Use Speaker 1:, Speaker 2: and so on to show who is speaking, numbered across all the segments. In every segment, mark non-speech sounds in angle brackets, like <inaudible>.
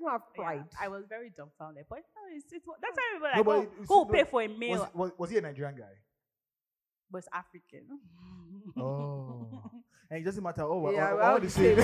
Speaker 1: don't have
Speaker 2: Yeah,
Speaker 1: pride.
Speaker 2: I was very dumbfounded. But no, it's, it's that's why people are
Speaker 3: No,
Speaker 2: like,
Speaker 3: but
Speaker 2: oh,
Speaker 3: it- it's-
Speaker 2: who will
Speaker 3: no,
Speaker 2: pay for a
Speaker 3: Was,
Speaker 2: meal?
Speaker 3: was, was he a Nigerian guy?
Speaker 2: but it's African.
Speaker 3: Oh. <laughs> And it doesn't matter. Oh, we're,
Speaker 1: Yeah,
Speaker 3: we're
Speaker 1: we're
Speaker 3: all
Speaker 1: all
Speaker 3: the
Speaker 1: the
Speaker 3: same.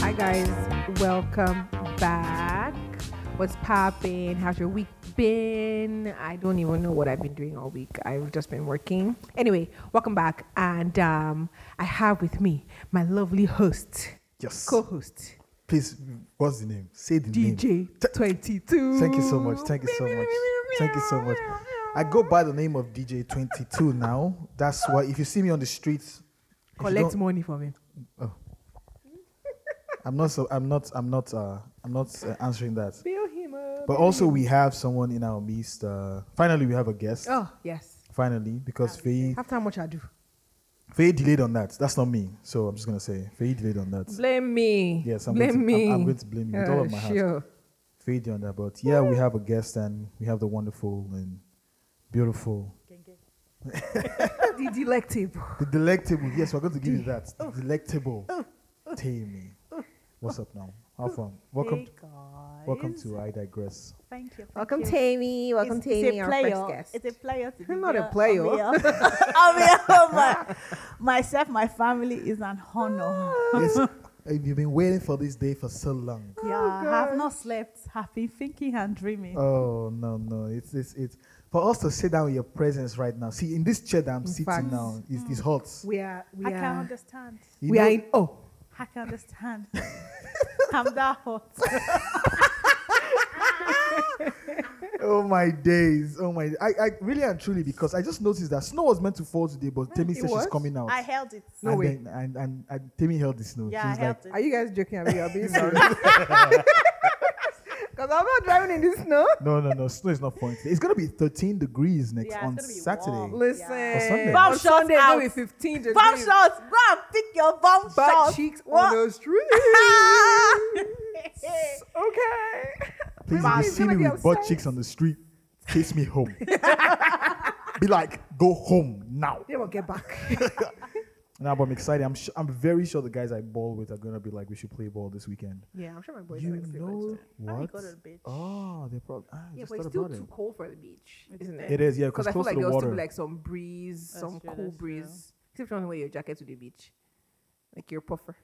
Speaker 1: Hi guys, welcome back. What's poppin'? How's your week been? I don't even know what I've been doing all week. I've just been working. Anyway, welcome back, and um, I have with me my lovely host,
Speaker 3: <laughs> yes.
Speaker 1: co-host,
Speaker 3: Please, what's the name? Say the name.
Speaker 1: DJ Twenty Two.
Speaker 3: Thank you so much. Thank you so much. Thank you so much. I go by the name of DJ 22 now. That's why if you see me on the streets, if you
Speaker 1: Collect
Speaker 3: don't-
Speaker 1: money from him.
Speaker 3: I'm not. So, I'm not. I'm not. Uh, I'm not uh, answering that.
Speaker 1: Fill him up.
Speaker 3: But also, we have someone in our midst. Uh, finally, we have a guest.
Speaker 1: Oh yes.
Speaker 3: Finally, because Faye,
Speaker 1: After how much I do?
Speaker 3: Faye delayed on that. That's not me. So I'm just gonna say Faye delayed on that.
Speaker 1: Blame me.
Speaker 3: Yes, I'm
Speaker 1: Blame
Speaker 3: going to,
Speaker 1: me.
Speaker 3: I'm, I'm going to blame you with all of my
Speaker 1: Uh,
Speaker 3: heart.
Speaker 1: sure.
Speaker 3: Faye delayed on that. But yeah, we have a guest and we have the wonderful and beautiful,
Speaker 1: The delectable.
Speaker 3: the delectable. Yes, we're going to give you that. The delectable. Tammy. What's up now? How fun? Welcome.
Speaker 2: Hey,
Speaker 3: To, welcome
Speaker 2: guys.
Speaker 3: to I digress.
Speaker 2: Thank you. thank
Speaker 1: Welcome,
Speaker 2: you.
Speaker 1: Tammy. Welcome,
Speaker 2: it's,
Speaker 1: Tammy,
Speaker 2: it's a
Speaker 1: our
Speaker 2: player.
Speaker 1: first guest.
Speaker 2: It's a player to be
Speaker 1: I'm not a
Speaker 2: here.
Speaker 1: player.
Speaker 2: I'm here. I'm here for my, myself, my family is an honor.
Speaker 3: yes, uh, you've been waiting for this day for so long.
Speaker 2: yeah, I have not slept. I've been thinking and dreaming.
Speaker 3: Oh no no! It's it's it's for us to sit down with your presence right now. See in this chair that I'm sitting
Speaker 1: fact.
Speaker 3: now, it's, it's hot.
Speaker 1: we are. We
Speaker 2: I
Speaker 1: are.
Speaker 2: can understand.
Speaker 3: You
Speaker 1: Mm. we
Speaker 3: know-
Speaker 1: are in. Oh,
Speaker 2: I can understand. I'm that hot.
Speaker 3: oh my days! Oh my! I, I really and truly because I just noticed that snow was meant to fall today, but Temi
Speaker 1: Mm, it
Speaker 3: said she's
Speaker 1: was?
Speaker 3: coming out.
Speaker 2: I held it.
Speaker 1: No
Speaker 3: and
Speaker 1: way.
Speaker 3: Then, and, and and Temi held the snow.
Speaker 2: Yeah,
Speaker 3: she
Speaker 2: I
Speaker 3: was Oh, like,
Speaker 2: held it.
Speaker 1: are you guys joking? Are you are
Speaker 3: <laughs>
Speaker 1: being serious? <laughs> Because I'm not driving in this snow.
Speaker 3: No no no! Snow is not falling today. It's gonna be 13 degrees next
Speaker 2: Yeah, it's
Speaker 3: on
Speaker 2: gonna be
Speaker 3: Saturday.
Speaker 2: warm.
Speaker 1: Listen.
Speaker 2: Yeah.
Speaker 3: Sunday.
Speaker 1: On
Speaker 2: Bomb shots
Speaker 1: Sunday, it's
Speaker 2: out.
Speaker 1: gonna be 15 degrees.
Speaker 2: Bomb shots! Go and pick your bomb
Speaker 1: Butt
Speaker 2: shots.
Speaker 1: cheeks
Speaker 2: What?
Speaker 1: on the street. <laughs>
Speaker 2: <laughs>
Speaker 1: okay.
Speaker 3: Please,
Speaker 1: Wow,
Speaker 3: if you
Speaker 1: it's
Speaker 3: see
Speaker 1: gonna
Speaker 3: me
Speaker 1: be
Speaker 3: with butt
Speaker 1: upset.
Speaker 3: cheeks on the street, chase me home.
Speaker 1: <laughs>
Speaker 3: Be like, go home now.
Speaker 1: They will get back.
Speaker 3: Now, but I'm excited. I'm sh- I'm very sure the guys I ball with are gonna be like, we should play ball this weekend.
Speaker 1: yeah, I'm sure my boys
Speaker 3: You
Speaker 1: are
Speaker 3: know
Speaker 2: Why we
Speaker 3: what?
Speaker 2: go to the beach?
Speaker 3: Oh, they probably. Ah, I
Speaker 1: Yeah,
Speaker 3: just
Speaker 1: but it's
Speaker 3: thought
Speaker 1: still
Speaker 3: about
Speaker 1: too
Speaker 3: it.
Speaker 1: cold for the beach, isn't it?
Speaker 3: It
Speaker 1: <laughs>
Speaker 3: is, yeah, because
Speaker 1: Because I feel
Speaker 3: close
Speaker 1: like
Speaker 3: to the
Speaker 1: there will still
Speaker 3: water.
Speaker 1: be like some breeze,
Speaker 2: That's
Speaker 1: some
Speaker 2: true,
Speaker 1: cool
Speaker 2: that's true.
Speaker 1: breeze. Except you want to wear your jacket to the beach, like you're a puffer.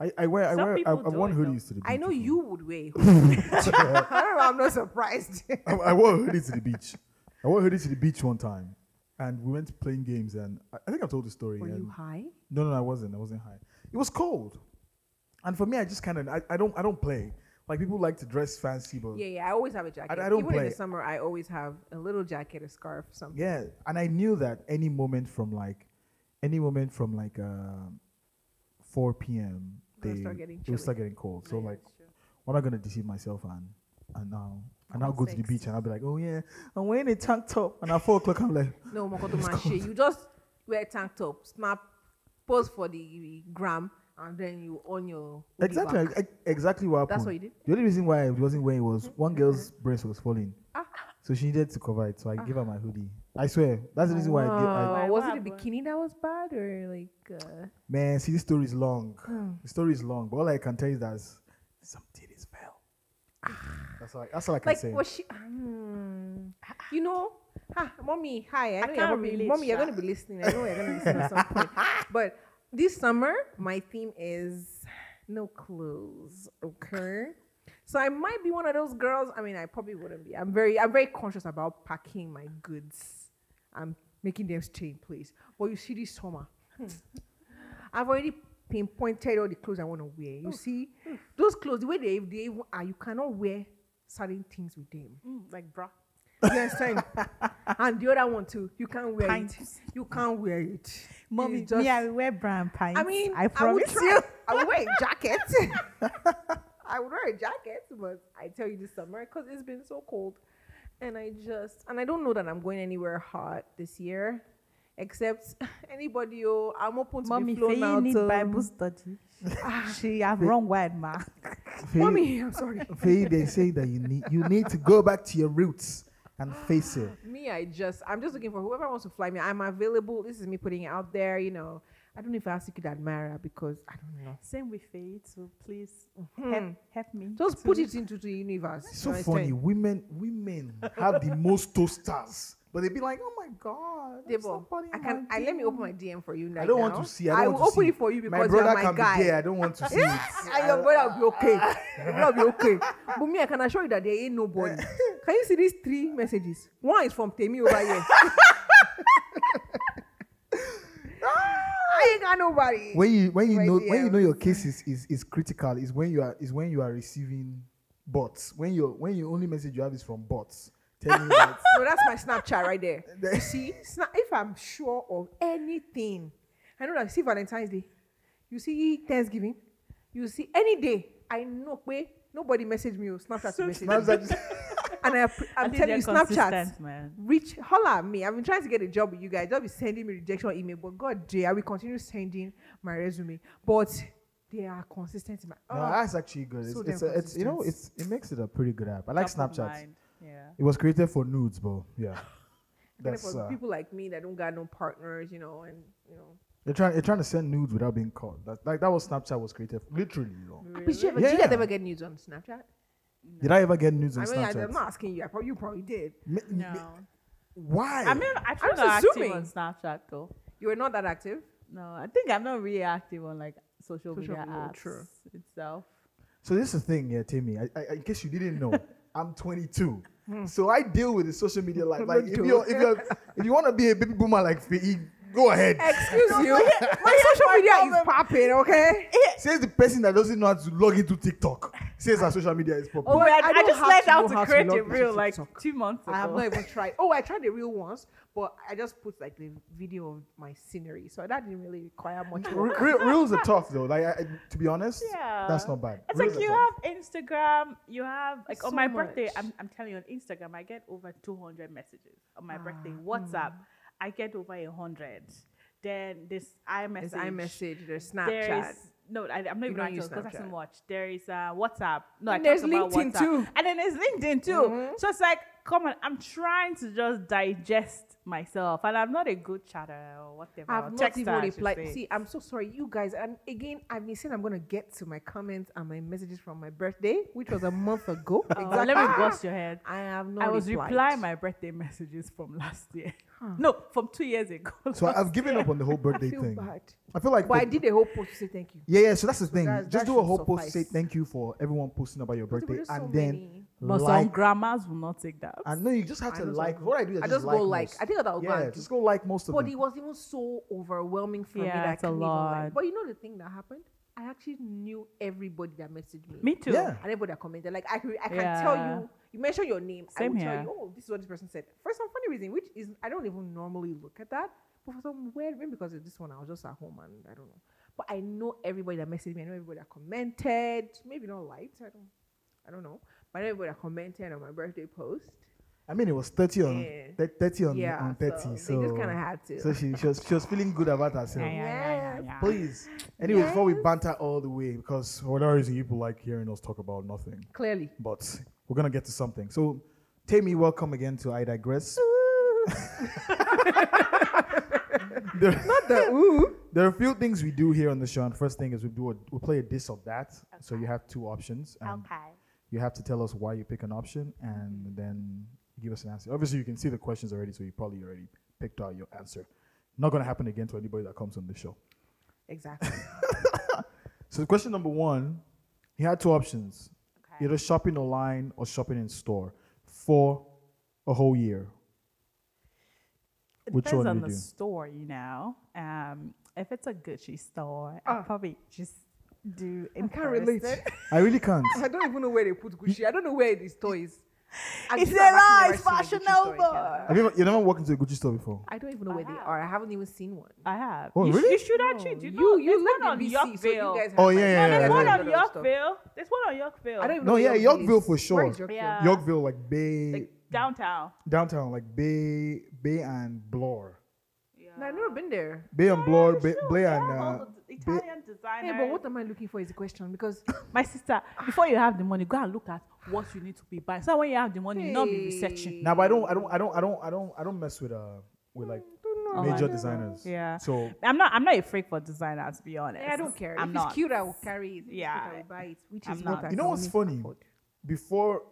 Speaker 3: I, I wear I
Speaker 2: Some
Speaker 3: wear I, I
Speaker 2: people do
Speaker 3: worn
Speaker 2: it, though.
Speaker 3: hoodies to the beach.
Speaker 1: I know
Speaker 3: before.
Speaker 1: you would wear. a
Speaker 3: <laughs>
Speaker 1: hoodie. I <laughs> don't know. I'm not surprised. <laughs>
Speaker 3: I, I wore a hoodie to the beach. I wore a hoodie to the beach one time, and we went playing games. And I, I think I've told the story.
Speaker 1: Were
Speaker 3: and-
Speaker 1: you high?
Speaker 3: No, no, I wasn't. I wasn't high. It was cold, and for me, I just kind of I, I don't I don't play. Like people like to dress fancy, but
Speaker 1: Yeah, yeah. I always have a jacket.
Speaker 3: don't
Speaker 1: Even in
Speaker 3: play.
Speaker 1: the summer, I always have a little jacket, a scarf, something.
Speaker 3: Yeah, and I knew that any moment from like, any moment from like uh, 4 p.m.
Speaker 1: It'll
Speaker 3: they-
Speaker 1: start getting
Speaker 3: it will start
Speaker 1: chilly.
Speaker 3: getting cold. So like, what am I gonna deceive myself and and now and I'll go to the
Speaker 1: Six.
Speaker 3: beach and I'll be like, oh yeah, I'm wearing a tank top. And at four o'clock I'm like,
Speaker 1: No,
Speaker 3: <laughs>
Speaker 1: Mokoto Mashi. You just wear tank top, snap, pose for the gram, and then you on your hoodie
Speaker 3: exactly,
Speaker 1: back.
Speaker 3: ex- exactly what happened.
Speaker 1: That's what you Mm-hmm. did?
Speaker 3: The only reason why I wasn't wearing was one girl's breast was falling,
Speaker 1: Ah.
Speaker 3: so she needed to cover it. So I gave her my hoodie. I swear, that's the reason why I, gave, I
Speaker 1: Wow.
Speaker 2: Why,
Speaker 1: was
Speaker 2: what
Speaker 1: it a bikini that was bad or like? Uh,
Speaker 3: Man, see, this story is long.
Speaker 1: Hmm.
Speaker 3: The story is long, but all I can tell is that some titties fell. that's all. I, that's all I can
Speaker 1: like
Speaker 3: say.
Speaker 1: was she? Hmm. you know, ha, mommy, hi. I,
Speaker 2: I
Speaker 1: know
Speaker 2: can't
Speaker 1: you're mommy,
Speaker 2: relate,
Speaker 1: mommy, you're
Speaker 2: Sha.
Speaker 1: gonna be listening. I know you're gonna listen at some
Speaker 2: <laughs>
Speaker 1: point. But this summer, my theme is no clothes. Okay. So I might be one of those girls. I mean, I probably wouldn't be. I'm very, I'm very conscious about packing my goods. I'm making them stay in place. But you see, this summer, hmm, I've already pinpointed all the clothes I want to wear. You see, those clothes, the way they, they even are, you cannot wear certain things with them.
Speaker 2: Mm, like bra.
Speaker 1: You
Speaker 2: <laughs>
Speaker 1: understand? and the other one too, you can't wear
Speaker 2: Pints.
Speaker 1: it. You can't wear it.
Speaker 2: Mommy,
Speaker 1: It's just-
Speaker 2: yeah, we wear bra and pants.
Speaker 1: I mean,
Speaker 2: I
Speaker 1: would
Speaker 2: promise
Speaker 1: try.
Speaker 2: you.
Speaker 1: <laughs> I would wear a jacket.
Speaker 2: <laughs>
Speaker 1: I would wear a jacket, but I tell you this summer because it's been so cold, and I just and I don't know that I'm going anywhere hot this year. Except <laughs> anybody, oh, I'm open to
Speaker 2: Mommy,
Speaker 1: be flown
Speaker 2: Faye, you
Speaker 1: out.
Speaker 2: need
Speaker 1: um,
Speaker 2: Bible <laughs> study. she have wrong word, ma.
Speaker 1: <laughs>
Speaker 3: Faye-
Speaker 1: Mommy, I'm
Speaker 2: <laughs>
Speaker 1: sorry.
Speaker 3: Faye, they say that you need you need to go back to your roots and face it.
Speaker 1: me, I just, I'm just looking for whoever wants to fly me. I'm available. This is me putting it out there. You know, I don't know if I have secret admirer because I don't know.
Speaker 2: Same with Faye, so please
Speaker 1: Hmm.
Speaker 3: Mm-hmm.
Speaker 2: help, help me.
Speaker 1: Just
Speaker 2: to-
Speaker 1: put it into the universe.
Speaker 3: It's so
Speaker 1: you understand?
Speaker 3: funny. Women women have the most toasters, but they be like, oh my god, I'm
Speaker 1: Debo,
Speaker 3: somebody
Speaker 1: I
Speaker 3: in
Speaker 1: can.
Speaker 3: my
Speaker 1: I let me
Speaker 3: DM."
Speaker 1: open my DM for you.
Speaker 3: I
Speaker 1: right
Speaker 3: don't want
Speaker 1: now.
Speaker 3: to see. I don't
Speaker 1: will
Speaker 3: want to
Speaker 1: open
Speaker 3: see.
Speaker 1: it for you
Speaker 3: My
Speaker 1: because you're
Speaker 3: brother
Speaker 1: my
Speaker 3: can
Speaker 1: guy.
Speaker 3: be there. I don't want
Speaker 1: <laughs>
Speaker 3: to see it.
Speaker 1: and your brother will be okay. your brother will be okay. But me, I can assure you that there ain't
Speaker 3: <laughs>
Speaker 1: nobody. Can you see these three messages? One is from Temi over
Speaker 3: <laughs>
Speaker 1: here. <laughs> I ain't got nobody.
Speaker 3: When you when you
Speaker 1: My
Speaker 3: know when you know
Speaker 1: DMs.
Speaker 3: your case is, is, is critical is when you are is when you are receiving bots. When you when your only message you have is from bots telling
Speaker 1: <laughs>
Speaker 3: you that <laughs>
Speaker 1: So that's my Snapchat right there. You see, Sna- if I'm sure of anything, I know that you see Valentine's Day, you see Thanksgiving, you see any day, I know way nobody messaged me or Snapchat to message me.
Speaker 3: Snapchat is-
Speaker 1: And I, appre-
Speaker 2: At
Speaker 1: I'm
Speaker 2: least
Speaker 1: telling you,
Speaker 2: they're
Speaker 1: Snapchat.
Speaker 2: consistent, man.
Speaker 1: Reach, holla at me. I've been trying to get a job with you guys. Don't be sending me rejection email, but God, dear, I will continue sending my resume. But they are consistent. In my,
Speaker 3: No,
Speaker 1: Ah,
Speaker 3: that's actually good. It's,
Speaker 1: so
Speaker 3: it's,
Speaker 1: damn
Speaker 3: a, it's you know it's
Speaker 1: consistent.
Speaker 3: it makes it a pretty good app. I like
Speaker 2: Top of
Speaker 3: Snapchat.
Speaker 2: mind, Yeah.
Speaker 3: It was created for nudes, bro. Yeah,
Speaker 1: kind of
Speaker 3: that's
Speaker 1: for
Speaker 3: uh,
Speaker 1: people like me that don't got no partners, you know, and you know.
Speaker 3: they're trying they're trying to send nudes without being caught. That, like that was Snapchat was created for, literally. you know.
Speaker 1: But you ever,
Speaker 3: Yeah.
Speaker 1: Did you guys ever get news on Snapchat?
Speaker 3: Did I ever get nudes on
Speaker 1: I mean, I,
Speaker 3: Snapchat?
Speaker 1: am not asking you. I probably, you probably did.
Speaker 3: Me- me-
Speaker 2: No.
Speaker 3: why?
Speaker 2: I mean, I think
Speaker 1: was
Speaker 2: I'm not active
Speaker 1: assuming.
Speaker 2: on Snapchat though.
Speaker 1: You were not that active.
Speaker 2: No, I think I'm not really active on like social,
Speaker 1: Social
Speaker 2: media
Speaker 1: media,
Speaker 2: apps
Speaker 1: true.
Speaker 2: itself.
Speaker 3: so this is the thing, yeah, Timmy. I, I, in case you
Speaker 1: <laughs>
Speaker 3: didn't know, I'm 22.
Speaker 1: Hmm.
Speaker 3: So I deal with the social
Speaker 1: <laughs>
Speaker 3: media life. Like if
Speaker 1: joke.
Speaker 3: you if you if you want to be a baby boomer like Faye, go ahead.
Speaker 1: <laughs> <laughs> Excuse you. My social media is popping. <laughs> Okay.
Speaker 3: Says the person that doesn't know how to log into TikTok. Says our social media is popular.
Speaker 1: But
Speaker 2: wait,
Speaker 1: I don't have to know how to log
Speaker 2: a
Speaker 1: into
Speaker 2: reel like
Speaker 1: TikTok.
Speaker 2: two months ago.
Speaker 1: I have not even tried. Oh, I tried the real ones, but I just put like the video of my scenery, so that didn't really <laughs> require much.
Speaker 3: Re-
Speaker 1: work.
Speaker 3: re- reels are tough though. Like I, I- to be honest,
Speaker 2: Yeah.
Speaker 3: that's not bad.
Speaker 2: It's
Speaker 3: Reels
Speaker 2: like
Speaker 3: are
Speaker 2: you
Speaker 3: tough.
Speaker 2: have Instagram, you have like on
Speaker 1: So
Speaker 2: my birthday.
Speaker 1: much.
Speaker 2: I'm, I'm telling you on Instagram, I get over 200 messages on my birthday.
Speaker 1: Ah,
Speaker 2: WhatsApp,
Speaker 1: hmm.
Speaker 2: I get over 100. Then this iMessage,
Speaker 1: There's iMessage, there's
Speaker 2: There
Speaker 1: Snapchat.
Speaker 2: is, no, I, I'm not
Speaker 1: You
Speaker 2: even
Speaker 1: don't
Speaker 2: on
Speaker 1: use
Speaker 2: because that's too
Speaker 1: Snapchat.
Speaker 2: much. There is uh, WhatsApp. No, I
Speaker 1: And there's
Speaker 2: talked about
Speaker 1: LinkedIn
Speaker 2: WhatsApp.
Speaker 1: too.
Speaker 2: and then there's LinkedIn too.
Speaker 1: Mhm.
Speaker 2: So it's like, come on, I'm trying to just digest myself, and I'm not a good chatter or whatever.
Speaker 1: I've not
Speaker 2: texter,
Speaker 1: even
Speaker 2: I should
Speaker 1: replied.
Speaker 2: say.
Speaker 1: See, I'm so sorry, you guys. And again, I've been saying I'm gonna get to my comments and my messages from my birthday, which was a month <laughs> ago.
Speaker 2: Oh, Let me
Speaker 1: Ah!
Speaker 2: bust your head.
Speaker 1: I have not.
Speaker 2: I was
Speaker 1: replied.
Speaker 2: replying my birthday messages from last year. No, from two years ago.
Speaker 3: So I- I've given up on the
Speaker 1: <laughs>
Speaker 3: whole
Speaker 1: I
Speaker 3: birthday
Speaker 1: feel
Speaker 3: thing.
Speaker 1: bad.
Speaker 3: I feel like
Speaker 1: But I
Speaker 3: the-
Speaker 1: did a whole post to say thank you.
Speaker 3: Yeah, yeah. So that's the thing.
Speaker 1: that-
Speaker 3: Just
Speaker 1: that
Speaker 3: do a
Speaker 1: should
Speaker 3: whole post, say
Speaker 1: suffice.
Speaker 3: thank you for everyone posting about your
Speaker 1: But there
Speaker 3: birthday,
Speaker 1: were so
Speaker 3: and then
Speaker 1: many.
Speaker 2: <laughs> but some
Speaker 3: like.
Speaker 2: grandmas will not take that.
Speaker 3: And no, you just have
Speaker 1: I
Speaker 3: to
Speaker 1: know some
Speaker 3: like.
Speaker 1: of
Speaker 3: What I do is
Speaker 1: I just
Speaker 3: like
Speaker 1: go like.
Speaker 3: most.
Speaker 1: I think that I'll go
Speaker 3: yeah,
Speaker 1: and do.
Speaker 3: just go like most of
Speaker 1: But
Speaker 3: them.
Speaker 1: it was even so overwhelming for me
Speaker 2: Yeah,
Speaker 1: that I
Speaker 2: it's a
Speaker 1: couldn't even like.
Speaker 2: lot.
Speaker 1: But you know the thing that happened? I actually knew everybody that messaged me.
Speaker 2: Me too.
Speaker 3: Yeah.
Speaker 1: And everybody that commented. Like I, could, I can tell
Speaker 2: Yeah.
Speaker 1: you. You mention your name. I
Speaker 2: Same
Speaker 1: will tell
Speaker 2: here.
Speaker 1: you. Oh, this is what this person said. For some funny reason, which is I don't even normally look at that. But for some weird reason, because of this one, I was just at home and I don't know. But I know everybody that messaged me. I know everybody that commented. Maybe not liked. I don't. I don't know. But I know everybody that commented on my birthday post.
Speaker 3: I mean, it was thirty on
Speaker 1: Yeah.
Speaker 3: thir- thirty on,
Speaker 1: yeah.
Speaker 3: on thirty. So,
Speaker 1: they just kind of had to.
Speaker 3: so she, she was she was feeling good about herself.
Speaker 2: Yeah, yeah, yeah, yeah, yeah.
Speaker 3: Please. Anyway, before we banter all the way, because for whatever reason, people like hearing us talk about nothing, <laughs>
Speaker 1: Clearly.
Speaker 3: but we're gonna get to something. So, Tammy, welcome again to I digress.
Speaker 2: <laughs>
Speaker 3: there,
Speaker 1: The ooh.
Speaker 3: there are a few things we do here on the show, and first thing is we do a, we play a this of that. So you have two options, and
Speaker 2: Okay. Mm-hmm.
Speaker 3: you have to tell us why you pick an option, and then give us an answer. Obviously, you can see the questions already, so you probably already picked out your answer. Not gonna happen again to anybody that comes on the show. <laughs>
Speaker 1: Exactly.
Speaker 3: So question number one, he had two options:
Speaker 2: Okay.
Speaker 3: either shopping online or shopping in store for a whole year.
Speaker 2: It
Speaker 3: Which
Speaker 2: depends
Speaker 3: one
Speaker 2: on
Speaker 3: you
Speaker 2: the
Speaker 3: do?
Speaker 2: store, you know. Um, if it's a Gucci store,
Speaker 1: Ah.
Speaker 2: I'll probably just do.
Speaker 1: I can't relate.
Speaker 2: comparison.
Speaker 3: I really
Speaker 2: <laughs>
Speaker 3: can't.
Speaker 1: <laughs> I don't even know where they put Gucci. I don't know where this toy
Speaker 3: <laughs>
Speaker 1: is. I
Speaker 2: It's
Speaker 1: think
Speaker 2: a
Speaker 1: I've
Speaker 2: lie,
Speaker 1: actually
Speaker 2: it's
Speaker 1: never seen a Gucci
Speaker 2: Fashion
Speaker 1: store in
Speaker 2: Nova.
Speaker 1: Canada.
Speaker 3: Have you ever, you never walked into a Gucci store before?
Speaker 1: I don't even know
Speaker 2: I
Speaker 1: where they
Speaker 2: have.
Speaker 1: are. I haven't even seen one.
Speaker 2: I have.
Speaker 3: Oh,
Speaker 2: you, sh-
Speaker 3: really?
Speaker 2: you should actually do.
Speaker 1: you
Speaker 2: no,
Speaker 1: you
Speaker 2: there's
Speaker 1: live
Speaker 2: one on
Speaker 1: in BC, so you
Speaker 2: Yorkville.
Speaker 1: guys.
Speaker 3: Oh,
Speaker 1: have, like,
Speaker 3: yeah,
Speaker 2: no,
Speaker 3: yeah,
Speaker 2: there's one
Speaker 3: yeah, yeah.
Speaker 1: a
Speaker 2: on
Speaker 1: lot of stuff.
Speaker 2: Yorkville. There's one on Yorkville.
Speaker 1: I don't even
Speaker 3: No,
Speaker 1: know
Speaker 3: yeah,
Speaker 1: where
Speaker 3: Yorkville
Speaker 1: is.
Speaker 3: for
Speaker 1: Where
Speaker 3: sure.
Speaker 1: is Yorkville?
Speaker 2: Yeah.
Speaker 3: Yorkville, like Bay,
Speaker 2: like downtown.
Speaker 3: downtown, like Bay, Bay and Bloor.
Speaker 2: Yeah.
Speaker 1: No, I've never been there.
Speaker 4: Bay and Blur,
Speaker 2: Yeah,
Speaker 4: Bay,
Speaker 2: Oh, sure,
Speaker 4: Bay
Speaker 2: they're
Speaker 4: and
Speaker 2: all
Speaker 4: uh,
Speaker 2: the Italian designer.
Speaker 1: Yeah, but what am I looking for is the question
Speaker 3: <laughs>
Speaker 1: because
Speaker 2: My sister, before you have the money, go and look at what you need to be buying. So when you have the money, you not be researching.
Speaker 3: Now, but I don't, I don't, I don't, I don't, I don't, I don't mess with uh with like
Speaker 1: don't
Speaker 2: Oh, I
Speaker 3: major
Speaker 2: know.
Speaker 3: designers.
Speaker 2: Yeah.
Speaker 3: So
Speaker 2: I'm not. I'm not a freak for designers, to be honest.
Speaker 1: Yeah, I don't care.
Speaker 2: I'm
Speaker 1: if
Speaker 2: not.
Speaker 1: it's cute, I will carry it. If it's
Speaker 2: Yeah.
Speaker 1: cute, I will buy it, which
Speaker 2: I'm
Speaker 1: is
Speaker 2: not.
Speaker 1: what I
Speaker 3: You know
Speaker 1: can
Speaker 3: what's
Speaker 1: only
Speaker 3: funny?
Speaker 1: afford.
Speaker 3: before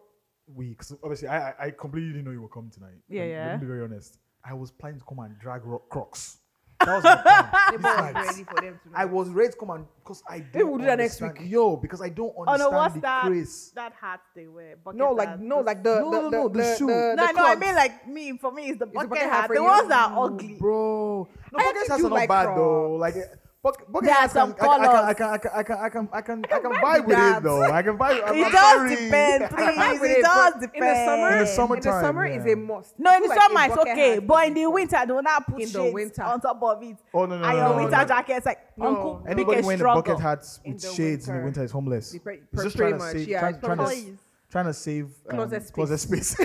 Speaker 3: we, cause obviously, I, I, I completely didn't know you were coming tonight.
Speaker 2: Yeah,
Speaker 3: I'm-
Speaker 2: yeah.
Speaker 3: Let me be very honest. I was planning to come and drag ro- Crocs. That was my
Speaker 2: <laughs>
Speaker 3: plan.
Speaker 1: They both
Speaker 3: These nights.
Speaker 1: ready for them to
Speaker 3: I
Speaker 1: know.
Speaker 3: was ready to come and because I
Speaker 1: Maybe
Speaker 3: didn't
Speaker 1: we'll do that next
Speaker 3: understand- Yo, because I don't
Speaker 2: Oh
Speaker 3: understand
Speaker 2: no, what's
Speaker 3: the
Speaker 2: that?
Speaker 3: craze.
Speaker 2: That hat they wear. bucket
Speaker 1: No, like
Speaker 2: hat,
Speaker 1: no,
Speaker 2: those-
Speaker 1: like the
Speaker 3: No,
Speaker 1: the,
Speaker 3: no,
Speaker 1: the,
Speaker 3: no, the shoe.
Speaker 1: The,
Speaker 2: No, I know. I
Speaker 1: clogs.
Speaker 2: mean, like me. For me, it's the bucket,
Speaker 1: bucket
Speaker 2: hat.
Speaker 1: hat for
Speaker 2: The
Speaker 1: you.
Speaker 2: ones that are
Speaker 1: No,
Speaker 2: <laughs> ugly.
Speaker 3: Bro, no,
Speaker 1: I
Speaker 3: bucket
Speaker 1: think
Speaker 3: hats
Speaker 1: you
Speaker 3: are not
Speaker 1: like
Speaker 3: bad
Speaker 1: Crocs.
Speaker 3: though. Like, eh, buck- bucket
Speaker 2: There are
Speaker 3: hats can-
Speaker 2: some
Speaker 3: I can, I can, I can, I can, I can, I can, I can vibe with
Speaker 1: that.
Speaker 3: it though. I can vibe. I'm,
Speaker 2: It
Speaker 3: I'm
Speaker 2: does
Speaker 3: sorry.
Speaker 1: <laughs>
Speaker 2: depend, please.
Speaker 1: Vibe with
Speaker 2: It
Speaker 1: it,
Speaker 2: does
Speaker 1: but
Speaker 2: depend.
Speaker 1: In the summer,
Speaker 3: In the
Speaker 1: in
Speaker 3: summertime,
Speaker 1: the summer is
Speaker 3: yeah.
Speaker 1: a must.
Speaker 2: Mm. No, in the
Speaker 1: Like a
Speaker 2: summer it's
Speaker 1: bucket
Speaker 2: okay,
Speaker 1: hat
Speaker 2: but
Speaker 1: is
Speaker 2: in the
Speaker 1: important.
Speaker 2: winter, do not put
Speaker 1: In the
Speaker 2: shades
Speaker 1: winter.
Speaker 2: on top of it.
Speaker 3: Oh no, no,
Speaker 2: and
Speaker 3: no,
Speaker 2: your
Speaker 3: no, no,
Speaker 2: winter
Speaker 3: no.
Speaker 2: jacket, like
Speaker 1: No.
Speaker 2: Uncle, pick
Speaker 3: Anybody
Speaker 2: a
Speaker 3: wearing a
Speaker 2: struggle.
Speaker 3: bucket hats
Speaker 1: In
Speaker 3: with
Speaker 1: the
Speaker 3: shades in the
Speaker 1: winter.
Speaker 3: winter is homeless.
Speaker 1: Pre- pre-
Speaker 3: He's just
Speaker 1: pretty
Speaker 3: trying to
Speaker 1: much,
Speaker 3: save,
Speaker 1: yeah,
Speaker 3: trying,
Speaker 1: it's
Speaker 3: trying, to,
Speaker 1: probably-
Speaker 2: <laughs>
Speaker 3: s- trying to save um,
Speaker 1: Closet space.
Speaker 3: Closet space. <laughs>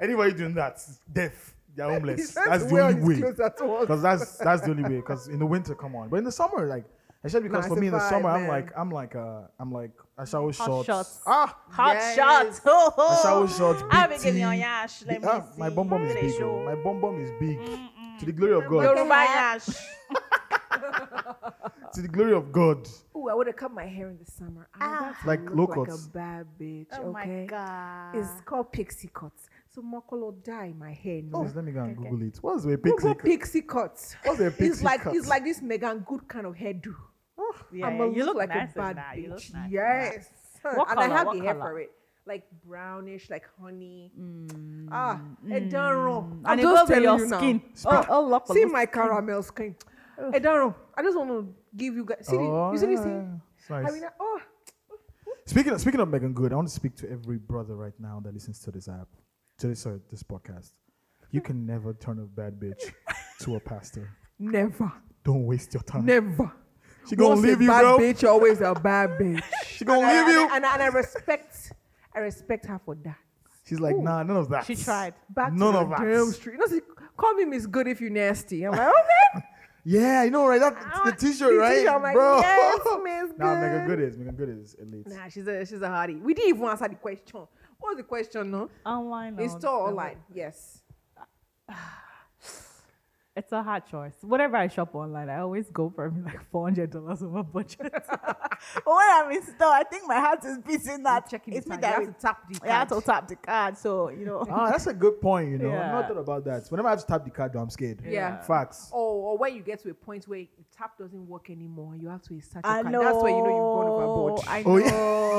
Speaker 3: Anybody doing that, is deaf. They're homeless.
Speaker 1: It's not
Speaker 3: That's
Speaker 1: to
Speaker 3: the
Speaker 1: wear all
Speaker 3: only
Speaker 1: these
Speaker 3: way.
Speaker 1: clothes at once.
Speaker 3: Because that's that's the only way. Because in the winter, come on. But in the summer, like especially because
Speaker 1: Nah,
Speaker 3: for
Speaker 1: it's
Speaker 3: me
Speaker 1: a
Speaker 3: in the
Speaker 1: vibe,
Speaker 3: summer, I'm
Speaker 1: man.
Speaker 3: like I'm like uh I'm like I shower
Speaker 2: Hot
Speaker 3: shorts.
Speaker 2: shots.
Speaker 3: Ah,
Speaker 2: Hot
Speaker 1: Yes.
Speaker 2: <laughs> shots. Ho, ho.
Speaker 3: I shower shorts.
Speaker 2: I
Speaker 3: big
Speaker 2: be giving
Speaker 3: tee.
Speaker 2: you a yash. Let
Speaker 3: The-
Speaker 2: me
Speaker 3: ah, my
Speaker 2: see.
Speaker 3: bum bum is
Speaker 2: Let
Speaker 3: big.
Speaker 2: show.
Speaker 3: yo. My bum bum is big. To the glory of God.
Speaker 2: Yoruba yash.
Speaker 3: To the glory of God.
Speaker 1: Ooh, I would have cut my hair in the summer. I would have to
Speaker 3: Like
Speaker 1: look
Speaker 3: low
Speaker 1: like
Speaker 3: cuts.
Speaker 1: a bad bitch.
Speaker 2: Ah, Oh my
Speaker 1: okay?
Speaker 2: god.
Speaker 1: It's called pixie cuts. So Mokolo dye my hair. No.
Speaker 3: Please let me go and Google it. What's a
Speaker 1: Google
Speaker 3: pixie?
Speaker 1: Oh, pixie cuts.
Speaker 3: What's a
Speaker 1: It's
Speaker 3: pixie
Speaker 1: like
Speaker 3: cut?
Speaker 1: it's like this Megan Good kind of hairdo.
Speaker 2: yeah,
Speaker 1: I'ma
Speaker 2: yeah, you look
Speaker 1: like
Speaker 2: nice
Speaker 1: a bad
Speaker 2: in that.
Speaker 1: bitch.
Speaker 2: You look nice in that.
Speaker 1: yes.
Speaker 2: What
Speaker 1: and
Speaker 2: colour?
Speaker 1: I have
Speaker 2: What
Speaker 1: the hair
Speaker 2: colour?
Speaker 1: for it. Like brownish, like honey. ah, it done wrong.
Speaker 2: Mm, And it goes with your skin.
Speaker 1: Oh,
Speaker 2: oh, look,
Speaker 1: see
Speaker 2: look.
Speaker 1: my caramel skin. It done wrong. I just want to give you guys. See, the- you see this?
Speaker 3: Oh, yeah.
Speaker 1: thing?
Speaker 3: It's nice.
Speaker 1: I mean, oh,
Speaker 3: Speaking of, speaking of Megan Good, I want to speak to every brother right now that listens to this app, to this sorry, this podcast. You can never turn a bad bitch to a pastor.
Speaker 1: never,
Speaker 3: Don't waste your time.
Speaker 1: never.
Speaker 3: Ah. She gonna
Speaker 1: Once a
Speaker 3: leave you,
Speaker 1: bad
Speaker 3: bro.
Speaker 1: bitch, always a bad bitch.
Speaker 3: <laughs> She gonna
Speaker 1: and I-
Speaker 3: leave you.
Speaker 1: And, I- and I respect, I respect her for that.
Speaker 3: She's like, nah, none of that.
Speaker 2: She tried.
Speaker 1: Back
Speaker 3: None
Speaker 1: to
Speaker 3: of
Speaker 1: the
Speaker 3: that.
Speaker 1: damn street. You know, see, call me Miss Good if you nasty. I'm like, okay.
Speaker 3: Yeah, you know, right? That the
Speaker 1: want
Speaker 3: T-shirt,
Speaker 1: the
Speaker 3: right,
Speaker 1: t-shirt. I'm like, <laughs>
Speaker 3: bro?
Speaker 1: yes, Miss
Speaker 3: <laughs> nah, Megan
Speaker 1: Good.
Speaker 3: Good is Megan Good is elite.
Speaker 1: Nah, she's a she's a hottie. We didn't even answer the question. What's the question? No,
Speaker 2: Online. oh,
Speaker 1: it's
Speaker 2: no,
Speaker 1: still
Speaker 2: no.
Speaker 1: online. Yes.
Speaker 2: It's a hard choice. Whenever I shop online, I always go for like four hundred dollars over budget. <laughs> but when I'm in store, I think my heart is beating that.
Speaker 1: You're checking
Speaker 2: it's
Speaker 1: the
Speaker 2: me
Speaker 1: card.
Speaker 2: that
Speaker 1: you have to tap the
Speaker 2: I had
Speaker 1: card.
Speaker 2: to tap the card, so you know.
Speaker 3: Ah, that's a good point. You know, I've
Speaker 2: Yeah.
Speaker 3: not thought about that. Whenever I have to tap the card, though, I'm scared.
Speaker 1: Yeah. Oh.
Speaker 3: Facts.
Speaker 1: Or, or when you get to a point where the tap doesn't work anymore, you have to insert
Speaker 2: I
Speaker 1: your
Speaker 2: know.
Speaker 1: card. That's when you know you've gone overboard.
Speaker 2: I know.
Speaker 3: Oh, yeah.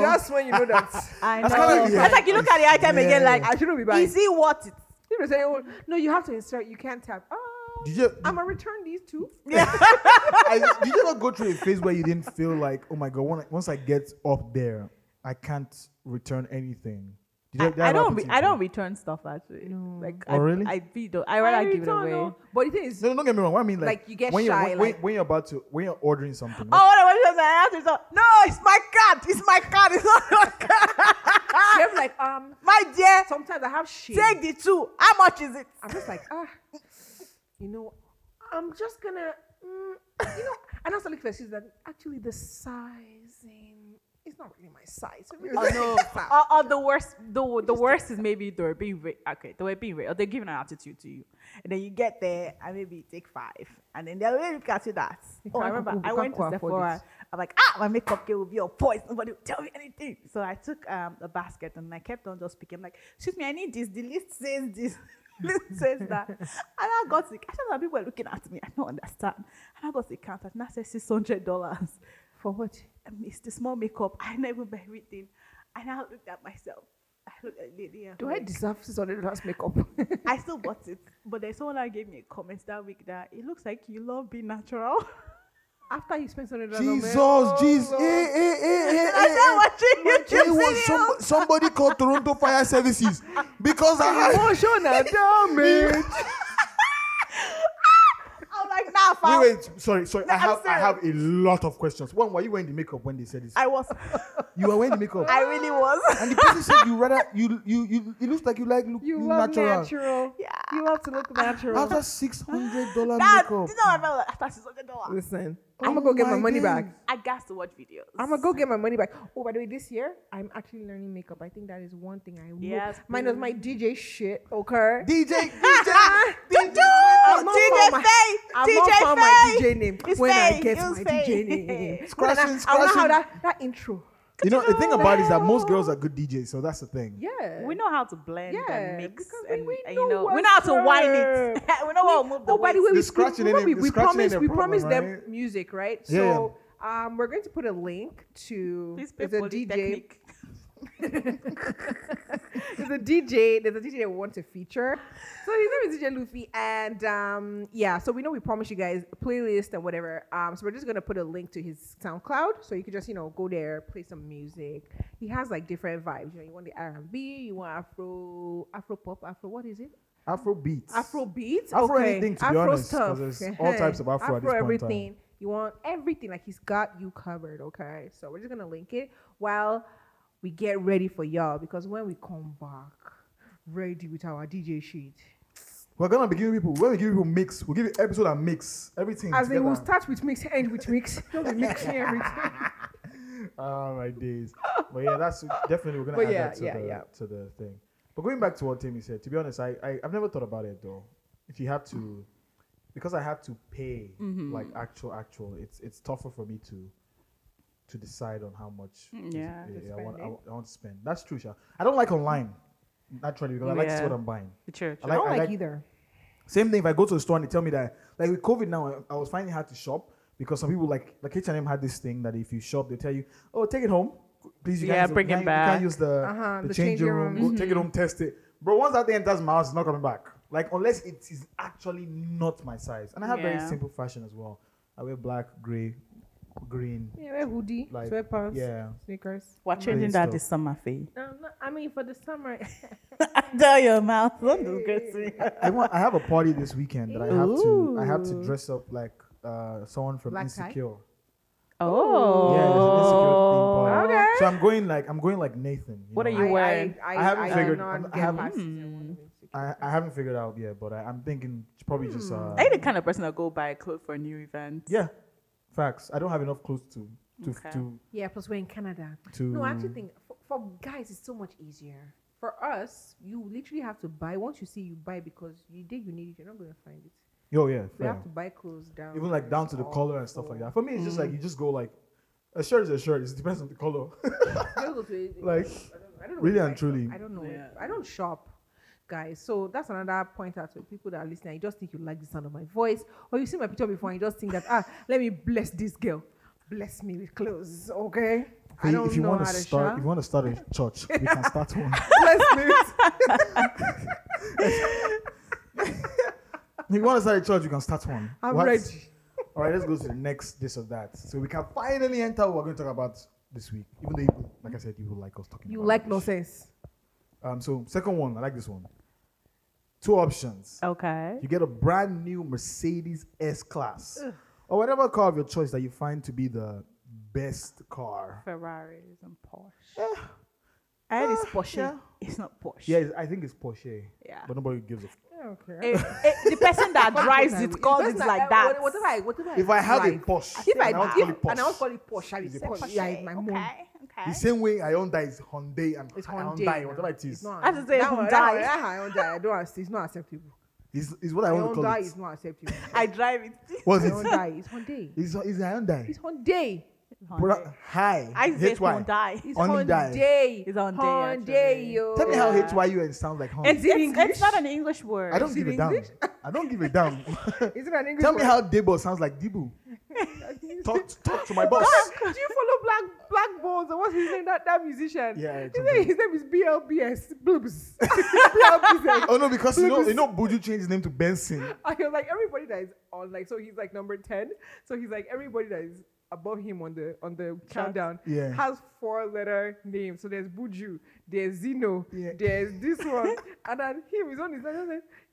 Speaker 1: <laughs>
Speaker 3: <laughs>
Speaker 1: That's when you know <laughs> that
Speaker 2: I know.
Speaker 3: That's kinda- yeah.
Speaker 2: That's like you look at the item again,
Speaker 3: Yeah.
Speaker 2: like
Speaker 1: I shouldn't be buying.
Speaker 2: is it worth it?
Speaker 1: You know, say, oh, no, you have to insert. You can't tap. Oh, <laughs>
Speaker 3: Did you
Speaker 1: I'm gonna return these two.
Speaker 3: I, did you ever go through a phase where you didn't feel like, oh my god, when I, once I get up there, I can't return anything? Did you,
Speaker 2: I,
Speaker 3: that
Speaker 2: I
Speaker 3: ever
Speaker 2: don't.
Speaker 3: happen
Speaker 2: Re-
Speaker 3: to you?
Speaker 2: I don't return stuff actually. Like,
Speaker 3: Oh,
Speaker 2: I,
Speaker 3: really?
Speaker 2: I, be- don't. I rather give it
Speaker 1: return,
Speaker 2: away.
Speaker 1: no. But the thing is,
Speaker 3: No, no, don't get me wrong. What I mean, like,
Speaker 1: Like, you get
Speaker 3: when you're,
Speaker 1: shy,
Speaker 3: when- when,
Speaker 1: like-
Speaker 3: when you're about to when you're ordering something.
Speaker 2: Oh, what I want to say, I have to return. No, it's my card. It's my card. It's not your card. <laughs>
Speaker 1: you have like, um,
Speaker 2: my dear,
Speaker 1: sometimes I have shit.
Speaker 2: Ah! take the two. How much is it?
Speaker 1: I'm just like, ah, you know, I'm just gonna, mm, you know, and also look for excuses that actually the sizing is not really my size. So <laughs>
Speaker 2: Oh no! or, or the worst, the, the worst is maybe they were being ra- okay, they were being ra- or they're giving an attitude to you, and then you get there and maybe you take five, and then they'll really look at you that. Oh, I
Speaker 1: can't-
Speaker 2: remember
Speaker 1: you
Speaker 2: I
Speaker 1: can't
Speaker 2: went to
Speaker 1: quite afford
Speaker 2: Sephora.
Speaker 1: it.
Speaker 2: I'm like, ah, my makeup kit will be on point. Nobody will tell me anything. So I took um, a basket and I kept on just speaking. I'm like, excuse me, I need this. The list says this. <laughs> The list says
Speaker 1: <laughs>
Speaker 2: that. And I got sick. I just know people were looking at me. I don't understand. And I got the counter and I said six hundred dollars.
Speaker 1: For what?
Speaker 2: Um, it's the small makeup. <laughs> I never buy everything. And I looked at myself. I looked at Lydia.
Speaker 1: Do I
Speaker 2: like,
Speaker 1: deserve six hundred dollars makeup? <laughs>
Speaker 2: I still bought it. But there's someone that gave me a comment that week that it looks like you love being natural. <laughs>
Speaker 1: After you spend six hundred dollars,
Speaker 3: Jesus,
Speaker 1: Oh,
Speaker 3: Jesus, eh, eh, eh, eh,
Speaker 2: I
Speaker 3: eh,
Speaker 2: said, watching
Speaker 3: eh.
Speaker 2: YouTube
Speaker 3: It was
Speaker 2: videos.
Speaker 3: some, somebody called Toronto Fire Services
Speaker 1: Oh,
Speaker 3: because
Speaker 1: <laughs>
Speaker 3: I <laughs> Eh.
Speaker 1: emotional damage.
Speaker 2: I'm like, nah, found.
Speaker 3: Wait, wait, sorry, sorry.
Speaker 2: No,
Speaker 3: I
Speaker 2: I'm
Speaker 3: have I have a lot of questions. One, were you wearing the makeup when they said this?
Speaker 2: I was.
Speaker 3: you were wearing the makeup.
Speaker 2: I
Speaker 1: <laughs>
Speaker 2: really was.
Speaker 3: and the person said you rather you you you it looks like you like look
Speaker 1: You love
Speaker 3: natural.
Speaker 1: natural.
Speaker 2: Yeah.
Speaker 1: You love to look natural.
Speaker 3: After six hundred dollar
Speaker 2: That,
Speaker 3: makeup.
Speaker 2: you know, I remember after she's on the door.
Speaker 1: Listen,
Speaker 3: Oh
Speaker 1: I'm gonna go get my
Speaker 3: my
Speaker 1: money back.
Speaker 3: days.
Speaker 2: I gas to watch videos.
Speaker 1: I'm gonna go get my money back. Oh, by the way, this year I'm actually learning makeup. I think that is one thing I will.
Speaker 2: Yes,
Speaker 1: Mine was my DJ shit. Okay.
Speaker 3: DJ, DJ,
Speaker 2: Dudu!
Speaker 1: I'm not
Speaker 2: DJ
Speaker 1: for my-
Speaker 2: Faye!
Speaker 1: I'm
Speaker 2: DJ
Speaker 1: not found my
Speaker 2: Faye!
Speaker 1: DJ name
Speaker 2: It's
Speaker 1: when I
Speaker 2: Faye.
Speaker 1: get
Speaker 2: It was
Speaker 1: my
Speaker 2: Faye.
Speaker 1: DJ name.
Speaker 3: Scratching,
Speaker 1: When I- I don't know how <laughs>
Speaker 3: scratching.
Speaker 1: that, that intro.
Speaker 3: You know, the thing about it is that most girls are good DJs, so that's the thing.
Speaker 1: Yeah.
Speaker 2: We know how to blend
Speaker 1: Yeah,
Speaker 2: and mix,
Speaker 1: because we-
Speaker 2: and,
Speaker 1: we
Speaker 2: and,
Speaker 1: know
Speaker 2: you know, we
Speaker 1: what's
Speaker 2: know how to wine it. <laughs> we know how to move the
Speaker 1: Oh, by the way,
Speaker 3: The
Speaker 1: we,
Speaker 3: scratching
Speaker 1: we, remember
Speaker 3: ain't a-
Speaker 1: we,
Speaker 3: the
Speaker 1: we
Speaker 3: scratching ain't
Speaker 1: promised
Speaker 3: a
Speaker 1: we
Speaker 3: problem,
Speaker 1: promised them
Speaker 3: right?
Speaker 1: music, right?
Speaker 3: Yeah, yeah.
Speaker 1: so um, we're going to put a link to
Speaker 2: Please pay
Speaker 1: it's a
Speaker 2: for the
Speaker 1: DJ.
Speaker 2: technique.
Speaker 1: <laughs> There's a DJ. There's a DJ that wants a feature. So his name is DJ Luffy, and um, yeah. So we know we promised you guys a playlist and whatever. Um, so we're just gonna put a link to his SoundCloud, so you can just you know go there, play some music. He has like different vibes. You know, you want the R&B, you want Afro, Afro pop, Afro. What is it?
Speaker 3: Afro beats.
Speaker 1: Afro beats,
Speaker 3: Afro
Speaker 1: okay.
Speaker 3: anything, to be
Speaker 1: Afro
Speaker 3: honest, 'cause
Speaker 1: stuff.
Speaker 3: there's
Speaker 1: <laughs>
Speaker 3: all types of Afro at this point in time.
Speaker 1: everything. You want everything. Like he's got you covered. Okay, so we're just gonna link it while we get ready for y'all because when we come back, ready with our DJ sheet.
Speaker 3: We're gonna be giving people. When we give people mix, we'll give you episode and mix everything.
Speaker 1: As in,
Speaker 3: together.
Speaker 1: we'll start with mix, end with
Speaker 3: <laughs>
Speaker 1: mix. Don't be mixing everything.
Speaker 3: Oh
Speaker 1: <laughs>
Speaker 3: my days. But yeah, that's definitely we're gonna
Speaker 1: But
Speaker 3: add
Speaker 1: yeah,
Speaker 3: that to
Speaker 1: yeah,
Speaker 3: the
Speaker 1: yeah.
Speaker 3: to the thing. But going back to what Timmy said, to be honest, I, I I've never thought about it though. If you had to, because I had to pay
Speaker 1: Mm-hmm.
Speaker 3: like actual actual, it's it's tougher for me to to decide on how much is-
Speaker 2: Yeah.
Speaker 1: To
Speaker 3: I, want, I,
Speaker 1: spend it.
Speaker 3: want- I want to spend. That's true, Sha. I don't like online naturally because I like to see
Speaker 2: Yeah.
Speaker 3: what I'm buying.
Speaker 2: The church.
Speaker 3: I
Speaker 1: I
Speaker 3: like,
Speaker 1: don't
Speaker 3: I
Speaker 1: like,
Speaker 3: like
Speaker 1: either.
Speaker 3: same thing. If I go to the store and they tell me that, like with COVID now, I- I was finding it hard to shop because some people like like H and M had this thing that if you shop, they tell you, oh, take it home, please. You
Speaker 2: Yeah,
Speaker 3: can't use the-
Speaker 2: bring
Speaker 3: you
Speaker 2: it
Speaker 3: can't- You
Speaker 2: back.
Speaker 3: can't use the
Speaker 1: Uh-huh,
Speaker 3: the,
Speaker 1: the
Speaker 3: changing
Speaker 1: changing
Speaker 3: room.
Speaker 1: room.
Speaker 3: Go take it home, test it. Bro, once that thing enters my house, it's not coming back. Like unless it is actually not my size, and I have very
Speaker 2: Yeah.
Speaker 3: simple fashion as well. I wear black, gray, green.
Speaker 1: Yeah, wear hoodie,
Speaker 3: Like,
Speaker 1: sweatpants,
Speaker 3: Yeah,
Speaker 1: sneakers.
Speaker 2: We're
Speaker 3: Please
Speaker 2: changing that
Speaker 3: stop.
Speaker 2: this summer, Faye. <laughs>
Speaker 1: No, no, I mean for the <laughs> summer.
Speaker 2: Tell your mouth. Don't disgrace me. <laughs>
Speaker 3: I want. I have a party this weekend that I have to. I have to
Speaker 1: Ooh.
Speaker 3: dress up like uh, someone from
Speaker 1: Black tie?
Speaker 3: Insecure.
Speaker 2: Oh.
Speaker 3: Yeah, there's an insecure thing, but-
Speaker 1: Okay.
Speaker 3: So I'm going like I'm going like Nathan. you
Speaker 2: What are
Speaker 3: know?
Speaker 2: you wearing?
Speaker 1: I,
Speaker 3: I haven't
Speaker 1: I
Speaker 3: figured-
Speaker 1: Do
Speaker 3: I'm-
Speaker 1: not
Speaker 3: I
Speaker 1: get
Speaker 3: haven't-
Speaker 1: past season one of Insecure.
Speaker 3: I, I haven't figured out yet, but I, I'm thinking it's probably
Speaker 1: Hmm.
Speaker 3: just uh,
Speaker 2: Are you the kind of person that go buy clothes for a new event?
Speaker 3: yeah, facts. I don't have enough clothes to to
Speaker 2: Okay.
Speaker 3: to
Speaker 1: Yeah, plus we're in Canada.
Speaker 3: to.
Speaker 1: No, I actually think for, for guys it's so much easier. For us, you literally have to buy. Once you see, you buy because you did you need it. You're not gonna find it.
Speaker 3: Yo, yeah,
Speaker 1: We
Speaker 3: fair.
Speaker 1: have to buy clothes down.
Speaker 3: Even like down to
Speaker 1: <laughs>
Speaker 3: the color and stuff like that. For me, it's just
Speaker 1: Hmm.
Speaker 3: like you just go like a shirt is a shirt. It depends on the color. <laughs> Like,
Speaker 1: I don't know
Speaker 3: really
Speaker 1: if
Speaker 3: and
Speaker 1: I-
Speaker 3: truly.
Speaker 1: I don't know. if-
Speaker 2: Yeah.
Speaker 1: I don't shop, guys. So that's another point out to people that are listening. You just think you like the sound of my voice, or you see my picture before and you just think that ah, let me bless this girl, bless me with clothes, okay? I
Speaker 3: Hey,
Speaker 1: don't
Speaker 3: if you
Speaker 1: know
Speaker 3: want
Speaker 1: how
Speaker 3: to
Speaker 1: to
Speaker 3: start,
Speaker 1: shop.
Speaker 3: if you want to start a church, we
Speaker 1: <laughs>
Speaker 3: can start one.
Speaker 1: bless me.
Speaker 3: <laughs>
Speaker 1: with-
Speaker 3: If you want to start a church, you can start one.
Speaker 1: I'm
Speaker 3: What?
Speaker 1: ready.
Speaker 3: <laughs> All right, let's go to the next this or that. So we can finally enter what we're going to talk about this week. Even though, you, like I said, you will like us talking.
Speaker 1: You
Speaker 3: about
Speaker 1: like
Speaker 3: rubbish.
Speaker 1: nonsense.
Speaker 3: Um, so second one, I like this one. Two options.
Speaker 2: Okay.
Speaker 3: You get a brand new Mercedes S class or whatever car of your choice that you find to be the best car.
Speaker 2: Ferraris and Porsche. I heard it's Porsche. It's not Porsche.
Speaker 3: Yeah, it's- I think it's Porsche.
Speaker 2: Yeah.
Speaker 3: But nobody gives a. F-
Speaker 1: Okay.
Speaker 2: Eh, eh, the
Speaker 1: <laughs>
Speaker 2: person that drives it calls it
Speaker 1: uh,
Speaker 2: like that.
Speaker 1: Whatever I, whatever
Speaker 3: if I had a
Speaker 1: drive,
Speaker 3: Porsche,
Speaker 1: if I,
Speaker 3: and I want to
Speaker 1: if,
Speaker 3: call it Porsche.
Speaker 1: and I would call it Porsche, I would
Speaker 3: It's a
Speaker 1: say
Speaker 3: Porsche.
Speaker 1: Porsche. Yeah, it's my mom.
Speaker 3: the same way I own that is Hyundai and
Speaker 1: It's
Speaker 3: Hyundai,
Speaker 1: Hyundai. now.
Speaker 3: whatever it is.
Speaker 1: It's not
Speaker 2: I have to say
Speaker 1: that
Speaker 2: Hyundai.
Speaker 1: one- that
Speaker 2: <laughs>
Speaker 1: one- that Hyundai. I don't. It's not acceptable.
Speaker 3: Is is what I want to call
Speaker 1: Hyundai
Speaker 3: it.
Speaker 1: is
Speaker 3: <laughs>
Speaker 1: not acceptable.
Speaker 2: I drive it.
Speaker 3: What is it?
Speaker 1: Hyundai. It's Hyundai.
Speaker 3: It's is Hyundai.
Speaker 1: It's Hyundai.
Speaker 3: Bro, hi.
Speaker 2: I say
Speaker 3: HY.
Speaker 2: won't die.
Speaker 1: It's
Speaker 3: Hyundai.
Speaker 1: Hyundai.
Speaker 2: It's Hyundai,
Speaker 1: Hyundai.
Speaker 2: actually.
Speaker 1: yo.
Speaker 3: Tell me how
Speaker 2: Yeah.
Speaker 3: HYUN sounds like Hyundai.
Speaker 2: It's,
Speaker 1: it
Speaker 2: it's,
Speaker 1: English?
Speaker 2: it's not an English word.
Speaker 3: I don't
Speaker 1: it
Speaker 3: give <laughs> a damn.
Speaker 1: English?
Speaker 3: I don't give
Speaker 1: <laughs>
Speaker 3: a damn.
Speaker 1: Is it an English?
Speaker 3: Tell me
Speaker 1: word?
Speaker 3: how Debo sounds like Dibu. Talk, talk to my boss.
Speaker 1: <laughs> Do you follow Black Black Bones or what's his name? That that musician.
Speaker 3: Yeah,
Speaker 1: His
Speaker 3: it's
Speaker 1: name, his name is BLBS. Bloops. <laughs> BLBS.
Speaker 3: Oh no, because you know, you know, Buju changed his name to Benson.
Speaker 1: I was like everybody that is on like so he's like number ten. So he's like everybody that is above him on the on the countdown
Speaker 3: Yeah.
Speaker 1: has four letter names. So there's Buju, there's Zeno,
Speaker 3: Yeah.
Speaker 1: there's this one,
Speaker 3: <laughs>
Speaker 1: and then him is on his like,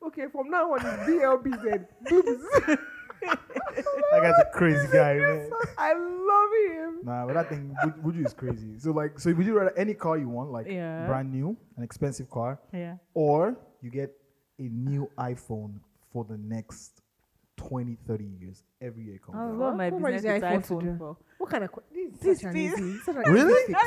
Speaker 1: okay, from now on it's BLBZ. Boobs.
Speaker 3: That guy's a crazy guy,
Speaker 1: <laughs>
Speaker 3: man.
Speaker 1: I love him.
Speaker 3: Nah, but that thing Wuju- Wuju is crazy. So like, so would you rather any car you want, like
Speaker 2: Yeah.
Speaker 3: brand new, an expensive car,
Speaker 2: Yeah.
Speaker 3: or you get a new iPhone for the next 20, 30 years? Every year it comes.
Speaker 2: I
Speaker 3: out.
Speaker 2: love Oh, my
Speaker 1: What was
Speaker 2: business
Speaker 1: the
Speaker 2: with
Speaker 1: iPhone to
Speaker 2: iPhone
Speaker 1: do?
Speaker 2: for.
Speaker 1: What kind of qu- this is
Speaker 2: This
Speaker 1: such an
Speaker 2: thing.
Speaker 1: easy-
Speaker 3: <laughs>
Speaker 1: such an
Speaker 3: Really?
Speaker 1: easy fix.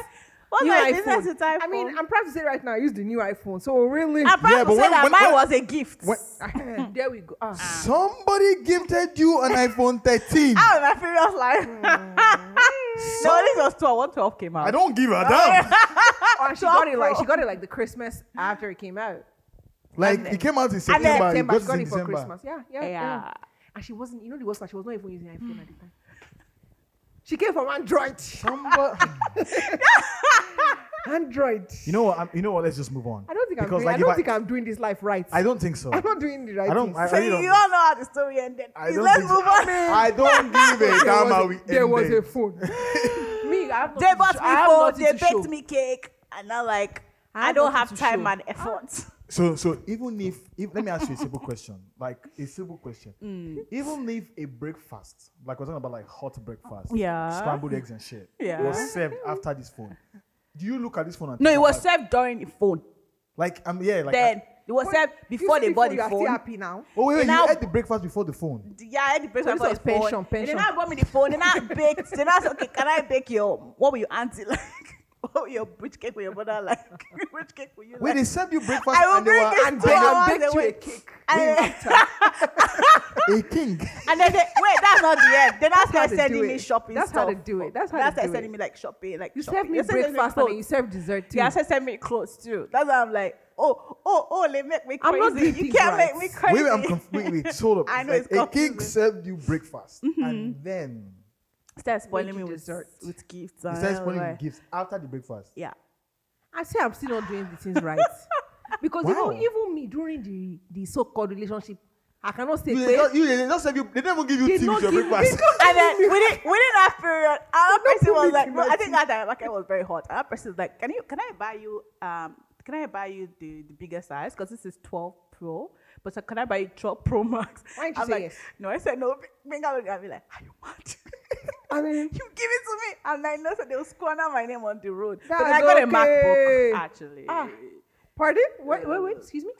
Speaker 2: What's
Speaker 1: New
Speaker 2: my business
Speaker 1: iPhone. Ah.
Speaker 2: with iPhone?
Speaker 1: I mean, I'm proud to say right now, I used the new iPhone. So really,
Speaker 2: Apart
Speaker 3: Yeah,
Speaker 2: yeah,
Speaker 3: but
Speaker 2: from
Speaker 3: when-
Speaker 2: that
Speaker 3: when-
Speaker 2: mine
Speaker 3: when-
Speaker 2: was a gift. <laughs>
Speaker 3: When-
Speaker 1: <laughs> there we go. Ah.
Speaker 3: Somebody gifted you an iPhone 13.
Speaker 2: Out of my previous life.
Speaker 3: <laughs>
Speaker 2: no, this was 12. When 12 came out.
Speaker 3: I don't give a damn.
Speaker 1: Oh, and she got it like she got it like the Christmas after it came out.
Speaker 3: Like
Speaker 2: And
Speaker 3: it came out in
Speaker 1: And then
Speaker 3: September. You
Speaker 1: September,
Speaker 3: got
Speaker 1: she
Speaker 3: it
Speaker 1: got
Speaker 3: in
Speaker 1: it for
Speaker 3: December.
Speaker 1: Christmas. Yeah, yeah,
Speaker 2: yeah.
Speaker 1: yeah, And she wasn't, you know, the worst part. She was not even using iPhone at the time. She came from Android. <laughs>
Speaker 3: Somebody-
Speaker 1: Android.
Speaker 3: you know what? I'm, you know what? Let's just move on.
Speaker 1: I don't think I'm.
Speaker 3: because
Speaker 1: Doing,
Speaker 3: like
Speaker 1: I don't
Speaker 3: if
Speaker 1: think
Speaker 3: I,
Speaker 1: I'm doing this life right.
Speaker 3: I don't think so.
Speaker 1: <laughs> I'm not doing the right.
Speaker 3: I don't-
Speaker 1: <laughs> things.
Speaker 3: I-
Speaker 2: So you
Speaker 3: don't-
Speaker 2: don't know how the story ended.
Speaker 3: I
Speaker 2: Please,
Speaker 3: don't
Speaker 2: let's
Speaker 3: think-
Speaker 2: move on.
Speaker 3: I don't give a
Speaker 1: there
Speaker 3: damn
Speaker 1: was,
Speaker 3: how
Speaker 1: a,
Speaker 3: we
Speaker 1: there was a
Speaker 3: ended. <laughs>
Speaker 1: phone. me, I have
Speaker 2: They
Speaker 1: nothing to
Speaker 2: bought
Speaker 1: show- I
Speaker 2: me
Speaker 1: have
Speaker 2: phone,
Speaker 1: nothing
Speaker 2: they
Speaker 1: to
Speaker 2: baked
Speaker 1: show.
Speaker 2: me cake, and now like
Speaker 1: I
Speaker 2: I,
Speaker 1: have
Speaker 2: don't
Speaker 1: nothing
Speaker 2: have
Speaker 1: to
Speaker 2: time
Speaker 1: show.
Speaker 2: and effort.
Speaker 3: So so even if, if let me ask you a simple question, like a simple question. Even if a breakfast, like we're talking about like hot breakfast,
Speaker 2: Yeah.
Speaker 3: scrambled eggs and shit,
Speaker 2: Yeah.
Speaker 3: was served after this phone. Do you look at this phone? And
Speaker 2: No,
Speaker 3: think
Speaker 2: it was
Speaker 3: about-
Speaker 2: served during the phone.
Speaker 3: like I'm yeah like. I-
Speaker 2: then it was
Speaker 1: But
Speaker 2: served
Speaker 1: you
Speaker 2: before
Speaker 1: see
Speaker 2: they bought the
Speaker 1: you are
Speaker 2: phone.
Speaker 1: Still happy now.
Speaker 3: oh wait, wait
Speaker 2: Now-
Speaker 3: you ate the breakfast before the phone.
Speaker 2: Yeah, I had the person
Speaker 1: So this
Speaker 2: bought
Speaker 1: was
Speaker 2: the phone.
Speaker 1: pension,
Speaker 2: And
Speaker 1: pension.
Speaker 2: then I bought me the phone. Then I baked. then I said, okay, can I bake your what were your auntie <laughs> like? What were your which cake were your mother like? <laughs> which cake were you
Speaker 3: Wait,
Speaker 2: like?
Speaker 3: they served you breakfast
Speaker 2: I will
Speaker 3: and they
Speaker 2: bring
Speaker 3: were
Speaker 2: this
Speaker 3: and
Speaker 2: two
Speaker 3: they were
Speaker 2: hours
Speaker 1: baked you a
Speaker 2: away.
Speaker 1: cake.
Speaker 2: And,
Speaker 3: a king.
Speaker 2: and then they, wait, that's not the end. Then I
Speaker 1: how
Speaker 2: started
Speaker 1: they
Speaker 2: sending
Speaker 1: do
Speaker 2: me
Speaker 1: it.
Speaker 2: shopping
Speaker 1: That's
Speaker 2: stuff.
Speaker 1: how they do it. That's how
Speaker 2: That's
Speaker 1: they
Speaker 2: why
Speaker 1: do
Speaker 2: sending
Speaker 1: it.
Speaker 2: me like shopping, like
Speaker 1: You
Speaker 2: shopping.
Speaker 1: serve me
Speaker 2: They send
Speaker 1: breakfast and
Speaker 2: clothes.
Speaker 1: then you serve dessert too.
Speaker 2: Yeah, so send me clothes too. That's why I'm like, oh, oh, oh, they make me
Speaker 1: I'm
Speaker 2: crazy.
Speaker 1: not doing
Speaker 2: you
Speaker 1: things
Speaker 2: can't
Speaker 1: right.
Speaker 2: make me crazy.
Speaker 3: Wait, I'm conf- wait, wait,
Speaker 2: <laughs>
Speaker 3: hold up.
Speaker 2: I know it's Mm-hmm.
Speaker 3: a king
Speaker 2: confusing.
Speaker 3: served you breakfast and then
Speaker 2: Start spoiling
Speaker 1: Make
Speaker 2: me
Speaker 1: you
Speaker 2: with
Speaker 1: dessert.
Speaker 2: with gifts.
Speaker 3: he
Speaker 2: and
Speaker 3: started spoiling you
Speaker 2: like-
Speaker 3: gifts after the breakfast.
Speaker 2: Yeah.
Speaker 1: I say I'm still not doing the things <laughs> right. Because
Speaker 3: Wow.
Speaker 1: even, even me during the, the so called relationship, I cannot say
Speaker 3: You,
Speaker 1: pe-
Speaker 3: they just, you, they just serve you. They never give you
Speaker 1: They
Speaker 3: tea
Speaker 1: not
Speaker 3: with your
Speaker 1: give-
Speaker 3: breakfast.
Speaker 1: they not-
Speaker 2: <laughs> And then within, within that period, another
Speaker 1: Don't
Speaker 2: person
Speaker 1: put me
Speaker 2: was like,
Speaker 1: in
Speaker 2: no,
Speaker 1: my
Speaker 2: I think that time market was very hot. Another person was like, can you can I buy you um can I buy you the, the bigger size? Because this is 12 Pro. But so can I buy you 12 Pro Max?
Speaker 1: Why didn't you
Speaker 2: I'm
Speaker 1: say
Speaker 2: like,
Speaker 1: yes?
Speaker 2: No, I said no. Binga looked at me like, are you mad?
Speaker 1: I mean,
Speaker 2: <laughs> you give it to me. And I know that they'll squander my name on the road. but
Speaker 1: That's
Speaker 2: I got a
Speaker 1: okay.
Speaker 2: MacBook, actually. <laughs>
Speaker 1: Ah. pardon? Wait, wait, wait, excuse me?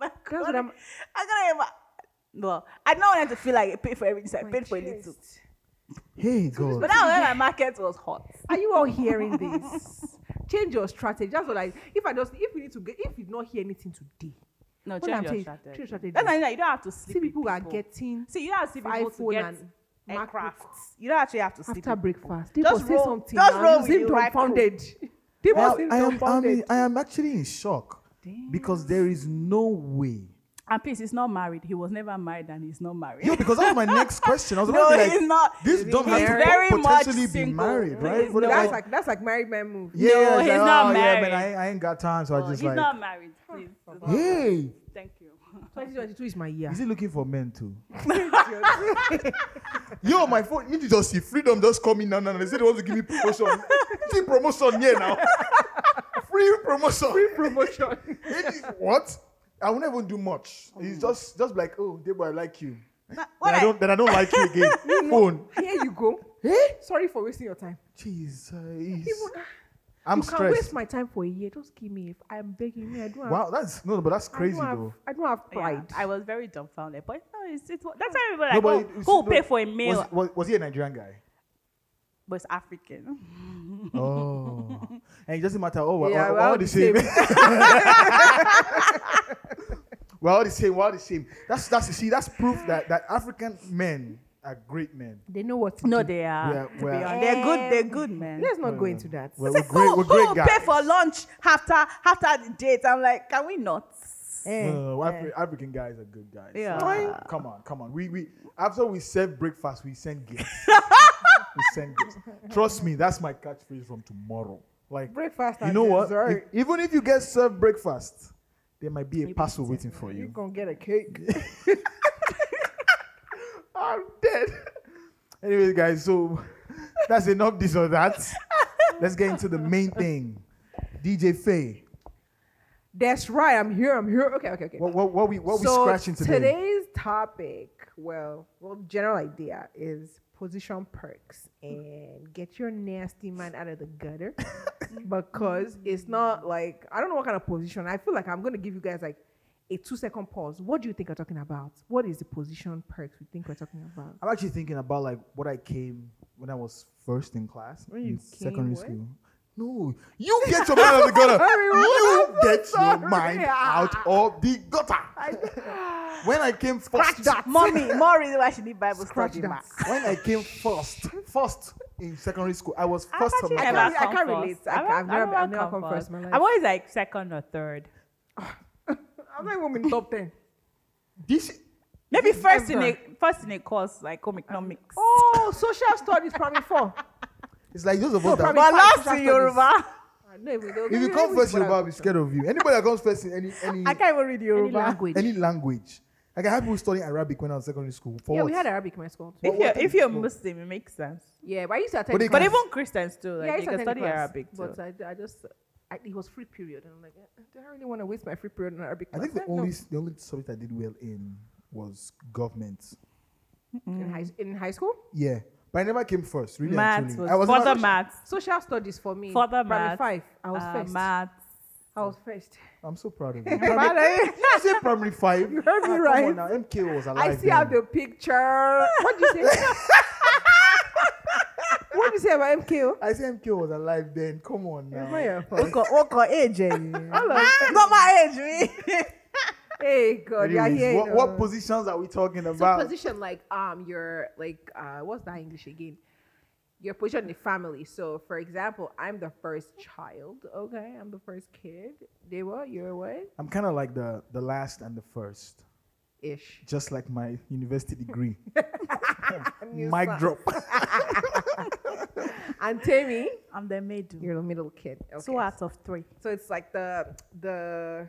Speaker 2: I
Speaker 1: That's
Speaker 2: got
Speaker 1: what
Speaker 2: a-
Speaker 1: I'm-
Speaker 2: I got a Ma- well, I don't want to feel like I paid for everything, so I
Speaker 1: My
Speaker 2: paid for a little.
Speaker 1: chest.
Speaker 3: hey,
Speaker 2: But
Speaker 3: God.
Speaker 2: that was when my market was hot.
Speaker 1: Are you all hearing this? <laughs> Change your strategy. That's what I. If I just, if you need to get, if you not hear anything today,
Speaker 2: No,
Speaker 1: What I'm
Speaker 2: change your
Speaker 1: saying,
Speaker 2: strategy.
Speaker 1: change your strategy.
Speaker 2: That's not, you don't have to
Speaker 1: see
Speaker 2: sleep.
Speaker 1: people,
Speaker 2: with
Speaker 1: are getting
Speaker 2: See, you don't have to see people to
Speaker 1: iPhone
Speaker 2: get
Speaker 1: and MacBook
Speaker 2: aircrafts. You don't actually have to sleep.
Speaker 1: after
Speaker 2: with people.
Speaker 1: breakfast. They
Speaker 2: Just
Speaker 1: must say
Speaker 2: roll-
Speaker 1: something.
Speaker 2: just
Speaker 1: now.
Speaker 2: roll
Speaker 1: You
Speaker 2: with
Speaker 1: seem
Speaker 2: you, right?
Speaker 1: dumbfounded. They
Speaker 3: Well,
Speaker 1: must seem
Speaker 3: I am, I,
Speaker 1: dumbfounded.
Speaker 3: am, I am actually in shock because there is no way.
Speaker 2: And please, he's not married. He was never married, and he's not married.
Speaker 3: Yo, because that was my next question. I was
Speaker 2: <laughs> no,
Speaker 3: about to be
Speaker 2: he's
Speaker 3: like,
Speaker 2: not.
Speaker 3: this dumb has
Speaker 2: He's
Speaker 3: to
Speaker 2: very much
Speaker 3: potentially be
Speaker 2: single.
Speaker 3: married, right?
Speaker 2: He's
Speaker 3: What
Speaker 2: not-
Speaker 3: about-
Speaker 1: That's like that's like married man move.
Speaker 3: yeah,
Speaker 2: No,
Speaker 3: it's
Speaker 2: he's
Speaker 3: like,
Speaker 2: not
Speaker 3: oh, Yeah,
Speaker 2: married.
Speaker 3: but I, I ain't got time, so I
Speaker 2: he's
Speaker 3: just like,
Speaker 2: not married. Please. He's not married.
Speaker 3: hey,
Speaker 2: Thank you.
Speaker 1: 2022 is my year.
Speaker 3: is he looking for men too? Yo, my phone, need to just see freedom just coming down and they said they want to give me promotion. see promotion here now. Free promotion. Free
Speaker 1: <laughs> promotion.
Speaker 3: <laughs> what? I won't even do much. It's just just like, oh, Debo, I like you.
Speaker 2: But
Speaker 3: Then
Speaker 2: what
Speaker 3: I don't then I don't like you again. Phone.
Speaker 1: Here you go.
Speaker 3: Eh?
Speaker 1: Sorry for wasting your time.
Speaker 3: Jesus.
Speaker 1: you
Speaker 3: I'm
Speaker 1: can waste
Speaker 3: stressed.
Speaker 1: my time for a year. Just give me. If I'm begging me, I don't have.
Speaker 3: Wow, that's no, but that's crazy
Speaker 1: I don't
Speaker 3: though.
Speaker 1: Have, I don't have
Speaker 2: Yeah,
Speaker 1: pride.
Speaker 2: I was very dumbfounded. But no, it's, it's that's how everybody
Speaker 3: No,
Speaker 2: like,
Speaker 3: but
Speaker 2: oh,
Speaker 3: it- it's-
Speaker 2: who
Speaker 3: no,
Speaker 2: pay for a meal?
Speaker 3: Was, was, was he a Nigerian guy?
Speaker 2: but it's African.
Speaker 3: Oh, and it doesn't matter. Oh, we're,
Speaker 1: Yeah,
Speaker 3: all,
Speaker 1: we're
Speaker 3: we're all
Speaker 1: all
Speaker 3: the
Speaker 1: the
Speaker 3: same. <laughs> we're all the same. We're all the same. That's that's you see. That's proof that that African men are great men.
Speaker 1: they know what. To
Speaker 2: No,
Speaker 1: do.
Speaker 2: they are.
Speaker 3: Yeah,
Speaker 2: to be
Speaker 3: well-
Speaker 2: honest. they're good. They're
Speaker 1: Eh.
Speaker 2: good, man.
Speaker 1: Let's not go
Speaker 3: Mm.
Speaker 1: into that.
Speaker 3: We're,
Speaker 2: Say,
Speaker 3: we're great.
Speaker 2: who,
Speaker 3: We're great
Speaker 2: who
Speaker 3: guys.
Speaker 2: pay for lunch after after the date? I'm like, can we not?
Speaker 1: Eh,
Speaker 3: No, no, no,
Speaker 1: eh.
Speaker 3: Afri- African guys are good guys.
Speaker 2: Yeah.
Speaker 3: Like, come on, come on. We we after we serve breakfast, we send gifts. we send gifts. Trust me, that's my catchphrase from tomorrow. Like
Speaker 1: Breakfast.
Speaker 3: you
Speaker 1: and
Speaker 3: know what? If,
Speaker 1: dessert.
Speaker 3: even if you get served breakfast, there might be a parcel waiting for
Speaker 1: You're
Speaker 3: you.
Speaker 1: gonna get a cake. <laughs>
Speaker 3: I'm dead. Anyways, guys, so <laughs> that's enough this or that. Let's get into the main thing. DJ Faye,
Speaker 1: That's right. I'm here. I'm here. Okay, okay, okay.
Speaker 3: What, what, what we what
Speaker 1: So
Speaker 3: we scratching today?
Speaker 1: Today's topic, well, well, general idea is position perks and get your nasty man out of the
Speaker 3: <laughs>
Speaker 1: gutter because it's not like I don't know what kind of position. I feel like I'm gonna give you guys like a two second pause. What do you think we're talking about? What is the position perks we think we're talking about?
Speaker 3: I'm actually thinking about like what I came when I was first in class
Speaker 1: When
Speaker 3: in
Speaker 1: you came
Speaker 3: secondary
Speaker 1: what?
Speaker 3: school. No, you get your mind out of the
Speaker 1: <laughs>
Speaker 3: gutter.
Speaker 1: Sorry,
Speaker 3: you
Speaker 1: I'm so
Speaker 3: get
Speaker 1: sorry.
Speaker 3: your mind out of the gutter. <laughs>
Speaker 1: <laughs>
Speaker 3: When I came first,
Speaker 2: Mommy, more reason why she need Bible
Speaker 1: Scratch
Speaker 2: study,
Speaker 1: that.
Speaker 2: ma.
Speaker 3: <laughs> when I came first, first in secondary school, I was
Speaker 2: I've
Speaker 3: first. of
Speaker 2: actually
Speaker 3: my
Speaker 1: I
Speaker 2: never
Speaker 3: class.
Speaker 1: can't, I
Speaker 2: come
Speaker 1: can't
Speaker 2: first.
Speaker 1: relate. I, I've,
Speaker 2: I've-
Speaker 1: I've never,
Speaker 2: never
Speaker 1: I've never
Speaker 2: come
Speaker 1: come first. in My life.
Speaker 2: I'm always like second or third.
Speaker 1: I'm not even in top ten.
Speaker 3: This
Speaker 2: Maybe first in a
Speaker 1: Ever.
Speaker 2: first in a course like home economics.
Speaker 1: <laughs> Oh, social studies primary
Speaker 3: <laughs>
Speaker 1: four.
Speaker 3: is like those of
Speaker 1: No,
Speaker 3: us that
Speaker 1: probably-
Speaker 2: but
Speaker 1: five
Speaker 2: last
Speaker 1: social
Speaker 2: in <laughs> Yoruba.
Speaker 1: No, if
Speaker 3: if you come first, Yoruba will be scared of you. Anybody that comes first in any any
Speaker 2: I can't even read Yoruba.
Speaker 1: language.
Speaker 3: any language, like I had people studying Arabic when I was secondary school. For
Speaker 1: yeah,
Speaker 3: what?
Speaker 1: we had Arabic in my school. Too.
Speaker 3: What-
Speaker 2: If you're,
Speaker 3: what
Speaker 2: if you're
Speaker 3: thing-
Speaker 2: Muslim, it makes sense.
Speaker 1: Yeah, but I used to attend.
Speaker 3: But they
Speaker 1: class.
Speaker 2: But
Speaker 3: Yes.
Speaker 2: even Christians too, like
Speaker 1: yeah, I
Speaker 2: they
Speaker 1: used to
Speaker 2: can
Speaker 1: attend
Speaker 2: study
Speaker 1: class,
Speaker 2: Arabic too.
Speaker 1: But I, I just, I, it was free period, and I'm like, eh, do I really want to waste my free period on Arabic?
Speaker 3: I think the
Speaker 1: class? Eh,
Speaker 3: only the only subject I did well in was government.
Speaker 1: no. in high
Speaker 2: Mm.
Speaker 1: in high school
Speaker 3: Yeah, but I never came first. Really,
Speaker 2: maths
Speaker 3: actually,
Speaker 2: was,
Speaker 3: I was
Speaker 2: further
Speaker 3: never-
Speaker 2: maths.
Speaker 1: social studies for me.
Speaker 2: Further
Speaker 1: primary
Speaker 2: maths,
Speaker 1: five, I was
Speaker 2: uh,
Speaker 1: first.
Speaker 2: Maths.
Speaker 1: I was
Speaker 2: <laughs>
Speaker 1: first. <laughs>
Speaker 3: I'm so proud of you.
Speaker 1: But
Speaker 3: Primary,
Speaker 1: I,
Speaker 3: you say primary
Speaker 1: <laughs>
Speaker 3: five. You
Speaker 1: heard me right.
Speaker 3: Now MK was alive.
Speaker 1: I see how
Speaker 3: then.
Speaker 1: the picture. What do you
Speaker 3: <laughs>
Speaker 1: say? what do you say about MKO?
Speaker 3: I see MK was alive then. Come on
Speaker 1: It's not your
Speaker 3: now.
Speaker 1: fault.
Speaker 2: age? <laughs>
Speaker 1: All of-
Speaker 2: Not my age, me.
Speaker 1: hey God, you are
Speaker 3: Anyways,
Speaker 1: here.
Speaker 3: what,
Speaker 1: you know.
Speaker 3: what positions are we talking about?
Speaker 1: So position like um your like uh what's that English again? Your position in the family. So for example, I'm the first child. Okay, I'm the first kid. They were you're what
Speaker 3: I'm kind of like the the last and the first,
Speaker 1: ish.
Speaker 3: just like my university degree.
Speaker 1: You
Speaker 3: Mic
Speaker 1: suck. <laughs>
Speaker 3: drop.
Speaker 1: And Tammy,
Speaker 2: <laughs> I'm the middle.
Speaker 1: you're the middle kid. Okay.
Speaker 2: Two out of three.
Speaker 1: So it's like the the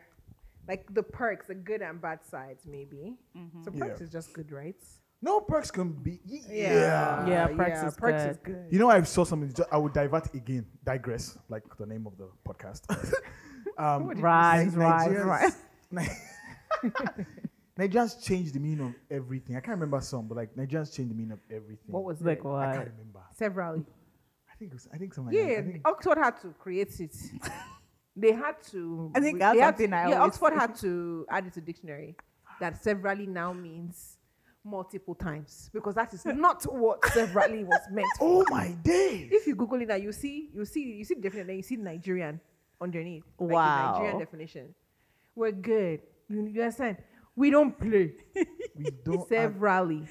Speaker 1: like the perks, the good and bad sides, maybe. So
Speaker 3: Yeah.
Speaker 1: perks is just good, right? Uh,
Speaker 3: No perks can be. Yeah.
Speaker 2: Yeah, perks is
Speaker 1: is good.
Speaker 3: You know, I saw something. ju- I would divert again, digress, like the name of the podcast. <laughs> um,
Speaker 1: What did you
Speaker 2: Rise,
Speaker 3: Ni-
Speaker 2: rise,
Speaker 3: Nigerians-
Speaker 2: rise.
Speaker 3: <laughs> Ni- <laughs> Nigerians changed the meaning of everything. I can't remember some, but like Nigerians changed the meaning of everything.
Speaker 1: What was
Speaker 2: Like
Speaker 1: it?
Speaker 3: I
Speaker 2: what?
Speaker 3: can't remember.
Speaker 1: Several.
Speaker 3: I think it was, I think something. like
Speaker 1: Yeah,
Speaker 3: that. I think,
Speaker 1: Oxford had to create
Speaker 2: <laughs>
Speaker 1: it. they had to.
Speaker 2: I think
Speaker 1: they
Speaker 2: that's
Speaker 1: had
Speaker 2: something
Speaker 1: to,
Speaker 2: I
Speaker 1: Yeah,
Speaker 2: always
Speaker 1: Oxford
Speaker 2: say. <laughs>
Speaker 1: had to add it to dictionary that severally now means multiple times because that
Speaker 2: <laughs>
Speaker 1: is not what severally was meant. For.
Speaker 3: oh my day!
Speaker 1: <laughs> If you Google it, now you see you see you see the definition, then you see Nigerian underneath. like the
Speaker 2: Wow.
Speaker 1: Nigerian definition. We're good. You, you understand? We don't play
Speaker 3: We
Speaker 2: uh,
Speaker 3: don't. act-
Speaker 1: severally.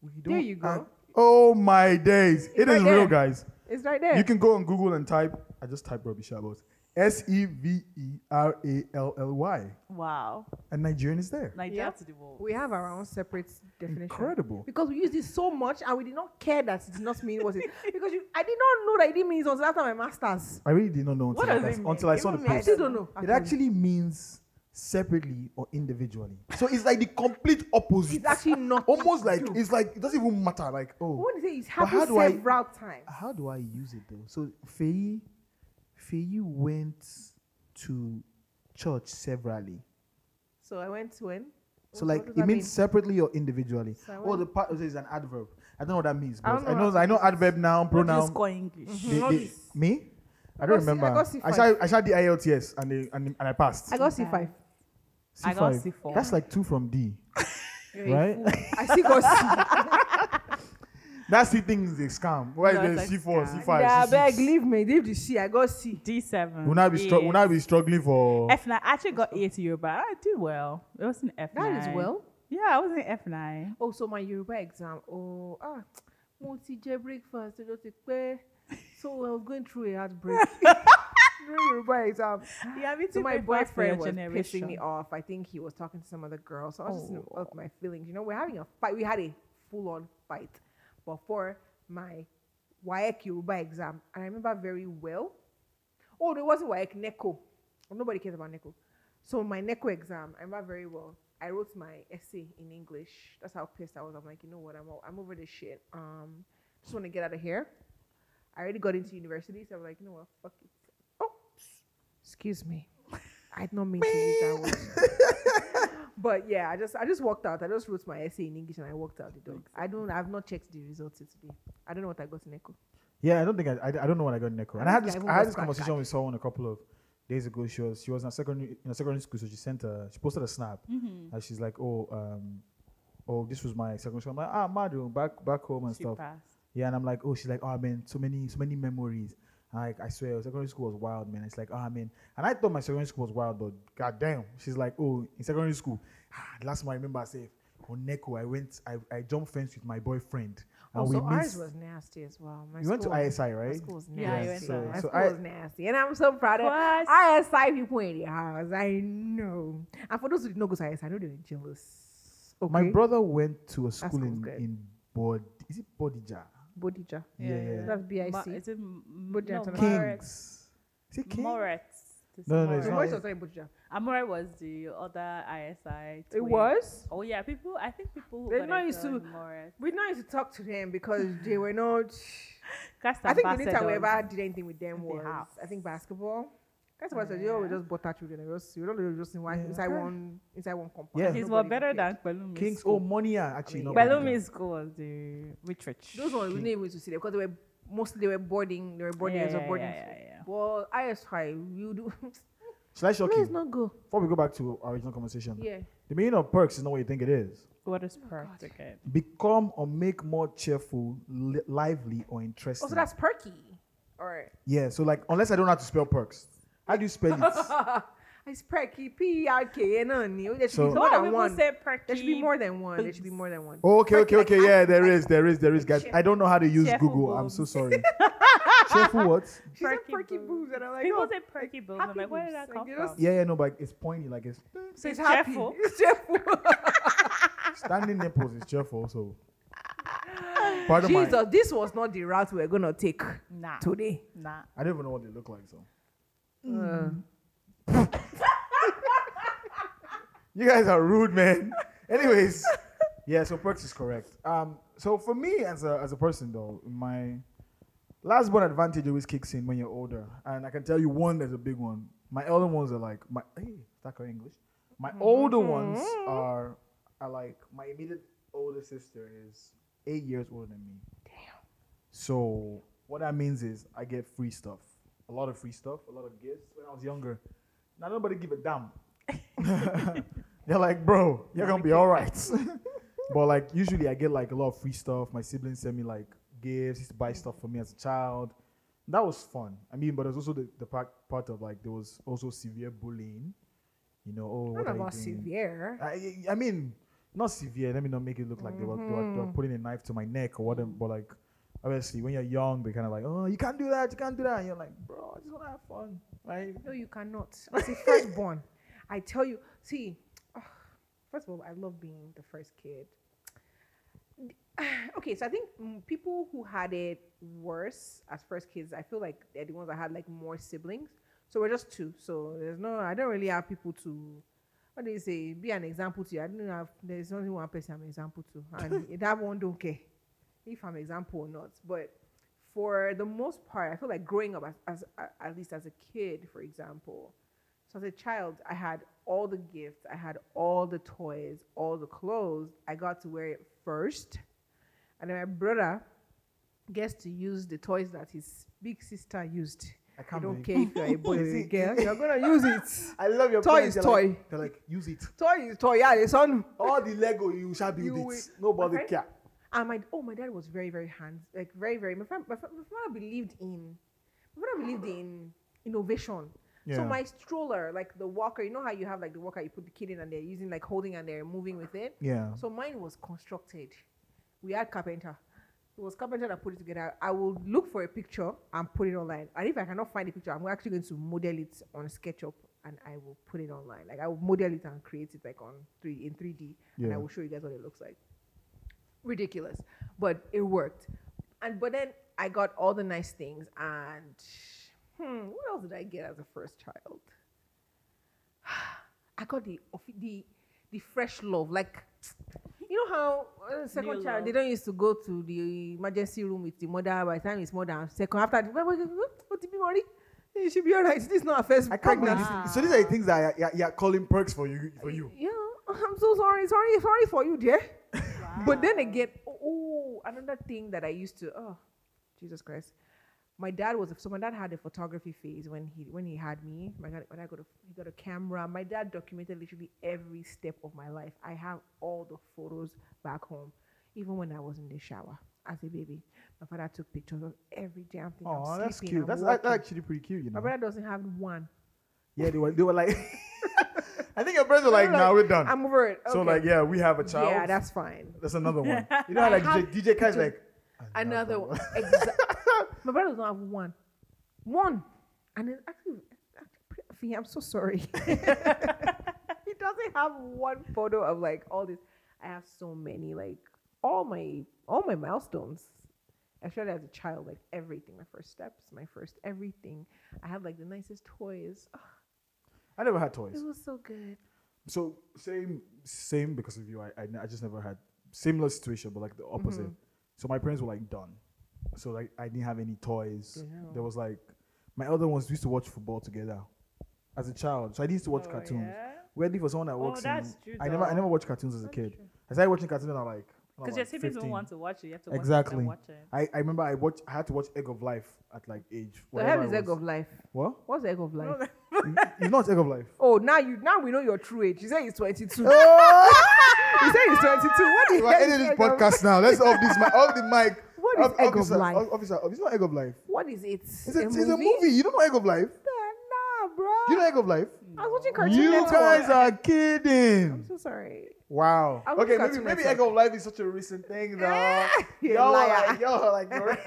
Speaker 3: we don't
Speaker 1: There you go.
Speaker 3: act- oh my days! It
Speaker 1: It's
Speaker 3: is
Speaker 1: right
Speaker 3: real,
Speaker 1: there.
Speaker 3: guys.
Speaker 1: It's right there.
Speaker 3: You can go on Google and type. I just type rubbish about S E V E R A L L Y,
Speaker 2: Wow.
Speaker 3: and Nigerian is there.
Speaker 2: Nigeria
Speaker 1: Yep.
Speaker 2: to the world.
Speaker 1: we have our own separate definition.
Speaker 3: Incredible.
Speaker 1: because we used it so much and we did not care that it did not mean what it <laughs> because you, I did not know that it didn't mean it until after my masters.
Speaker 3: I really did not know
Speaker 2: What
Speaker 3: until, I,
Speaker 2: does it mean?
Speaker 3: until I
Speaker 2: It
Speaker 3: saw the
Speaker 2: mean-
Speaker 1: I
Speaker 3: post.
Speaker 1: still don't know.
Speaker 3: It actually means separately or individually. So it's like the complete opposite.
Speaker 1: it's
Speaker 3: <laughs>
Speaker 1: actually not.
Speaker 3: Almost like it's like it doesn't even matter. Like
Speaker 1: I
Speaker 3: oh,
Speaker 1: want to say it's
Speaker 3: But how
Speaker 1: happened
Speaker 3: do I-
Speaker 1: several times.
Speaker 3: how do I use it though? So Fei, Fei went to church severally.
Speaker 1: So I went to when.
Speaker 3: So
Speaker 1: What-
Speaker 3: like
Speaker 1: what does
Speaker 3: it
Speaker 1: that
Speaker 3: means separately or individually.
Speaker 1: So I
Speaker 3: oh, the part is an adverb. I don't know what that means.
Speaker 1: I
Speaker 3: But
Speaker 1: don't
Speaker 3: I
Speaker 1: know
Speaker 3: know
Speaker 1: what
Speaker 3: I know adverb noun
Speaker 2: What do you
Speaker 3: pronoun. Mm-hmm.
Speaker 2: score English? <laughs>
Speaker 3: they-
Speaker 1: How
Speaker 3: they-
Speaker 1: is-
Speaker 3: me? I
Speaker 1: I got
Speaker 3: don't
Speaker 1: C- I
Speaker 3: remember.
Speaker 1: got C
Speaker 3: I
Speaker 1: five.
Speaker 3: shall I shall the ILTS and they, and, and I passed.
Speaker 1: I got C five.
Speaker 2: I got
Speaker 3: C5.
Speaker 2: C4.
Speaker 3: That's like two from D. <laughs> Right?
Speaker 1: I still got C.
Speaker 3: That's the thing is a scam. Why
Speaker 2: No,
Speaker 3: is
Speaker 2: it's
Speaker 3: there
Speaker 2: like
Speaker 3: C4,
Speaker 2: scam.
Speaker 1: <laughs>
Speaker 3: C5,
Speaker 1: Yeah,
Speaker 3: C6?
Speaker 1: beg, leave me, leave the C. I got C.
Speaker 2: D7.
Speaker 3: We'll not be, str- we'll not be struggling for.
Speaker 2: F9. I actually got A to Yoruba. I did well. It was in F9.
Speaker 1: That is well.
Speaker 2: Yeah, I was in F9.
Speaker 1: Also, Oh, my Yoruba exam. Oh, ah, mo ti jẹ breakfast. ọjọ́ ti pẹ́. So I was going through a heartbreak during Yoruba exam.
Speaker 2: Yeah, me
Speaker 1: So my boyfriend was pissing me off. I think he was talking to some other girl. So I was just in all of my feelings. You know, we're having a fight. We had a full-on fight before my WAEC Yoruba exam. And I remember very well. Oh, there wasn't WAEC, NECO. Nobody cares about NECO. So my NECO exam, I remember very well. I wrote my essay in English. That's how pissed I was. I'm like, you know what? I'm, o- I'm over this shit. Um, just want to get out of here. I already got into university, so I was like, you know what? Fuck it. Oh, excuse <laughs> me. I did not mean to use that word. but yeah, I just I just walked out. I just wrote my essay in English and I walked out the door. I don't I've not checked the results till today. I don't know what I got in echo.
Speaker 3: Yeah, I don't think I, I, I don't know when I got in Neko. And I
Speaker 1: don't
Speaker 3: had
Speaker 1: think
Speaker 3: this
Speaker 1: I even
Speaker 3: I had
Speaker 1: got
Speaker 3: this
Speaker 1: scratch
Speaker 3: conversation
Speaker 1: card.
Speaker 3: with someone a couple of days ago. She was she was in a secondary in a secondary school, so she sent a she posted a snap and she's like, Oh, um, oh, this was my secondary school. I'm like, ah, Madu, back back home and
Speaker 2: She
Speaker 3: stuff.
Speaker 2: passed.
Speaker 3: Yeah, and I'm like, oh, she's like, oh man, so many, so many memories. Like I swear, secondary school was wild, man. It's like, oh man, and I thought my secondary school was wild, but goddamn, she's like, oh, in secondary school, ah, the last one I remember, I said, on Neko, I went, I, I jumped fence with my boyfriend, and
Speaker 1: Also,
Speaker 3: we
Speaker 1: Oh, ours
Speaker 3: missed.
Speaker 1: was nasty as well. My
Speaker 3: You went to
Speaker 1: school-
Speaker 3: ISI,
Speaker 1: My
Speaker 3: right?
Speaker 1: school was
Speaker 2: Yeah, I
Speaker 1: nasty.
Speaker 2: went
Speaker 3: so-
Speaker 2: to-
Speaker 1: my
Speaker 3: so
Speaker 1: school
Speaker 3: I-
Speaker 1: was nasty, and I'm so proud of
Speaker 2: What?
Speaker 1: ISI people in the house. I know. And for those who did not go to ISI, I know they were jealous. Okay.
Speaker 3: My brother went to a school
Speaker 1: school's
Speaker 3: in
Speaker 1: Eh? good.
Speaker 3: in Bod, is it Bodija?
Speaker 1: Bodija.
Speaker 3: Yeah, yeah.
Speaker 1: That's BIC.
Speaker 2: Ma- is it M-
Speaker 1: But
Speaker 2: no,
Speaker 1: gentlemen.
Speaker 2: Moretz?
Speaker 3: Kings. Is it King?
Speaker 2: Moretz. This
Speaker 3: No, no, no, it's
Speaker 1: So
Speaker 3: not-
Speaker 1: why is
Speaker 2: Moretz.
Speaker 1: your son in Bodija?
Speaker 2: Amore was the other ISI.
Speaker 1: It
Speaker 2: twin.
Speaker 1: was.
Speaker 2: Oh yeah, people. I think people who
Speaker 1: They
Speaker 2: got
Speaker 1: know
Speaker 2: into
Speaker 1: it's too-
Speaker 2: Moretz.
Speaker 1: We now used to talk to them because they were not.
Speaker 2: Cast
Speaker 1: I think the only time we
Speaker 2: ambassadors.
Speaker 1: ever did anything with them
Speaker 2: They
Speaker 1: was
Speaker 2: have.
Speaker 1: I think basketball. That's why I said you always
Speaker 2: Yeah.
Speaker 1: just butter children. You just you don't just in one,
Speaker 3: Yeah.
Speaker 1: inside
Speaker 3: Okay.
Speaker 1: one inside one compound.
Speaker 3: Yeah.
Speaker 2: His
Speaker 1: Nobody
Speaker 2: were better
Speaker 1: cared.
Speaker 2: than Pelumi.
Speaker 3: Kings. Oh, Monia actually.
Speaker 1: I
Speaker 3: not
Speaker 1: mean,
Speaker 3: Bodija.
Speaker 2: Pelumi school was the rich rich.
Speaker 1: Those ones we didn't even to see them because they were mostly they were boarding. They were boarding as a boarding.
Speaker 2: Yeah,
Speaker 1: school.
Speaker 2: yeah, yeah.
Speaker 1: Well, ISY, you do. <laughs>
Speaker 3: Shall I shock
Speaker 1: Let's
Speaker 3: you?
Speaker 1: not go.
Speaker 3: Before we go back to our original conversation,
Speaker 1: Yeah.
Speaker 3: the meaning of perks is not what you think it is.
Speaker 2: What is
Speaker 1: Oh,
Speaker 2: perked again?
Speaker 3: become or make more cheerful, li- lively, or interesting.
Speaker 1: Also, Oh, that's perky. All right.
Speaker 3: yeah. So like, unless I don't know how to spell perks, how do you
Speaker 1: <laughs>
Speaker 3: spell it?
Speaker 1: <laughs> it's perky. P E R K N O N E. There should
Speaker 3: So-
Speaker 1: be
Speaker 2: So
Speaker 1: more
Speaker 2: what
Speaker 1: than
Speaker 2: people
Speaker 1: one.
Speaker 2: say perky?
Speaker 1: There should be more than one. There should be more than one.
Speaker 3: Oh, okay, okay, okay. Yeah, there is, there is, there is, guys.
Speaker 1: Cheerful-
Speaker 3: I don't know how to use
Speaker 2: cheerful
Speaker 3: Google. I'm so
Speaker 1: <laughs>
Speaker 2: boobs.
Speaker 3: sorry. cheerful what?
Speaker 1: She said
Speaker 2: Perky
Speaker 1: perky
Speaker 2: boobs.
Speaker 1: boobs, and I'm like,
Speaker 2: People
Speaker 1: oh,
Speaker 2: say perky boobs. I'm
Speaker 1: happy
Speaker 2: like, where
Speaker 1: boobs.
Speaker 2: did that
Speaker 1: Like,
Speaker 2: come
Speaker 1: you know,
Speaker 2: from?
Speaker 3: Yeah, yeah, no, but it's pointy. Like it's
Speaker 1: so it's
Speaker 2: It's
Speaker 1: happy.
Speaker 2: cheerful.
Speaker 1: <laughs> It's cheerful.
Speaker 3: standing nipples is cheerful. So part of my,
Speaker 1: Jesus, this was not the route we are gonna take
Speaker 2: Nah,
Speaker 1: today.
Speaker 2: nah.
Speaker 3: I don't even know what they look like. So
Speaker 1: Uh,
Speaker 3: you guys are rude, man. <laughs> Anyways, yeah. So perks is correct. Um, so for me as a as a person though, my Last born advantage always kicks in when you're older, and I can tell you one that's a big one. My elder ones are like my hey, is that correct English? My older ones are are like my immediate older sister is eight years older than me. Damn. So what that means is I get free stuff, a lot of free stuff, a lot of gifts when I was younger. Now nobody give
Speaker 1: <laughs>
Speaker 3: a damn. They're like, bro, you're gonna be all right. <laughs> but like usually I get like a lot of free stuff. My siblings send me like gifts, used to buy stuff for me as a child. That was fun. I mean, but there's also the, the part, part of like there was also severe bullying. You know, oh,
Speaker 1: not
Speaker 3: what are
Speaker 1: about
Speaker 3: you doing?
Speaker 1: severe.
Speaker 3: I, I mean, not severe. Let me not make it look like they, were, they, were, they were putting a knife to my neck or whatever. But like, obviously, when you're young, they're kind of like, oh, you can't do that, you can't do that. And you're like, bro, I just want to have fun, right?
Speaker 1: No, you cannot. As a firstborn, <laughs> I tell you. See, ah, first of all, I love being the first kid. <sighs> Okay, so I think mm, people who had it worse as first kids, I feel like they're the ones that had like more siblings. So we're just two. So there's no, I don't really have people to, what do you say, be an example to. I don't have, there's only one person I'm an example to. And that one don't care if I'm example or not. But for the most part, I feel like growing up, as, as a- at least as a kid, for example, so as a child, I had all the gifts, I had all the toys, all the clothes. I got to wear it first, and then my brother gets to use the toys that his big sister used.
Speaker 3: I
Speaker 1: I
Speaker 3: can't
Speaker 1: don't
Speaker 3: believe
Speaker 1: care if you're a
Speaker 3: <laughs>
Speaker 1: boy
Speaker 3: Is
Speaker 1: or a
Speaker 3: it-
Speaker 1: girl, you're gonna use it.
Speaker 3: <laughs> I love your
Speaker 1: Toy
Speaker 3: parents,
Speaker 1: is
Speaker 3: they're like-
Speaker 1: toy.
Speaker 3: they're like, use it.
Speaker 1: <laughs> Toy is toy, yeah, it's on.
Speaker 3: All the Lego you shall build
Speaker 1: You
Speaker 3: it.
Speaker 1: will-
Speaker 3: Nobody
Speaker 1: Okay.
Speaker 3: care.
Speaker 1: And my oh, my dad was very very hands like very very. My fam- my, fam- my father believed in my father believed in innovation.
Speaker 3: Yeah.
Speaker 1: So my stroller, like the walker, you know how you have like the walker, you put the kid in and they're using like holding and they're moving with it.
Speaker 3: Yeah.
Speaker 1: So mine was constructed. We had carpenter. It was carpenter that put it together. I will look for a picture and put it online. And if I cannot find a picture, I'm actually going to model it on SketchUp and I will put it online. Like I will model it and create it like on three in 3D, and
Speaker 3: Yeah.
Speaker 1: I will show you guys what it looks like. Ridiculous, but it worked. And but then I got all the nice things. And hmm, what else did I get as a first child? I got the of the the fresh love. Like you know how uh, second
Speaker 2: New
Speaker 1: child they
Speaker 2: love.
Speaker 1: don't used to go to the emergency room with the mother by the time it's more than second after the what did be Mori? It should be all right. This is not a first
Speaker 3: I can't believe
Speaker 1: pregnancy.
Speaker 2: Ah.
Speaker 3: this. So these are the things that you're, you're calling perks for you for you.
Speaker 1: Yeah, <laughs> I'm so sorry. Sorry, sorry for you, dear. But then
Speaker 2: Wow.
Speaker 1: again, oh, oh, another thing that I used to, oh, Jesus Christ. My dad was so my dad had a photography phase when he when he had me. My dad when I got a he got a camera. My dad documented literally every step of my life. I have all the photos back home, even when I was in the shower as a baby. My father took pictures of every damn thing. I'm
Speaker 3: Oh, that's
Speaker 1: sleeping,
Speaker 3: cute.
Speaker 1: I'm
Speaker 3: That's, that's
Speaker 1: walking.
Speaker 3: actually pretty cute, you
Speaker 1: my
Speaker 3: know.
Speaker 1: brother doesn't have one.
Speaker 3: Yeah, they were they were like <laughs> I think your brothers were like,
Speaker 1: They're
Speaker 3: nah, we're done.
Speaker 1: I'm over it.
Speaker 3: So
Speaker 1: Okay.
Speaker 3: like, yeah, we have a child.
Speaker 1: yeah, that's fine.
Speaker 3: that's
Speaker 1: <laughs>
Speaker 3: another one. You know how like
Speaker 1: I
Speaker 3: DJ, DJ Kai's like
Speaker 1: another one. Exa- My brother does not have one. One. And then actually, actually, I'm so sorry. <laughs> he doesn't have one photo of like all this. I have so many, like all my all my milestones. I started as a child, like everything, my first steps, my first everything. I had like the nicest toys. Ah,
Speaker 3: I never had toys.
Speaker 1: it was so good.
Speaker 3: So same same because of you. I, I, n- I just never had similar situation, but like the opposite.
Speaker 1: Mm-hmm.
Speaker 3: So my parents were like done. So like I didn't have any toys.
Speaker 1: Damn.
Speaker 3: There was like my elder ones we used to watch football together as a child. So I used to watch
Speaker 2: Oh,
Speaker 3: cartoons.
Speaker 2: yeah?
Speaker 3: Weirdly, for someone that
Speaker 2: Oh,
Speaker 3: works,
Speaker 2: that's
Speaker 3: in,
Speaker 2: true,
Speaker 3: I never I
Speaker 2: though.
Speaker 3: never watched cartoons as a
Speaker 1: That's
Speaker 3: kid.
Speaker 1: true.
Speaker 3: I started watching cartoons when I was like when I was,
Speaker 2: Because your
Speaker 3: like,
Speaker 2: siblings don't
Speaker 3: 15.
Speaker 2: want to watch it. You have to watch
Speaker 3: Exactly.
Speaker 2: Watch it.
Speaker 3: I, I remember I watched I had to watch Egg of Life at like age.
Speaker 1: The
Speaker 3: whatever
Speaker 1: hell
Speaker 3: I
Speaker 1: is egg
Speaker 3: was.
Speaker 1: of life?
Speaker 3: What?
Speaker 1: What's egg of life?
Speaker 3: you know it's Egg of
Speaker 1: <laughs>
Speaker 3: Life.
Speaker 1: Oh, now you now we know your true age. You say he's <laughs> 22. you
Speaker 3: Oh!
Speaker 1: say he's 22. What the hell Ah!
Speaker 3: We're ending
Speaker 1: is
Speaker 3: this
Speaker 1: egg of-
Speaker 3: podcast now. Let's off this mic. Off the mic.
Speaker 1: What is
Speaker 3: Off-
Speaker 1: Egg of
Speaker 3: officer,
Speaker 1: Life?
Speaker 3: off- Officer, it's not Egg of Life.
Speaker 1: What is it?
Speaker 3: It's a, it's a movie. You don't know Egg of Life.
Speaker 1: Nah, bro.
Speaker 3: You know Egg of Life.
Speaker 1: I was watching Cartoon
Speaker 3: You
Speaker 1: Network.
Speaker 3: guys are
Speaker 1: I'm
Speaker 3: kidding.
Speaker 1: so sorry.
Speaker 3: Wow.
Speaker 1: I was
Speaker 3: Okay,
Speaker 1: watching
Speaker 3: maybe
Speaker 1: Cartoon
Speaker 3: maybe
Speaker 1: Network. Eh,
Speaker 3: Egg of Life is such a recent thing though.
Speaker 1: <laughs> You're a
Speaker 3: y'all are
Speaker 1: liar.
Speaker 3: like y'all are like.
Speaker 1: <laughs>
Speaker 3: you're-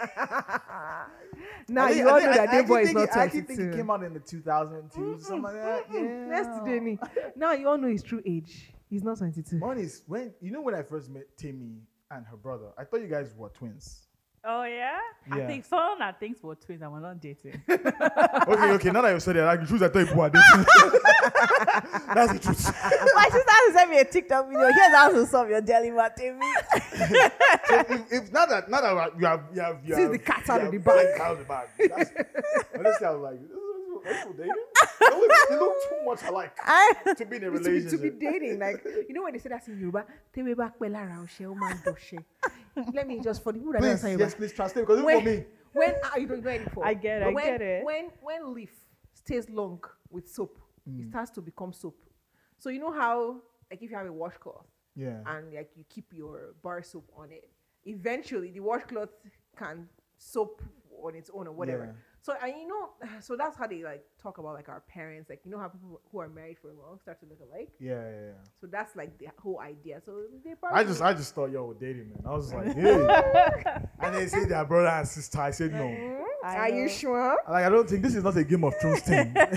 Speaker 1: Nah,
Speaker 3: I think-
Speaker 1: you all
Speaker 3: I think-
Speaker 1: know
Speaker 3: I-
Speaker 1: that
Speaker 3: I
Speaker 1: Day
Speaker 3: actually
Speaker 1: Boy is
Speaker 3: think
Speaker 1: not
Speaker 3: it- I actually think it
Speaker 1: 22.
Speaker 3: came out in the 2002, something like that.
Speaker 1: Mm,
Speaker 3: Yeah.
Speaker 1: Yesterday.
Speaker 3: <laughs>
Speaker 1: Now you all know his true age. He's not 22.
Speaker 3: One is when you know when I first met Timmy and her brother, I thought you guys were twins.
Speaker 2: <laughs> Oh yeah?
Speaker 3: Yeah.
Speaker 2: I think someone that thinks we're twins and we're
Speaker 1: <laughs>
Speaker 2: not dating.
Speaker 3: okay, <laughs> okay. Now that you said that, like the truth, I thought you were dating. <laughs> That's the truth.
Speaker 2: My sister has sent me a TikTok video. Here's how to solve your dilemma, Timmy.
Speaker 3: So if, if now that now that you have you have you
Speaker 1: Since
Speaker 3: have
Speaker 1: the cat's out
Speaker 3: you
Speaker 1: of
Speaker 3: have
Speaker 1: the bag.
Speaker 3: the cat out of the bag. That's, honestly, I was like, this is- this is for dating. They look- They look too much alike to be in a
Speaker 1: It's to, be, to
Speaker 3: relationship.
Speaker 1: be dating,
Speaker 3: <laughs>
Speaker 1: like you know when they say that in Yoruba, "Tebe ba pe lara ose, o ma doshe."
Speaker 3: <laughs>
Speaker 1: Let me just for the people that don't
Speaker 3: please,
Speaker 1: understand
Speaker 3: yes,
Speaker 1: Yoruba.
Speaker 3: please translate because even
Speaker 1: When,
Speaker 3: for me,
Speaker 1: when ah, you don't know any for.
Speaker 2: I get it,
Speaker 1: But
Speaker 2: I
Speaker 1: when,
Speaker 2: get it.
Speaker 1: When when leaf stays long with soap, it
Speaker 3: Mm.
Speaker 1: starts to become soap. So you know how like if you have a washcloth,
Speaker 3: yeah.
Speaker 1: and like you keep your bar soap on it. Eventually, the washcloth can soap on its own or whatever.
Speaker 3: Yeah.
Speaker 1: So and you know, <sighs> so that's how they like talk about like our parents, like you know how people who are married for long start to look alike.
Speaker 3: Yeah, yeah, yeah.
Speaker 1: So that's like the whole idea. So they probably
Speaker 3: I just, I just thought y'all were dating, man. I was like, hey.
Speaker 1: <laughs>
Speaker 3: and they say they're brother and sister. I said no.
Speaker 1: Hmm?
Speaker 2: I
Speaker 1: are you
Speaker 2: know.
Speaker 1: sure?
Speaker 3: Like I don't think this is not a Game of Thrones
Speaker 1: <laughs>
Speaker 3: thing. this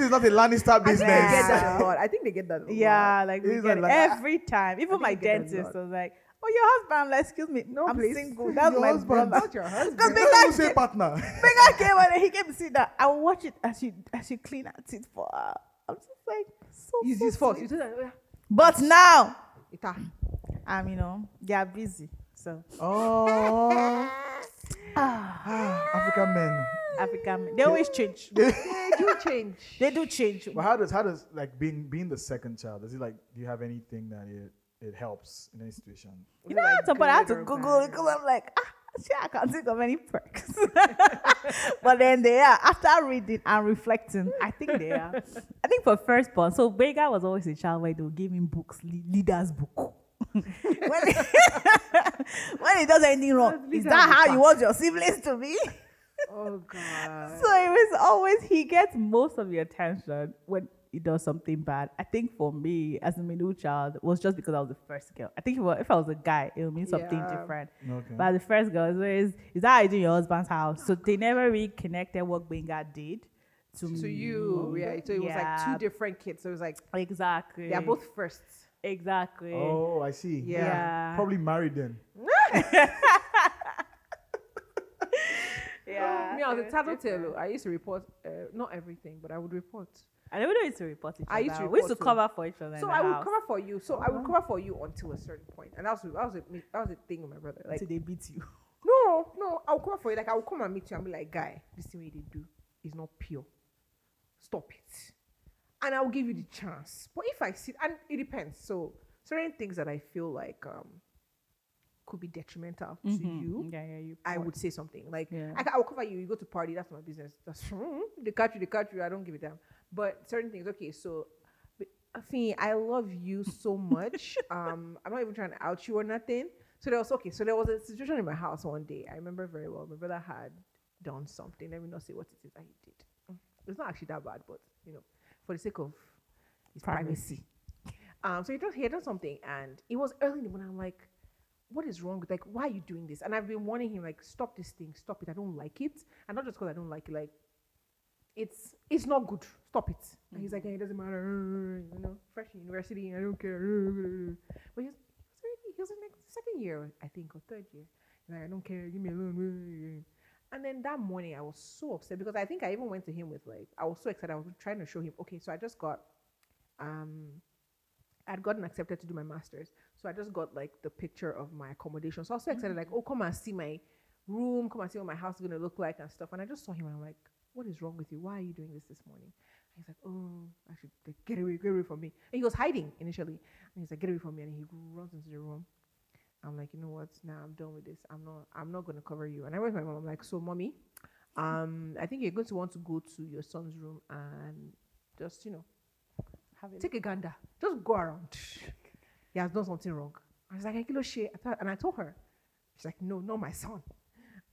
Speaker 3: is not a Lannister
Speaker 1: I think they get
Speaker 3: business.
Speaker 1: <laughs> that a lot. I think they get that. A lot.
Speaker 2: <laughs> yeah, like we
Speaker 3: It's
Speaker 2: get
Speaker 3: not
Speaker 2: it
Speaker 3: like-
Speaker 2: every time.
Speaker 1: I
Speaker 2: Even
Speaker 1: think
Speaker 2: my
Speaker 1: we get it a
Speaker 2: dentist
Speaker 1: lot.
Speaker 2: was like, "Oh, your husband." I'm like, "Excuse me,
Speaker 1: No,
Speaker 2: I'm
Speaker 1: please. <laughs>
Speaker 2: single. That's
Speaker 3: Your
Speaker 2: my
Speaker 3: husband.
Speaker 2: brother."
Speaker 1: Not your husband.
Speaker 2: Because
Speaker 3: Because you say
Speaker 1: <laughs>
Speaker 3: partner.
Speaker 2: Mega came and then he came to see that. I will watch it as she as she clean her teeth for her. I'm just like, so.
Speaker 1: Is
Speaker 2: so
Speaker 1: this false? You
Speaker 2: sweet.
Speaker 1: said that. oh, yeah.
Speaker 2: But now,
Speaker 1: Ita.
Speaker 2: um, you know, they are busy. So
Speaker 3: Oh,
Speaker 2: ah,
Speaker 3: African men.
Speaker 1: Mm.
Speaker 2: African, men, they always change.
Speaker 1: They do change.
Speaker 2: They do change.
Speaker 3: But how does how does like being being the second child? Does it like do you have anything that it it helps in any situation?
Speaker 2: You know,
Speaker 1: Like
Speaker 2: at some point I had to
Speaker 1: good or
Speaker 2: Google
Speaker 1: bad.
Speaker 2: it because I'm like, ah, shit, I can't think of any perks. <laughs> but then they are. After reading and reflecting, I think they are. I think for firstborn, so Vega was always a child where they would give him books, le- leader's book. <laughs> when, he, <laughs> when he does anything wrong,
Speaker 1: Leader's
Speaker 2: is that how
Speaker 1: book.
Speaker 2: you want your siblings to be?
Speaker 1: Oh <laughs> God.
Speaker 2: so it was always he gets most of the attention when he does something bad. I think for me as a middle child it was just because I was the first girl. I think if I- if I was a guy, it would mean something
Speaker 1: Yeah.
Speaker 2: different.
Speaker 3: Okay.
Speaker 2: But the first girl is always, is that how you do in your husband's house? So they never really connected what Benga did to,
Speaker 1: to
Speaker 2: me.
Speaker 1: you. Yeah, so it was
Speaker 2: Yeah.
Speaker 1: like two different kids. So it was like
Speaker 2: Exactly.
Speaker 1: they are both firsts.
Speaker 2: exactly.
Speaker 3: Oh, I see.
Speaker 1: Yeah.
Speaker 2: Yeah.
Speaker 3: Probably married then.
Speaker 2: yeah.
Speaker 1: Oh, Me, I was
Speaker 2: It
Speaker 1: a
Speaker 2: was
Speaker 1: tattletale.
Speaker 2: different.
Speaker 1: I used to report, uh, not everything, but I would report.
Speaker 2: I don't know used to report each other.
Speaker 1: I used to
Speaker 2: we used to
Speaker 1: report too.
Speaker 2: cover for each other.
Speaker 1: so
Speaker 2: in the
Speaker 1: I would
Speaker 2: house Oh.
Speaker 1: cover for you. So I would cover for you until a certain point, and that was that was a, that was a thing with my brother. Like
Speaker 2: until they beat you. <laughs>
Speaker 1: no, no, I'll cover for you. Like I will come and meet you and be like, guy, this is the way they do. is not pure. Stop it. And I'll give you the chance. But if I see, and it depends. So certain things that I feel like um, could be detrimental to Mm-hmm. you,
Speaker 2: Yeah, yeah, you.
Speaker 1: I would say something like,
Speaker 2: Yeah.
Speaker 1: I, ca- I'll cover you. You go to party. That's my business. That's <laughs> they catch you. They catch you. I don't give a damn. But certain things. Okay, so. but, Afi, I love you so
Speaker 2: <laughs>
Speaker 1: much. um, I'm not even trying to out you or nothing. So there was okay. So there was a situation in my house one day. I remember very well. My brother had done something. Let me not say what it is that he did. Mm, It's not actually that bad, but you know, for the sake of his privacy. Um, so he done, he had done something, and it was early in the morning. I'm like, what is wrong with like why are you doing this? And I've been warning him like, stop this thing, stop it. I don't like it, and not just because I don't like it, like it's it's not good. Stop it. And he's like, "Eh, it doesn't matter, you know, fresh in university, I don't care. But he's he was already he was in like second year, I think, or third year. He's like, I don't care, give me a loan. And then that morning I was so upset because I think I even went to him with like I was so excited. I was trying to show him, okay, so I just got um I'd gotten accepted to do my master's. So I just got like the picture of my accommodation. So I was so excited, like, oh, come and see my room, come and see what my house is gonna look like and stuff. And I just saw him and I'm like, what is wrong with you? Why are you doing this this morning? And he's like, oh, I should like, get away, get away from me. And he was hiding initially. And he's like, get away from me. And he runs into the room. I'm like, you know what? Now I'm done with this. I'm not. I'm not gonna cover you. And I went to my mom. I'm like, so, mommy, um, I think you're going to want to go to your son's room and just, you know,
Speaker 2: Have it.
Speaker 1: take a gander. Just go around. He has done something wrong. I was like, "Eh, Kilo she. I thought, and I told her. She's like, no, not my son.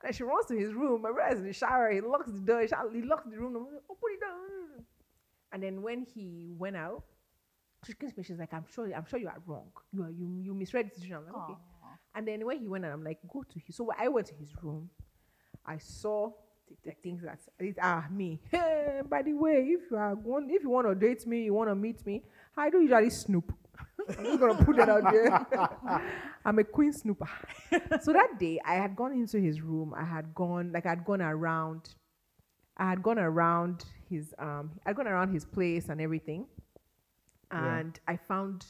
Speaker 1: And she runs to his room. My brother's in the shower. He locks the door. He shou- He locks the room. I'm like, open it down. And then when he went out, she came to me. She's like, I'm sure, I'm sure you are wrong. You are, you, you misread the situation. I'm like, okay. And then when he went out, I'm like, go to his. So I went to his room. I saw the things that it ah me. by the way, if you are going, if you want to date me, you want to meet me, I do usually snoop. I'm just gonna put that out there. <laughs> I'm a queen snooper. so that day, I had gone into his room. I had gone like I'd gone around. I had gone around his um. I'd gone around his place and everything,
Speaker 3: Yeah.
Speaker 1: and I found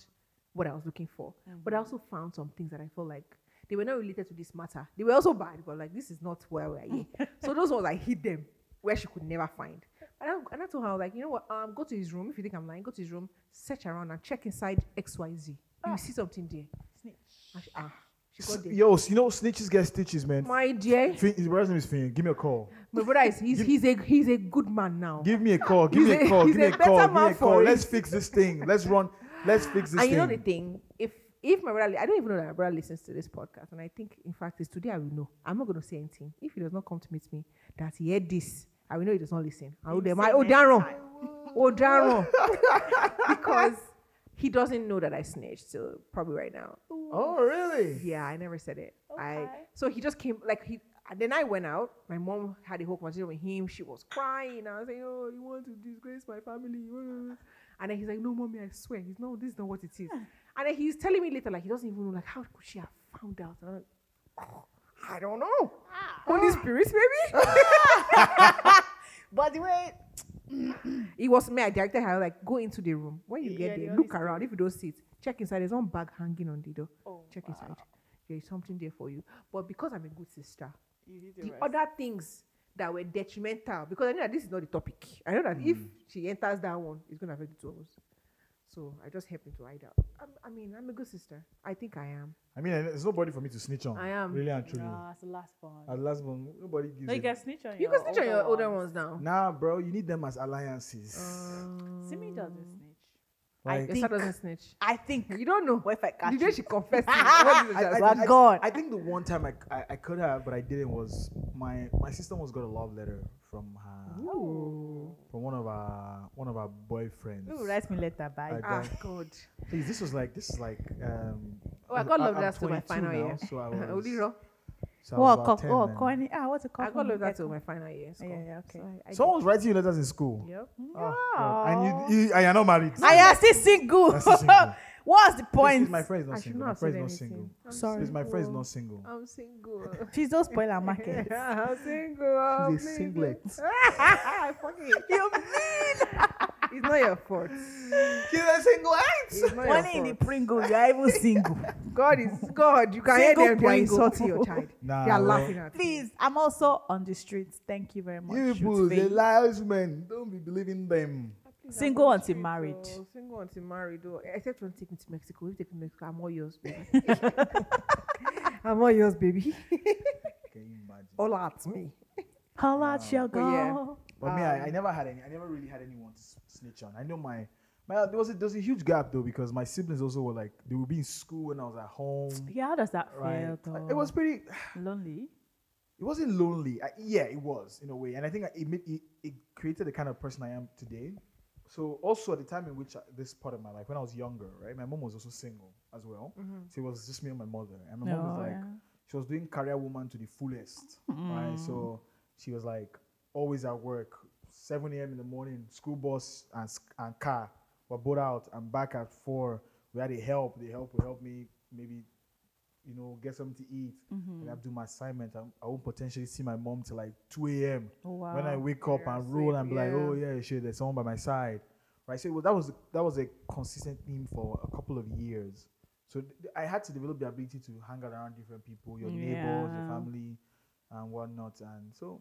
Speaker 1: what I was looking for. But I also found some things that I felt like they were not related to this matter. They were also bad, but like this is not where we're here. so those ones I hid them where she could never find. And I, and I told her, I was like, you know what, um, go to his room. If you think I'm lying, go to his room, search around and check inside XYZ. You see something there.
Speaker 2: Snitch.
Speaker 1: And she, ah, she
Speaker 3: Ah. S-
Speaker 1: got there.
Speaker 3: Yo, you know snitches get stitches, man.
Speaker 1: My dear,
Speaker 3: Fin- his brother's name is Finn. Give me a call.
Speaker 1: my brother is he's, he's a he's a good man now.
Speaker 3: Give me a call. Give me
Speaker 1: He's
Speaker 3: a
Speaker 1: a-
Speaker 3: call.
Speaker 1: he's
Speaker 3: Give me
Speaker 1: a
Speaker 3: a
Speaker 1: better
Speaker 3: call. Give me a
Speaker 1: man
Speaker 3: call.
Speaker 1: for
Speaker 3: Let's
Speaker 1: it.
Speaker 3: fix this thing. Let's run. Let's fix this
Speaker 1: and you know the
Speaker 3: thing.
Speaker 1: thing, if if my brother, I don't even know that my brother listens to this podcast, and I think in fact it's today I will know. I'm not going to say anything. If he does not come to meet me, that he heard this, I will know he does not listen. I will
Speaker 2: He will
Speaker 1: my
Speaker 2: say
Speaker 1: oh
Speaker 2: next
Speaker 1: Darren,
Speaker 2: time.
Speaker 1: oh
Speaker 2: <laughs>
Speaker 1: Darren, because he doesn't know that I snitched. So probably right now,
Speaker 3: Oh, really?
Speaker 1: yeah, I never said it. I
Speaker 2: Okay.
Speaker 1: so he just came like he. and Then I went out. My mom had a whole conversation with him. She was crying. I was like, "Oh, you want to disgrace my family?" And then he's like, "No, mommy, I swear, he's not. This is not what it
Speaker 2: <sighs>
Speaker 1: is." And then he's telling me later, like he doesn't even know, like how could she have found out? And I'm like, "Oh, I don't know.
Speaker 2: Ah. <sighs>
Speaker 1: Holy Spirit, maybe.
Speaker 2: But the way
Speaker 1: it was me. I directed her like, go into the room. When you
Speaker 2: Yeah,
Speaker 1: get
Speaker 2: the
Speaker 1: there,
Speaker 2: Holy
Speaker 1: look around. If you don't see it, check inside. There's one bag hanging on the door.
Speaker 2: Oh,
Speaker 1: check inside. There is something there for you. But because I'm a good sister,
Speaker 2: you did
Speaker 1: the other things that were detrimental because I know that this is not the topic. I know that if she enters that one, it's going to affect the two of us. So I just helped him to hide out. I'm, I mean, I'm a good sister. I think I am.
Speaker 3: I mean, there's nobody for me to snitch on.
Speaker 1: I am.
Speaker 3: Really and truly.
Speaker 2: Nah, it's the last one.
Speaker 3: At last one, nobody gives
Speaker 2: No, you
Speaker 3: a-
Speaker 2: can snitch on
Speaker 1: You
Speaker 2: your
Speaker 1: can snitch oh, on your older ones now. Um,
Speaker 3: Nah, bro, you need them as alliances.
Speaker 1: Uh,
Speaker 2: Simi doesn't snitch.
Speaker 1: Your
Speaker 3: Like-
Speaker 1: sister doesn't snitch.
Speaker 2: I think.
Speaker 1: You don't know.
Speaker 2: What if I catch
Speaker 1: The day
Speaker 2: you?
Speaker 1: she confessed <laughs> to you, what is it that-
Speaker 2: I- Well, God.
Speaker 3: I think the one time I, I, I could have, but I didn't, was my my sister once got a love letter from her
Speaker 1: Ooh.
Speaker 3: from one of our one of our boyfriends.
Speaker 2: Ooh, write me letter, bye.
Speaker 3: I-
Speaker 1: Ah, God.
Speaker 3: Please, this was like this is like um.
Speaker 1: Oh, I
Speaker 3: I'm-
Speaker 1: got love
Speaker 3: I'm
Speaker 1: letters to my
Speaker 3: 22
Speaker 1: final
Speaker 3: now,
Speaker 1: year. <laughs>
Speaker 3: So I was,
Speaker 1: Only rough.
Speaker 3: so I was
Speaker 2: Oh,
Speaker 3: about
Speaker 2: cough.
Speaker 3: 10
Speaker 2: Oh,
Speaker 3: then.
Speaker 2: corny. Ah, what's a cough?
Speaker 1: I got love
Speaker 2: that
Speaker 1: letters to my final year.
Speaker 2: Yeah,
Speaker 1: school.
Speaker 2: yeah, okay.
Speaker 1: So I, I
Speaker 3: Someone was writing you letters in school.
Speaker 1: did. Yep.
Speaker 3: Oh, God. and you, you and you're not married.
Speaker 2: I am still single.
Speaker 3: <laughs> That's still single.
Speaker 2: <laughs> What's the
Speaker 3: Please,
Speaker 2: point?
Speaker 3: My friend is
Speaker 1: I
Speaker 3: not
Speaker 1: should
Speaker 3: single.
Speaker 1: not
Speaker 3: My
Speaker 1: have
Speaker 3: friend
Speaker 1: said
Speaker 3: is not
Speaker 1: anything.
Speaker 3: single.
Speaker 1: I'm
Speaker 2: Sorry.
Speaker 3: Please, my friend is not
Speaker 1: single.
Speaker 3: single.
Speaker 1: I'm single.
Speaker 2: Please don't
Speaker 3: <laughs>
Speaker 2: spoil
Speaker 1: <laughs>
Speaker 2: our market.
Speaker 1: Yeah, single.
Speaker 3: She's a singlet.
Speaker 1: <laughs> I fucking hate you.
Speaker 2: you mean?
Speaker 1: <laughs> It's not your fault.
Speaker 3: She's a single.
Speaker 1: It's not your
Speaker 2: Money in the
Speaker 1: fault.
Speaker 2: Pringle, you are even single. <laughs>
Speaker 1: God is God. You can hear
Speaker 2: Single
Speaker 1: them. They're
Speaker 2: boingo.
Speaker 1: insulting your child.
Speaker 3: Nah,
Speaker 1: they are
Speaker 3: Ah, well,
Speaker 1: laughing at you.
Speaker 2: Please, I'm also on the streets. Thank you very much.
Speaker 3: You people,
Speaker 2: Ruth
Speaker 3: they
Speaker 2: Faye.
Speaker 3: lies, men. Don't be believing them.
Speaker 1: Please, I'm
Speaker 2: Single
Speaker 1: on the
Speaker 2: until
Speaker 1: street,
Speaker 2: married.
Speaker 1: oh, Single until married, though. Eh, Except when take me to Mexico. If they take me to Mexico, I'm all yours, baby. I'm all yours, baby. <laughs>
Speaker 3: Can you imagine?
Speaker 1: all at me.
Speaker 2: Holla at your
Speaker 1: But Oh, yeah.
Speaker 2: girl.
Speaker 3: But me, I, I never had any. I never really had anyone to s- snitch on. I know my, my there was a, there was a huge gap though because my siblings also were like they would be in school when I was at home.
Speaker 2: Yeah, how does that
Speaker 3: Right.
Speaker 2: feel though?
Speaker 3: It was pretty.
Speaker 2: lonely.
Speaker 3: It wasn't lonely. I, yeah, it was in a way, and I think I- it, made- it it created the kind of person I am today. So also at the time in which I, this part of my life, when I was younger, right, my mom was also single as well. So it was just me and my mother, and my mom was
Speaker 2: Oh,
Speaker 3: like,
Speaker 2: yeah.
Speaker 3: she was doing career woman to the fullest, right? So she was like always at work, 7 a.m. in the morning, school bus and, s- and car were both out and back at four. We had a help. The help would help me maybe, you know, get something to eat and I'd do my assignment. I, I won't potentially see my mom till like 2 a.m.
Speaker 2: Wow.
Speaker 3: When I wake up
Speaker 1: Yeah,
Speaker 3: and roll
Speaker 1: sleep,
Speaker 3: and be like,
Speaker 1: yeah.
Speaker 3: oh yeah, shit, there's someone by my side. Right. So well, that was that was a consistent theme for a couple of years. So th- I had to develop the ability to hang around different people, your neighbors, your
Speaker 2: Yeah.
Speaker 3: family, and whatnot. And so,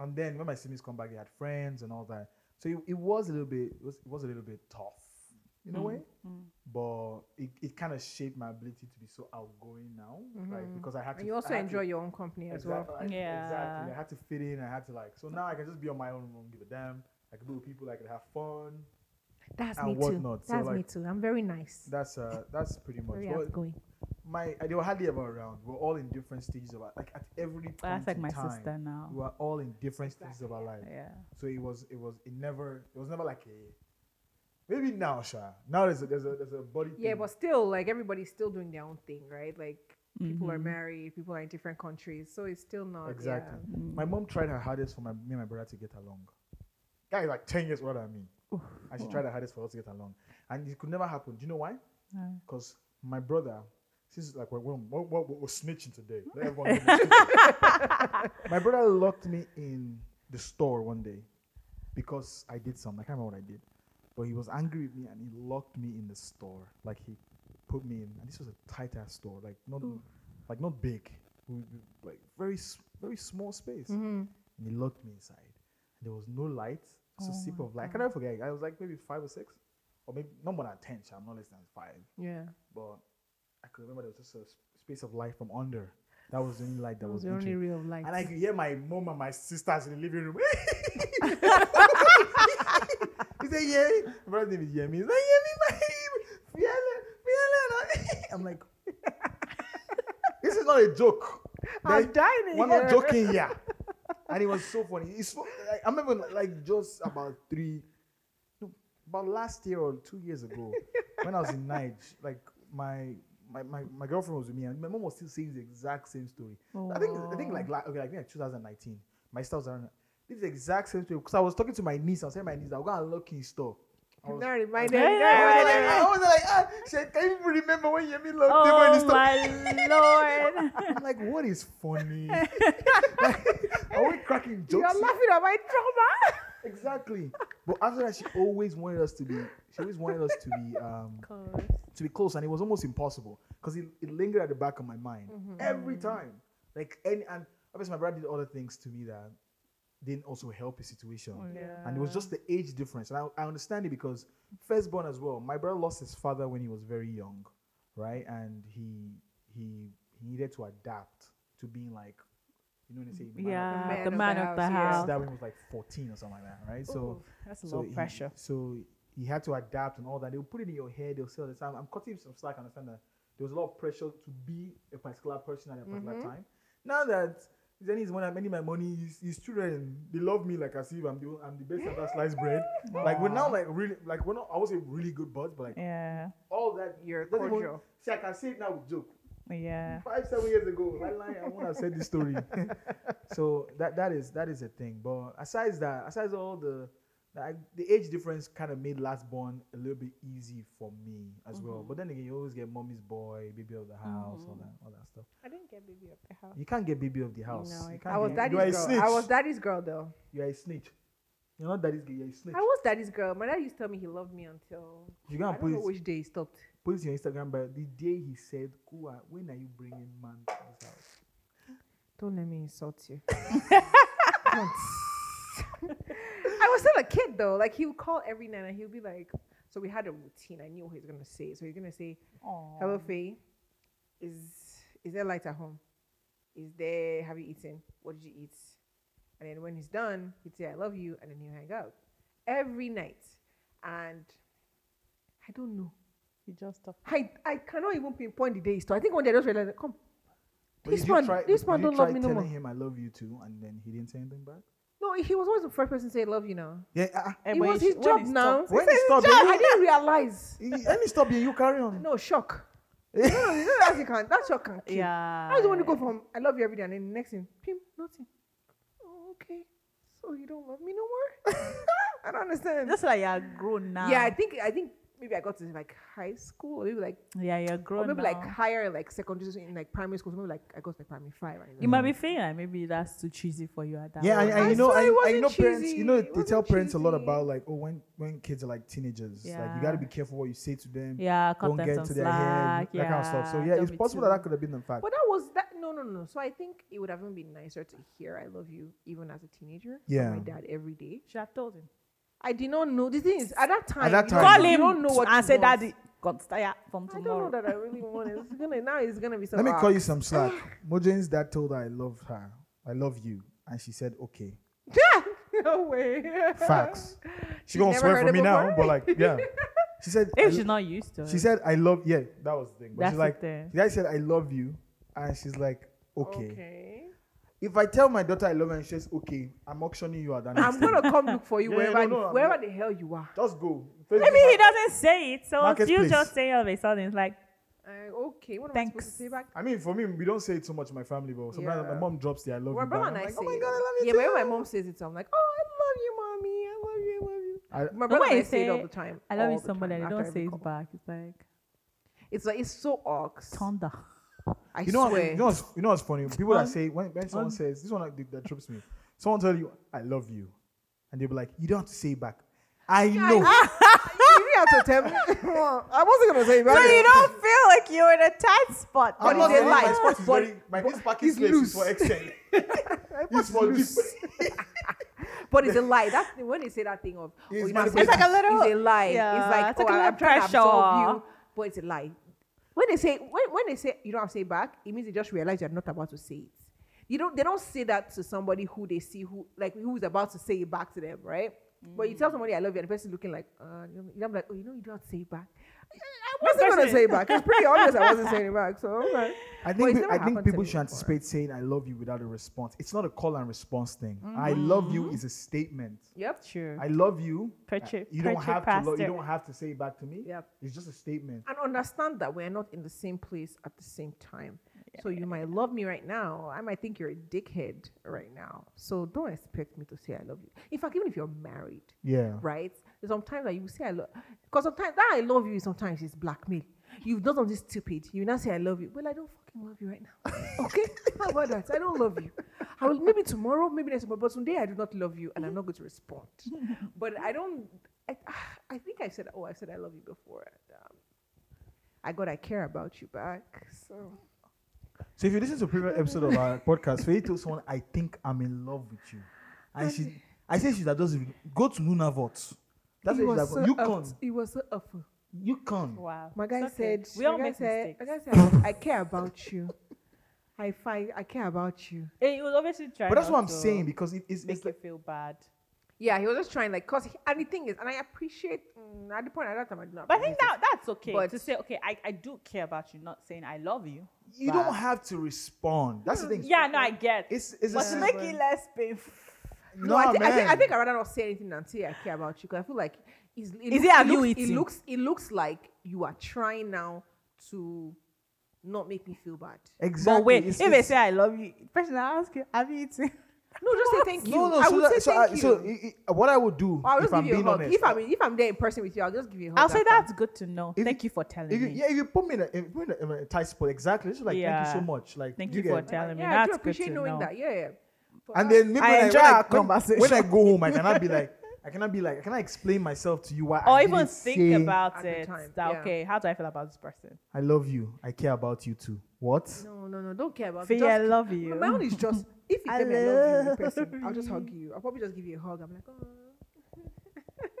Speaker 3: and then when my siblings come back, they had friends and all that. So it, it was a little bit it was, it was a little bit tough in
Speaker 1: Mm,
Speaker 3: a way, but it, it kind of shaped my ability to be so outgoing now, like because I had to.
Speaker 1: Mm-hmm. And you also
Speaker 3: I had to-
Speaker 1: enjoy your own company as well.
Speaker 3: Exactly, I- Exactly.
Speaker 2: Yeah.
Speaker 3: I had to fit in. I had to like. So now I can just be on my own. I don't give a damn. I can be with people. I can have fun.
Speaker 1: That's
Speaker 3: And
Speaker 1: me too.
Speaker 3: whatnot. So,
Speaker 1: That's me
Speaker 3: like-
Speaker 1: too. I'm very nice.
Speaker 3: That's uh. That's pretty much.
Speaker 1: Very
Speaker 3: But
Speaker 1: outgoing.
Speaker 3: my they were hardly ever around. We We're all in different stages of our like at every point
Speaker 2: That's like
Speaker 3: in
Speaker 2: my
Speaker 3: time.
Speaker 2: sister now.
Speaker 3: We were all in different stages of our life.
Speaker 2: Yeah.
Speaker 3: So it was it was it never it was never like a maybe now Sha. Now there's a there's a there's a body
Speaker 1: Yeah,
Speaker 3: thing.
Speaker 1: but still, like everybody's still doing their own thing, right? Like people are married, people are in different countries, so it's still not
Speaker 3: Mm-hmm. exactly.
Speaker 1: yeah.
Speaker 2: Mm.
Speaker 3: My mom tried her hardest for my me and my brother to get along. Guy is like ten years older than me. And she tried her hardest for us to get along. And it could never happen. Do you know why?
Speaker 2: No.
Speaker 3: Because my brother, since like we're, we're, we're, we're, we're snitching today. Let everyone know we're snitching. my brother locked me in the store one day because I did something. I can't remember what I did. But he was angry with me and he locked me in the store. Like he put me in. And this was a tight ass store. Like not like not big. We- we- Like very s- very small space.
Speaker 1: Mm-hmm.
Speaker 3: And he locked me inside. And there was no light. Just a
Speaker 1: Oh
Speaker 3: sip of light. I can never forget. I was like maybe five or six. Or maybe not more than ten, I'm not less than five
Speaker 1: Yeah.
Speaker 3: but I could remember there was just a s- space of light from under. That was the only light that
Speaker 1: That was
Speaker 3: was
Speaker 1: the only
Speaker 3: entering.
Speaker 1: real life.
Speaker 3: And I could hear my mom and my sisters in the living room. <laughs> he said, "Yeah, my brother's name is Yemi." He's like, "Yemi, my Fiele, Fiele." I'm like, <laughs> "This is not a joke.
Speaker 1: I'm
Speaker 3: Like,
Speaker 1: dying.
Speaker 3: We're not
Speaker 1: here.
Speaker 3: joking here." And it was so funny. It's so, like, I remember like just about three, no, about last year or two years ago, when I was in Nige, like my, my my my girlfriend was with me, and my mom was still saying the exact same story. I think I think like la- okay, like, I think like 2019, my sister was around. This is the exact same story because I was talking to my niece. I was telling my niece, "I'm gonna unlock in store." I was,
Speaker 1: Not reminded.
Speaker 2: Yeah,
Speaker 1: not
Speaker 3: I was
Speaker 1: reminded.
Speaker 3: like, I was like, ah, she said, can you remember when Yemi locked them
Speaker 2: Oh
Speaker 3: in the store?
Speaker 2: my
Speaker 3: <laughs>
Speaker 2: lord.
Speaker 3: I'm like, what is funny? Are we cracking jokes?
Speaker 1: You're
Speaker 3: here?
Speaker 1: laughing at my trauma.
Speaker 3: Exactly. But after that, she always wanted us to be. She always wanted us to be um, to be close, and it was almost impossible because it, it lingered at the back of my mind every time. Like any, and obviously my brother did other things to me that didn't also help his situation, and it was just the age difference. And I, I understand it because firstborn as well. My brother lost his father when he was very young, right? And he he he needed to adapt to being like, you know, when they say man of-
Speaker 2: Yeah,
Speaker 1: man
Speaker 2: the
Speaker 1: of
Speaker 2: man
Speaker 1: the
Speaker 2: of the
Speaker 1: house, yes.
Speaker 3: so
Speaker 2: house.
Speaker 3: that when he was like 14 or something like that, right? So
Speaker 2: That's a
Speaker 3: so
Speaker 2: lot of
Speaker 3: he-
Speaker 2: pressure.
Speaker 3: So he had to adapt and all that. They'll put it in your head. They'll say all the time. I'm cutting some slack. I understand that there was a lot of pressure to be a particular person at a particular
Speaker 1: Mm-hmm.
Speaker 3: time. Now that then he's one of many my money. His, his children they love me like as if I'm the o- I'm the best at that
Speaker 1: <laughs>
Speaker 3: sliced bread. Like we're now like really like we're not. I would say really good buds, but like
Speaker 2: Yeah.
Speaker 3: all that
Speaker 1: Eh, You're
Speaker 3: doesn't even-
Speaker 1: cordial.
Speaker 3: See, I can say it now with joke
Speaker 2: Yeah.
Speaker 3: five seven years ago. I lie, I wouldn't have said this
Speaker 1: <laughs>
Speaker 3: story. so that that is that is a thing. But aside that, aside all the like, the age difference kind of made last born a little bit easy for me as well.
Speaker 1: Mm-hmm.
Speaker 3: But then again, you always get mommy's boy, baby of the house, all that all that stuff.
Speaker 1: I didn't get baby up the house.
Speaker 3: You can't get baby of the house.
Speaker 2: No, I
Speaker 3: you can't
Speaker 1: I was
Speaker 3: get, you are a
Speaker 1: daddy's
Speaker 3: snitch.
Speaker 1: girl. I was daddy's girl though.
Speaker 3: you are a snitch. You're not daddy's girl. You're a snitch.
Speaker 1: I was daddy's girl. My dad used to tell me he loved me until
Speaker 3: you
Speaker 1: I don't
Speaker 3: can't put
Speaker 1: know
Speaker 3: it.
Speaker 1: which day he stopped.
Speaker 3: put this in your Instagram bio. The day he said, Kua, when are you bringing man to this house?
Speaker 1: Don't let me insult you. Don't. I was still a kid though. Like he would call every night and he would be like, so we had a routine. I knew what he was gonna say. So he's gonna say, Hello Faye, is is there light at home? Is there have you eaten? What did you eat? And then when he's done, he'd say, I love you, and then he'd hang out. Every night. And I don't know.
Speaker 2: You just stop.
Speaker 1: I, I cannot even pinpoint the day he started. I think one day I just realized, come,
Speaker 3: But
Speaker 1: This
Speaker 3: did you
Speaker 1: man-
Speaker 3: try-
Speaker 1: this
Speaker 3: did
Speaker 1: man
Speaker 3: you
Speaker 1: don't love
Speaker 3: try
Speaker 1: me no more.
Speaker 3: telling him I love you too, and then he didn't say anything back.
Speaker 1: No, he was always the first person to say love you now.
Speaker 3: Yeah, ah, ah.
Speaker 1: it was his job now.
Speaker 3: When he stop,
Speaker 1: Job, I
Speaker 3: being-
Speaker 1: didn't
Speaker 3: <laughs>
Speaker 1: realize.
Speaker 3: he- let me stop you. You carry on.
Speaker 1: No <laughs> shock. no, no, you know that you can. That shock can kill.
Speaker 2: Yeah.
Speaker 1: I just want to go from I love you every day and then the next thing, pim, nothing. Oh, okay. So you don't love me no more? <laughs> I don't understand.
Speaker 2: Just like you're grown now.
Speaker 1: Yeah, I think I think maybe I got to like high school or maybe like
Speaker 2: Yeah, you're
Speaker 1: or
Speaker 2: grown
Speaker 1: maybe
Speaker 2: now.
Speaker 1: like higher like secondary school in like primary school. So maybe like I got to like primary five. and
Speaker 2: you might be feeling like maybe that's too cheesy for you at that.
Speaker 3: <laughs> Yeah, and,
Speaker 2: moment.
Speaker 3: and
Speaker 1: I
Speaker 3: you know,
Speaker 1: swear it
Speaker 3: and, and you know,
Speaker 1: wasn't
Speaker 3: parents.
Speaker 1: cheesy.
Speaker 3: You know,
Speaker 1: It
Speaker 3: they tell
Speaker 1: wasn't
Speaker 3: parents a lot
Speaker 1: cheesy.
Speaker 3: about like, oh, when when kids are like teenagers, like you got to be careful what you say to them.
Speaker 2: yeah, cut
Speaker 3: Don't
Speaker 2: them
Speaker 3: get
Speaker 2: some
Speaker 3: into their
Speaker 2: slack.
Speaker 3: head,
Speaker 2: yeah,
Speaker 3: that kind of stuff. So yeah,
Speaker 2: don't
Speaker 3: it's
Speaker 2: be
Speaker 3: possible
Speaker 2: too-
Speaker 3: that that could have been the fact.
Speaker 1: But that was that. No, no, no. So I think it would have even been nicer to hear "I love you" even as a teenager. from
Speaker 3: Yeah.
Speaker 1: my dad every day.
Speaker 2: Should have told him.
Speaker 1: I did not know. The thing is, at that time,
Speaker 3: that
Speaker 1: you
Speaker 3: time-
Speaker 1: don't-
Speaker 2: Call
Speaker 1: you
Speaker 2: him
Speaker 1: don't know what
Speaker 2: and
Speaker 1: you
Speaker 2: say,
Speaker 1: want.
Speaker 2: "Daddy, got tired from
Speaker 1: I don't know
Speaker 2: tomorrow."
Speaker 1: that I really want it. It's gonna now. It's gonna be ah,
Speaker 3: Let
Speaker 1: something.
Speaker 3: me call you some slack. Mojen's dad told her I love her. I love you, and she said okay.
Speaker 1: <laughs> no way. <laughs>
Speaker 3: Facts. She
Speaker 1: You
Speaker 3: gonna
Speaker 1: never
Speaker 3: swear
Speaker 1: heard
Speaker 3: for
Speaker 1: it
Speaker 3: me now,
Speaker 1: before?
Speaker 3: but like yeah, she said. I
Speaker 2: If
Speaker 3: lo-
Speaker 2: she's not used to it.
Speaker 3: She said, "I love." Yeah, that was the thing. But
Speaker 2: That's
Speaker 3: she's
Speaker 2: the
Speaker 3: like,
Speaker 2: thing.
Speaker 3: the guy said, "I love you," and she's like, "Okay."
Speaker 1: okay.
Speaker 3: If I tell my daughter I love her, and she says, "Okay," I'm auctioning you at that. next
Speaker 1: I'm
Speaker 3: thing.
Speaker 1: gonna come look for you
Speaker 3: Yeah,
Speaker 1: wherever,
Speaker 3: no, no, I'm
Speaker 1: wherever
Speaker 3: not-
Speaker 1: the hell you are.
Speaker 3: <laughs> just go.
Speaker 2: Maybe he doesn't say it, so you
Speaker 3: Marketplace.
Speaker 2: just say all of a sudden, it's like,
Speaker 1: Uh, okay. What am I supposed to
Speaker 2: Thanks.
Speaker 1: say back?
Speaker 3: I mean, for me, we don't say it so much in my family, but sometimes
Speaker 1: Yeah.
Speaker 3: my mom drops the "I love
Speaker 1: My
Speaker 3: you." back.
Speaker 1: brother and
Speaker 3: I'm
Speaker 1: I
Speaker 3: like,
Speaker 1: say,
Speaker 3: "Oh my
Speaker 1: it.
Speaker 3: god, I love you
Speaker 1: yeah,
Speaker 3: too."
Speaker 1: whenever my mom says it, so I'm like, oh, I love you, mommy. I love you, I love you.
Speaker 3: I-
Speaker 1: My
Speaker 2: No,
Speaker 1: brother
Speaker 2: when
Speaker 1: and I
Speaker 2: you
Speaker 1: say it all
Speaker 2: say,
Speaker 1: the time.
Speaker 2: I love
Speaker 1: all
Speaker 2: you
Speaker 1: the
Speaker 2: so much,
Speaker 1: time
Speaker 2: and you
Speaker 1: after
Speaker 2: don't
Speaker 1: every
Speaker 2: say it
Speaker 1: call.
Speaker 2: back. It's like,
Speaker 1: It's like it's so ox.
Speaker 2: <laughs> thunder.
Speaker 1: I
Speaker 3: you know,
Speaker 1: swear.
Speaker 3: you know, what's, you know what's funny? People
Speaker 2: Um,
Speaker 3: that say when, when someone
Speaker 2: um.
Speaker 3: says this one like, that, that trips me. Someone tell you I love you, and they'll be like, "You don't have to say it back." I know.
Speaker 1: you didn't have to tell me. <laughs>
Speaker 3: <laughs>
Speaker 1: I wasn't gonna say it.
Speaker 2: So
Speaker 1: but-
Speaker 2: you don't feel like you're in a tight spot.
Speaker 1: I'm
Speaker 3: I'm
Speaker 1: but it's
Speaker 3: not
Speaker 1: a
Speaker 3: saying My
Speaker 1: lie.
Speaker 3: spot is
Speaker 1: But-
Speaker 3: <laughs> very, my this
Speaker 1: it's
Speaker 3: parking space is for
Speaker 1: loose. <laughs>
Speaker 3: Excel. It's for this.
Speaker 1: But it's a lie. That's the- when they say that thing of oh,
Speaker 3: It's
Speaker 1: you
Speaker 3: my
Speaker 1: know,
Speaker 3: place.
Speaker 2: It's like a little-
Speaker 1: It's a lie.
Speaker 2: yeah,
Speaker 1: it's like
Speaker 2: it's like
Speaker 1: oh,
Speaker 2: a
Speaker 1: I-
Speaker 2: little
Speaker 1: I'm trying to absolve you,
Speaker 2: pressure.
Speaker 1: but it's a lie. When they say when, when they say you don't have to say it back, it means they just realize you're not about to say it. You don't. They don't say that to somebody who they see who like who is about to say it back to them, right? But
Speaker 2: Mm.
Speaker 1: you tell somebody I love you, and the person looking like uh, you know, you know, I'm like oh, you know, you don't have to say it back. I wasn't gonna
Speaker 2: person-
Speaker 1: say it back. It's pretty obvious I wasn't saying it back. So
Speaker 2: <laughs>
Speaker 1: okay.
Speaker 3: I
Speaker 1: But
Speaker 3: think
Speaker 1: it's
Speaker 3: we-
Speaker 1: never
Speaker 3: I think
Speaker 1: happened to
Speaker 3: people
Speaker 1: me
Speaker 3: should
Speaker 1: before.
Speaker 3: anticipate saying "I love you" without a response. It's not a call and response thing. "I
Speaker 1: Mm-hmm.
Speaker 3: love you" is a statement.
Speaker 1: Yep.
Speaker 2: True.
Speaker 3: I love you.
Speaker 2: Preacher-
Speaker 3: you don't
Speaker 2: preacher
Speaker 3: have to. Lo-
Speaker 2: pastor.
Speaker 3: you don't have to say it back to me.
Speaker 1: Yep.
Speaker 3: It's just a statement.
Speaker 1: and understand that we're not in the same place at the same time. so you might love me right now. I might think you're a dickhead right now. So don't expect me to say I love you. In fact, even if you're married,
Speaker 3: Yeah.
Speaker 1: right? Sometimes that you say I love, because sometimes that I love you sometimes is blackmail. You've done something stupid. You now say I love you. Well, I don't fucking love you right now.
Speaker 2: <laughs>
Speaker 1: Okay, how about that? I don't love you. I will maybe tomorrow, maybe next month, but today I do not love you, and I'm not going to
Speaker 2: <laughs>
Speaker 1: respond. But I don't. I, <sighs> I think I said, oh, I said I love you before. And, um, I got I care about you back. So
Speaker 3: So if you listen to previous episode
Speaker 1: <laughs>
Speaker 3: of our podcast, Faye told someone, "I think I'm in love with you," and she, I say she's that does go to Nunavut. That's
Speaker 1: he
Speaker 3: what
Speaker 1: was
Speaker 3: she's
Speaker 1: so
Speaker 3: like. You
Speaker 1: up-
Speaker 3: can't.
Speaker 1: He was so awful.
Speaker 3: You can't.
Speaker 2: Wow.
Speaker 1: My guy
Speaker 2: It's okay.
Speaker 1: said,
Speaker 2: we all
Speaker 1: my guy
Speaker 2: make
Speaker 1: said,
Speaker 2: mistakes.
Speaker 1: my guy said, I care about
Speaker 2: <laughs>
Speaker 1: you. I fight. I care about you.
Speaker 2: Eh, you would obviously try.
Speaker 3: But that's what
Speaker 2: not
Speaker 3: I'm
Speaker 2: to
Speaker 3: saying because it, it's,
Speaker 2: Make
Speaker 3: it's
Speaker 2: you
Speaker 3: like,
Speaker 2: feel bad.
Speaker 1: Yeah, he was just trying like cause he, and the thing is, and I appreciate mm, at the point at that time I did not.
Speaker 2: But I think
Speaker 1: appreciate
Speaker 2: that that's okay
Speaker 1: But-
Speaker 2: to say. Okay, I, I do care about you. Not saying I love you.
Speaker 3: you don't have to respond. That's the thing.
Speaker 2: Yeah, no, I get.
Speaker 3: It's it's
Speaker 2: but
Speaker 3: a
Speaker 2: to
Speaker 3: sim-
Speaker 2: make it less painful.
Speaker 1: it. no, I, thi- I think I
Speaker 3: man.
Speaker 1: think I rather not say anything than say I care about you because I feel like it's, it,
Speaker 2: Is
Speaker 1: looks,
Speaker 2: it have
Speaker 1: it,
Speaker 2: you
Speaker 1: looks, it
Speaker 2: eaten?
Speaker 1: looks it looks like you are trying now to not make me feel bad.
Speaker 3: exactly.
Speaker 2: But wait,
Speaker 3: it's-
Speaker 2: if they
Speaker 3: it's-
Speaker 2: say I love you, person I ask you, have you eaten?
Speaker 1: No, just say thank you.
Speaker 3: no, no,
Speaker 1: I
Speaker 3: so,
Speaker 1: would
Speaker 3: that-
Speaker 1: say
Speaker 3: so,
Speaker 1: thank
Speaker 3: I-
Speaker 1: you.
Speaker 3: so i- i- what I would do
Speaker 1: I'll
Speaker 3: if
Speaker 1: just
Speaker 3: I'm
Speaker 1: give you a
Speaker 3: being
Speaker 1: hug.
Speaker 3: honest,
Speaker 1: If I'm if I'm there in person with you, I'll just give you a hug.
Speaker 2: I'll say
Speaker 1: after.
Speaker 2: that's good to know.
Speaker 3: If
Speaker 2: Thank
Speaker 3: you-
Speaker 2: you for telling
Speaker 3: if you,
Speaker 2: me.
Speaker 3: yeah, if you put me in a, if you put me in a, in a tight spot, exactly. Just like thank
Speaker 2: Yeah.
Speaker 3: you so much. Like
Speaker 2: Thank
Speaker 3: you
Speaker 2: you for
Speaker 3: get-
Speaker 2: telling me.
Speaker 1: yeah, I
Speaker 2: That's
Speaker 1: do
Speaker 2: good
Speaker 1: appreciate
Speaker 2: to
Speaker 1: knowing
Speaker 2: know.
Speaker 1: that. Yeah, yeah. But
Speaker 3: And
Speaker 1: I-
Speaker 3: then maybe
Speaker 2: I
Speaker 3: when
Speaker 2: enjoy
Speaker 3: when
Speaker 2: our
Speaker 3: when-
Speaker 2: conversation. <laughs>
Speaker 3: When I go home, I cannot be like, I cannot be like I cannot explain myself to you why
Speaker 2: or
Speaker 3: I
Speaker 2: even
Speaker 3: didn't
Speaker 2: think
Speaker 3: say,
Speaker 1: At
Speaker 2: about
Speaker 1: the
Speaker 2: it.
Speaker 1: time,
Speaker 2: That
Speaker 1: yeah.
Speaker 2: okay, how do I feel about this person?
Speaker 3: I love you. I care about you too. What?
Speaker 1: No, no, no. Don't care about
Speaker 2: Faye,
Speaker 1: just
Speaker 2: I love
Speaker 1: No, <laughs>
Speaker 2: you.
Speaker 1: My own is just if you
Speaker 2: I
Speaker 1: tell me I love you in
Speaker 2: love
Speaker 1: person, I'll just hug you. I'll probably just give you a hug. I'm like, oh.
Speaker 2: <laughs>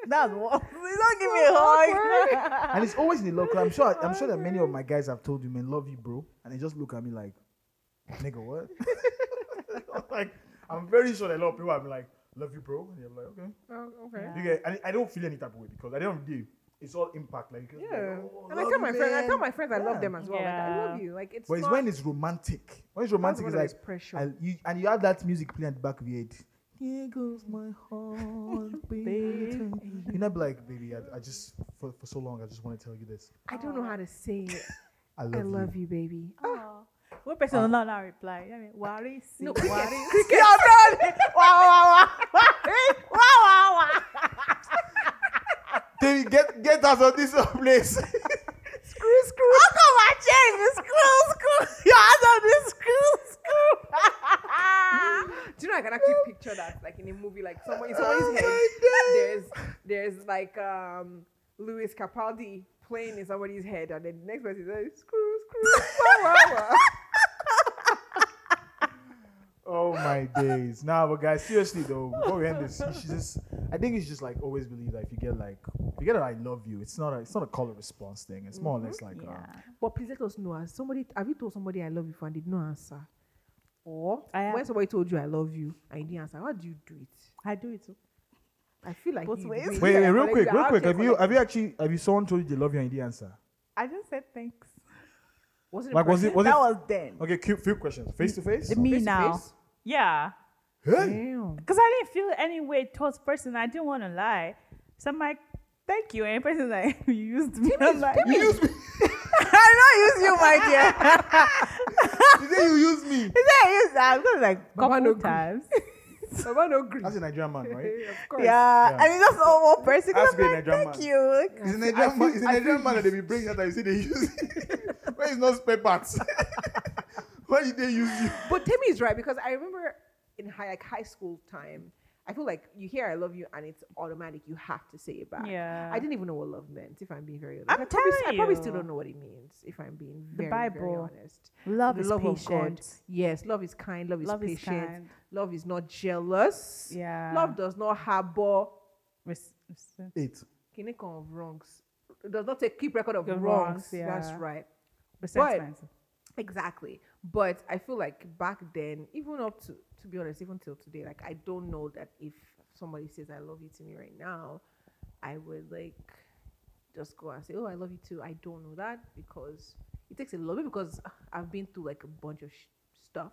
Speaker 2: That's what. <laughs> You don't give me a
Speaker 1: So <laughs>
Speaker 2: <laughs> hug.
Speaker 3: And it's always in the local. I'm sure. I'm sure that many of my guys have told you, "Man, love you, bro," and they just look at me like, "Nigga, what?" <laughs> like, I'm very sure that a lot of people have been like, "Love you, bro," and I'm like, "Okay."
Speaker 1: oh okay.
Speaker 2: Yeah.
Speaker 3: You get, I, I don't feel any type of way because I don't do. It's all impact. Like, you
Speaker 1: Yeah.
Speaker 3: can be like, "Oh,
Speaker 1: and I tell
Speaker 3: love you,
Speaker 1: my friends, I tell
Speaker 3: man."
Speaker 1: my friends I
Speaker 3: Yeah.
Speaker 1: love them as well. Like I
Speaker 2: Yeah.
Speaker 1: love you. Like it's.
Speaker 3: But it's
Speaker 1: not,
Speaker 3: when it's romantic. When it's romantic,
Speaker 1: when
Speaker 3: it's
Speaker 1: there's
Speaker 3: like
Speaker 1: pressure.
Speaker 3: I, you, and you have that music playing at the back of your head. Here goes my
Speaker 1: <laughs>
Speaker 3: heart, baby. You're not be like, baby. I, I just for, for so long, I just want to tell you this.
Speaker 1: I don't know how to say it.
Speaker 3: I love,
Speaker 1: I love
Speaker 3: you.
Speaker 1: you, baby.
Speaker 2: Aw. What person will not now reply? I mean, Wari, see,
Speaker 1: Oh. No,
Speaker 2: Wari,
Speaker 1: cricket,
Speaker 2: see. <laughs> You're telling me. Wow, wow, wow, <laughs> Wari, wow, wow, wow.
Speaker 3: Baby, get get us on this <laughs> place.
Speaker 2: Screw, screw. How come I change? Screw, <laughs> screw. Your hands on this screw, screw.
Speaker 1: Do you know I can actually picture that, like in a movie, like someone in someone's
Speaker 3: Oh my
Speaker 1: head.
Speaker 3: days.
Speaker 1: There's there's like um Louis Capaldi playing in somebody's head, and then the next person is like, screw, screw, wah, wah, wah.
Speaker 2: <laughs>
Speaker 3: oh my days. Nah, but guys, seriously though, before we end this, you should just. I think you should just like always believe that if you get like, if you get a I love you. It's not a, it's not a call and response thing. It's more or less like, uh,
Speaker 2: Mm-hmm. yeah.
Speaker 1: But please let us know. Has somebody have you told somebody I love you and did not answer? Or
Speaker 2: I have.
Speaker 1: when somebody told you I love you and you didn't answer, how do you do it?
Speaker 2: I do it too.
Speaker 1: I feel like
Speaker 2: Both
Speaker 1: you
Speaker 2: ways.
Speaker 1: do it.
Speaker 3: Wait,
Speaker 1: Yeah,
Speaker 3: wait, real
Speaker 1: like,
Speaker 3: quick,
Speaker 1: yeah,
Speaker 3: real
Speaker 1: how
Speaker 3: quick.
Speaker 1: do
Speaker 3: Have you uh,
Speaker 1: connect?
Speaker 3: have you actually have you someone told you they love you and you didn't answer?
Speaker 2: I just said thanks.
Speaker 1: was it
Speaker 3: Like was it was it
Speaker 2: that was then.
Speaker 3: okay? Few, few questions, face to face.
Speaker 2: The me
Speaker 1: face to
Speaker 2: now.
Speaker 1: face?
Speaker 2: Yeah.
Speaker 3: Hey,
Speaker 1: Damn.
Speaker 2: Because I didn't feel any way towards person. I didn't want to lie. So I'm like, thank you. Any person that <laughs> you used me. I'm like,
Speaker 3: you use me.
Speaker 2: <laughs> I don't use you, my dear. <laughs>
Speaker 3: You say you use me.
Speaker 2: Is that you? I've got like
Speaker 1: Mama
Speaker 2: couple
Speaker 1: no good.
Speaker 2: times.
Speaker 1: Someone no agree.
Speaker 3: That's a Nigerian man,
Speaker 1: <laughs>
Speaker 3: right?
Speaker 1: Hey, of course.
Speaker 2: Yeah. And it's just all one person. 'cause
Speaker 3: Has to
Speaker 2: I'm
Speaker 3: be a
Speaker 2: like,
Speaker 3: Nigerian
Speaker 2: thank
Speaker 3: man.
Speaker 2: you.
Speaker 3: It's a Nigerian man. It's a Nigerian man that they be bringing out that you say they use. <laughs> Where is no spare parts? <laughs> Why did they use you?
Speaker 1: But Timmy is right because I remember in high like high school time, I feel like you hear I love you and it's automatic. You have to say it back.
Speaker 2: Yeah.
Speaker 1: I didn't even know what love meant, if I'm being very honest.
Speaker 2: I'm
Speaker 1: I probably,
Speaker 2: telling
Speaker 1: I probably still
Speaker 2: you.
Speaker 1: don't know what it means, if I'm being
Speaker 2: The
Speaker 1: very, very
Speaker 2: Bible.
Speaker 1: honest.
Speaker 2: Love
Speaker 1: the
Speaker 2: is
Speaker 1: love of God.
Speaker 2: patient.
Speaker 1: Yes, love is kind, love is
Speaker 2: Love is
Speaker 1: patient.
Speaker 2: kind.
Speaker 1: Love is not jealous.
Speaker 2: Yeah.
Speaker 1: Love does not harbor
Speaker 2: Res- res-
Speaker 3: Eight.
Speaker 1: kinetic of wrongs. It does not take keep record of
Speaker 2: The
Speaker 1: wrongs.
Speaker 2: wrongs,
Speaker 1: That's
Speaker 2: yeah.
Speaker 1: right.
Speaker 2: resentment.
Speaker 1: Exactly. But I feel like back then, even up to to be honest, even till today, like I don't know that if somebody says I love you to me right now, I would like just go and say, Oh, I love you too. I don't know that because it takes a little bit because I've been through like a bunch of sh- stuff.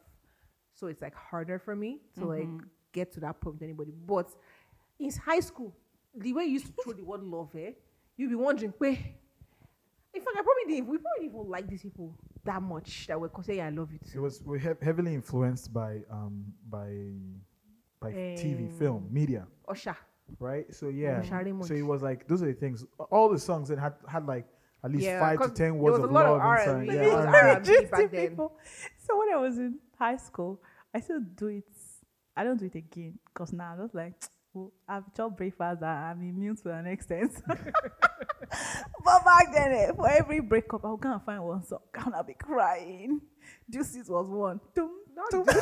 Speaker 1: So it's like harder for me to
Speaker 2: Mm-hmm.
Speaker 1: like get to that point with anybody. But in high school, the way you used to throw the word love, eh? You'd be wondering, wait, in fact, I probably didn't. We probably didn't even like these people that much that were saying "I love you
Speaker 3: It
Speaker 1: too."
Speaker 3: was we he- heavily influenced by um by by TV,
Speaker 1: Um,
Speaker 3: film, media,
Speaker 1: Osha,
Speaker 3: right? So
Speaker 1: Mm-hmm.
Speaker 3: yeah.
Speaker 1: Sharimuch.
Speaker 3: So it was like those are the things. All the songs that had had like at least
Speaker 1: Yeah,
Speaker 3: five to
Speaker 1: 'cause
Speaker 3: ten
Speaker 1: there
Speaker 3: words
Speaker 1: was
Speaker 3: of
Speaker 1: a lot
Speaker 3: love
Speaker 1: of
Speaker 2: <laughs>
Speaker 3: inside.
Speaker 1: R&B.
Speaker 3: Yeah,
Speaker 1: It
Speaker 3: <laughs>
Speaker 1: was
Speaker 3: R&B.
Speaker 1: R&B.
Speaker 2: Very juicy
Speaker 1: back then.
Speaker 2: people. <laughs> So when I was in high school, I still do it. I don't do it again because now I'm just like, "Oh, I've chopped breakfast. and I'm immune to an extent. <laughs> but back then, eh, for every breakup, I'll go and find one song. and I'll be crying. Juices was one. Dum, dum, <laughs> dum.
Speaker 1: I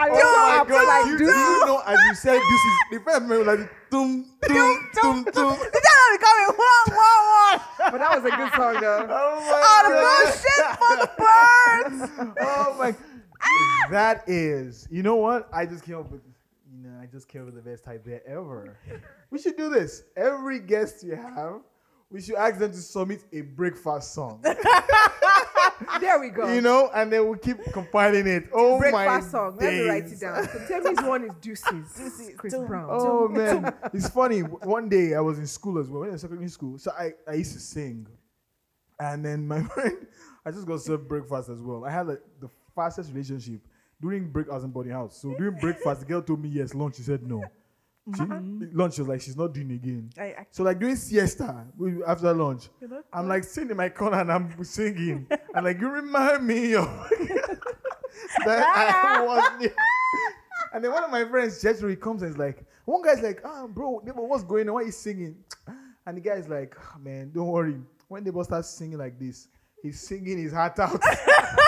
Speaker 3: Oh my
Speaker 1: know,
Speaker 3: god!
Speaker 1: I'm
Speaker 3: you,
Speaker 1: like,
Speaker 3: do you know as you said this is the first
Speaker 1: <laughs>
Speaker 3: memory like tum tum tum tum.
Speaker 2: The time I'm coming, one, one, one. <laughs>
Speaker 1: but that was a good song though.
Speaker 3: Oh
Speaker 2: Oh, the bullshit for the birds.
Speaker 3: my god! Oh
Speaker 1: <laughs>
Speaker 3: my!
Speaker 1: Ah!
Speaker 3: That is. You know what? I just came up with. You know, I just came up with the best idea ever. We should do this. Every guest we have, we should ask them to submit a breakfast
Speaker 1: <laughs>
Speaker 3: song.
Speaker 1: Oh There we go.
Speaker 3: <laughs> You know, and then we'll keep compiling it. Oh my
Speaker 1: breakfast song. Let me write
Speaker 3: days.
Speaker 1: it down. So tell me, one
Speaker 3: <laughs>
Speaker 1: is Deuces.
Speaker 2: Deuces,
Speaker 1: Chris
Speaker 2: dum,
Speaker 1: Brown.
Speaker 3: Oh man, it's funny. W- One day I was in school as well, when I was in secondary school. So I, I used to sing, and then my <laughs> friend, I just got served breakfast as well. I had like the fastest relationship during break. I was in boarding house, so during breakfast, the girl told me yes. Lunch, she said no. She, lunch, she was like, she's not doing again.
Speaker 2: I actually
Speaker 3: So like during siesta we- after lunch, I'm like sitting in my corner and I'm singing. I'm like, you remind me of that I was. new." And then one of my friends, Jethro, he comes and is like, One guy's like, ah, bro, neighbor, what's going on? Why are you singing? And the guy's like, "Ah, man, don't worry. When neighbor starts singing like this, he's singing his heart out.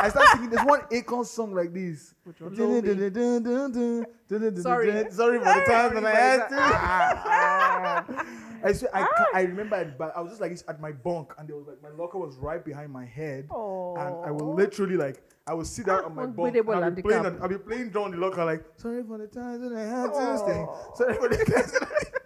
Speaker 3: I start singing. There's one Akon song like this.
Speaker 1: one?
Speaker 3: Dun, dun, dun, dun, dun, dun, dun, dun, dun,
Speaker 1: Sorry.
Speaker 3: dun. sorry for the time that I
Speaker 1: Sorry
Speaker 3: had
Speaker 1: for
Speaker 3: to. Ah, ah. I, swear, I, ca- I remember I, but I was just like this at my bunk, and there was like my locker was right behind my head,
Speaker 2: oh.
Speaker 3: and I
Speaker 2: Aw.
Speaker 3: will literally like I will sit down
Speaker 1: Ah,
Speaker 3: on my
Speaker 1: one
Speaker 3: bunk.
Speaker 1: breathable
Speaker 3: And I'll, be
Speaker 1: handicap.
Speaker 3: playing, on- I'll be playing down the locker like sorry for the time that I had to stay. Sorry for the time that I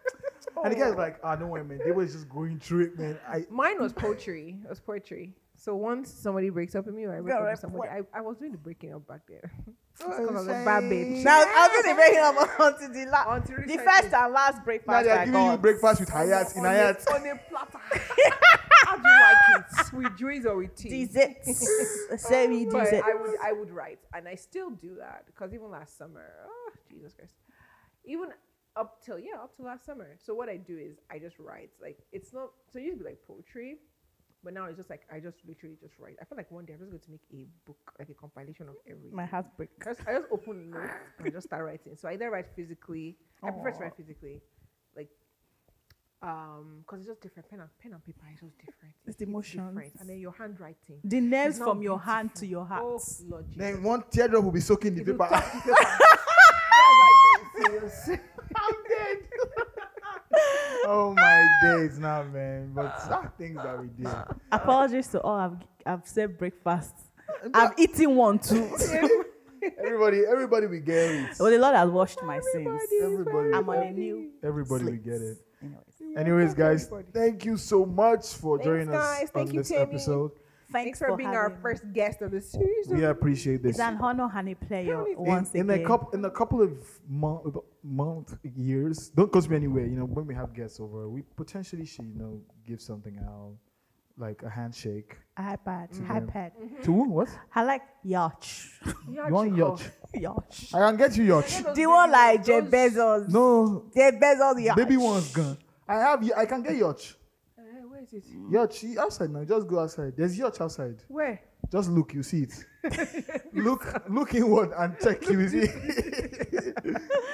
Speaker 3: and the guy's like, ah, no way, man. They was just going through it, man. I
Speaker 1: Mine was poetry. It was poetry. So once somebody breaks up with me or I break up
Speaker 2: Girl,
Speaker 1: with somebody, I, I was doing the breaking up back there. Because I was a
Speaker 3: Sunshine.
Speaker 1: bad bitch.
Speaker 2: Now I've been breaking <laughs> up until the last,
Speaker 1: Until
Speaker 2: the
Speaker 1: recently.
Speaker 2: first and last
Speaker 3: Now
Speaker 2: breakfast
Speaker 3: they are
Speaker 2: I
Speaker 3: giving you
Speaker 2: got. <laughs>
Speaker 3: breakfast with
Speaker 1: <laughs>
Speaker 3: Hayat
Speaker 1: <laughs>
Speaker 3: in
Speaker 1: on a-
Speaker 3: Hayat.
Speaker 1: on a platter. <laughs> How do you like it? With drinks or with tea? <laughs>
Speaker 2: Desserts. Say we
Speaker 1: but
Speaker 2: dessert.
Speaker 1: I would I would write, and I still do that because even last summer, oh Jesus Christ, even up till yeah up till last summer. So what I do is I just write like it's not so it used to be like poetry, but now it's just like I just literally just write. I feel like one day I'm just going to make a book like a compilation of everything.
Speaker 2: My heart break.
Speaker 1: I just, I just open notes and just start writing. So I either write physically. I prefer to
Speaker 2: Aw.
Speaker 1: write physically, like, um, because it's just different. Pen and pen and paper is just different.
Speaker 2: It's the emotions.
Speaker 1: different. and then your handwriting.
Speaker 2: The nerves
Speaker 1: It's not
Speaker 2: from your hand to
Speaker 1: beautiful.
Speaker 2: your heart.
Speaker 1: Oh, Lord Jesus.
Speaker 3: <laughs> Then one teardrop will be soaking the
Speaker 1: It will
Speaker 3: paper. <laughs>
Speaker 1: touch the paper. That's how you feel.
Speaker 3: I'm dead. oh my days, nah, man. But that things that we did.
Speaker 2: <laughs> Apologies to all. I've, I've said breakfast. I've eaten
Speaker 1: <laughs>
Speaker 2: one too.
Speaker 3: Everybody, everybody, we get it.
Speaker 2: <laughs> well, the Lord has washed my sins.
Speaker 1: Everybody is
Speaker 3: Everybody.
Speaker 2: I'm on a
Speaker 1: worthy.
Speaker 2: new
Speaker 3: Everybody, we get it.
Speaker 2: Anyways.
Speaker 3: Anyways, guys,
Speaker 1: Everybody.
Speaker 3: thank you so much for
Speaker 1: Thanks,
Speaker 3: joining us
Speaker 1: guys. Thank
Speaker 3: on
Speaker 1: you,
Speaker 3: this
Speaker 1: Timmy.
Speaker 3: episode.
Speaker 1: Thanks for being our
Speaker 2: having me.
Speaker 1: first guest of the series.
Speaker 3: We appreciate this.
Speaker 2: It's an honor and a pleasure
Speaker 1: Tell me-
Speaker 3: In-
Speaker 2: once
Speaker 3: in,
Speaker 2: again.
Speaker 3: a couple in a couple of month month years don't cost me anywhere you know when we have guests over we potentially should you know give something out like a handshake
Speaker 2: iPad,
Speaker 1: Mm-hmm.
Speaker 3: them.
Speaker 2: iPad.
Speaker 3: to who what
Speaker 2: I like yacht. <laughs>
Speaker 1: Yacht
Speaker 3: you want
Speaker 1: Chico.
Speaker 3: yacht
Speaker 2: yacht.
Speaker 3: i can get you yacht
Speaker 2: Do you want like Jeff
Speaker 1: Those-
Speaker 2: Bezos?
Speaker 3: no
Speaker 2: Jeff Bezos yacht.
Speaker 3: baby one's gone i have y- i can get yacht
Speaker 1: Uh, where is it?
Speaker 3: yacht you outside now just go outside there's yacht outside
Speaker 1: Where?
Speaker 3: just look you see it look look inward and check you see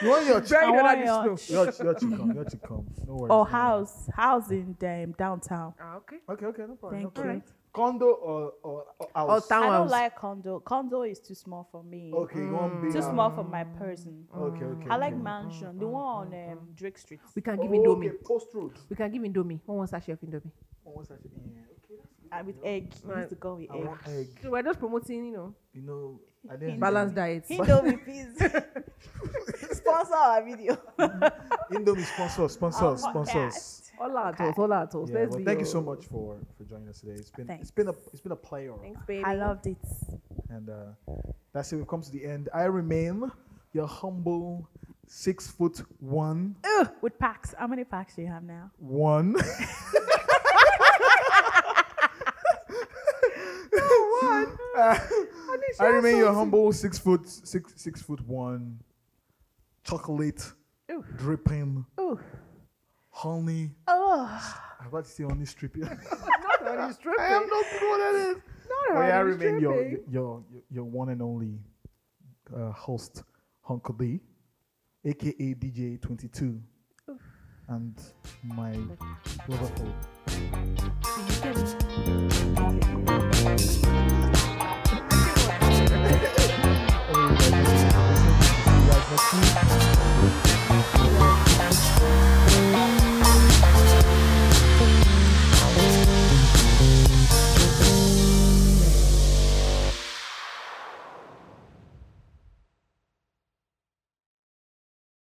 Speaker 3: you want yacht
Speaker 1: Buried
Speaker 2: I
Speaker 1: under
Speaker 2: want
Speaker 1: the
Speaker 2: yacht.
Speaker 1: snow.
Speaker 3: yacht yacht you come yacht you come
Speaker 2: Or
Speaker 3: no worries no worries.
Speaker 2: Oh, house, house in um, downtown.
Speaker 1: Ah, okay.
Speaker 3: Okay, okay, no problem.
Speaker 2: Thank
Speaker 3: no
Speaker 2: you.
Speaker 3: problem. Condo or, or, or house?
Speaker 1: Town
Speaker 2: I don't
Speaker 1: house.
Speaker 2: like condo. Condo is too small for me.
Speaker 3: okay, you want big
Speaker 2: Too
Speaker 3: house.
Speaker 2: small Mm. for my person.
Speaker 3: Okay, okay.
Speaker 2: I like
Speaker 3: okay.
Speaker 2: mansion. The one on um, Drake Street.
Speaker 1: We can
Speaker 3: Oh,
Speaker 1: give Indomie.
Speaker 3: okay, post road.
Speaker 1: We can give Indomie. One wants sachet of Indomie.
Speaker 3: Oh, what's that? Yeah, okay, that's good.
Speaker 2: And uh, with egg. You
Speaker 1: Right.
Speaker 2: need to go with
Speaker 3: I
Speaker 2: egg.
Speaker 3: want egg.
Speaker 1: So we're just promoting, you know,
Speaker 3: You know, I didn't
Speaker 1: balanced diets.
Speaker 2: Indomie,
Speaker 3: <laughs>
Speaker 2: please. Sponsor our video.
Speaker 3: Indomie sponsor, sponsor,
Speaker 2: Our
Speaker 3: sponsors.
Speaker 2: podcast.
Speaker 1: All our toes, all our toes.
Speaker 3: Yeah,
Speaker 1: Let's
Speaker 3: well,
Speaker 1: be
Speaker 3: thank you
Speaker 1: your-
Speaker 3: so much for for joining us today. It's been
Speaker 2: Thanks.
Speaker 3: it's been a it's been a pleasure.
Speaker 1: Thanks, baby.
Speaker 2: I loved it.
Speaker 3: And uh, that's it. We've come to the end. I remain your humble six foot one
Speaker 2: Ugh, with packs. How many packs do you have now?
Speaker 3: one. <laughs> <laughs> I remain your humble six foot six six foot one, chocolate
Speaker 1: Ooh.
Speaker 3: dripping,
Speaker 2: Ooh.
Speaker 3: honey.
Speaker 2: Oh,
Speaker 3: I was about to say honey stripping.
Speaker 1: Not honey stripping.
Speaker 3: I am not sure what that is.
Speaker 1: Not
Speaker 3: But yeah, I
Speaker 1: honey
Speaker 3: remain your your
Speaker 1: stripping.
Speaker 3: your, your one and only uh, host, Hunker D, aka DJ Twenty Two, and my brotherhood. <laughs>
Speaker 1: Can you get it?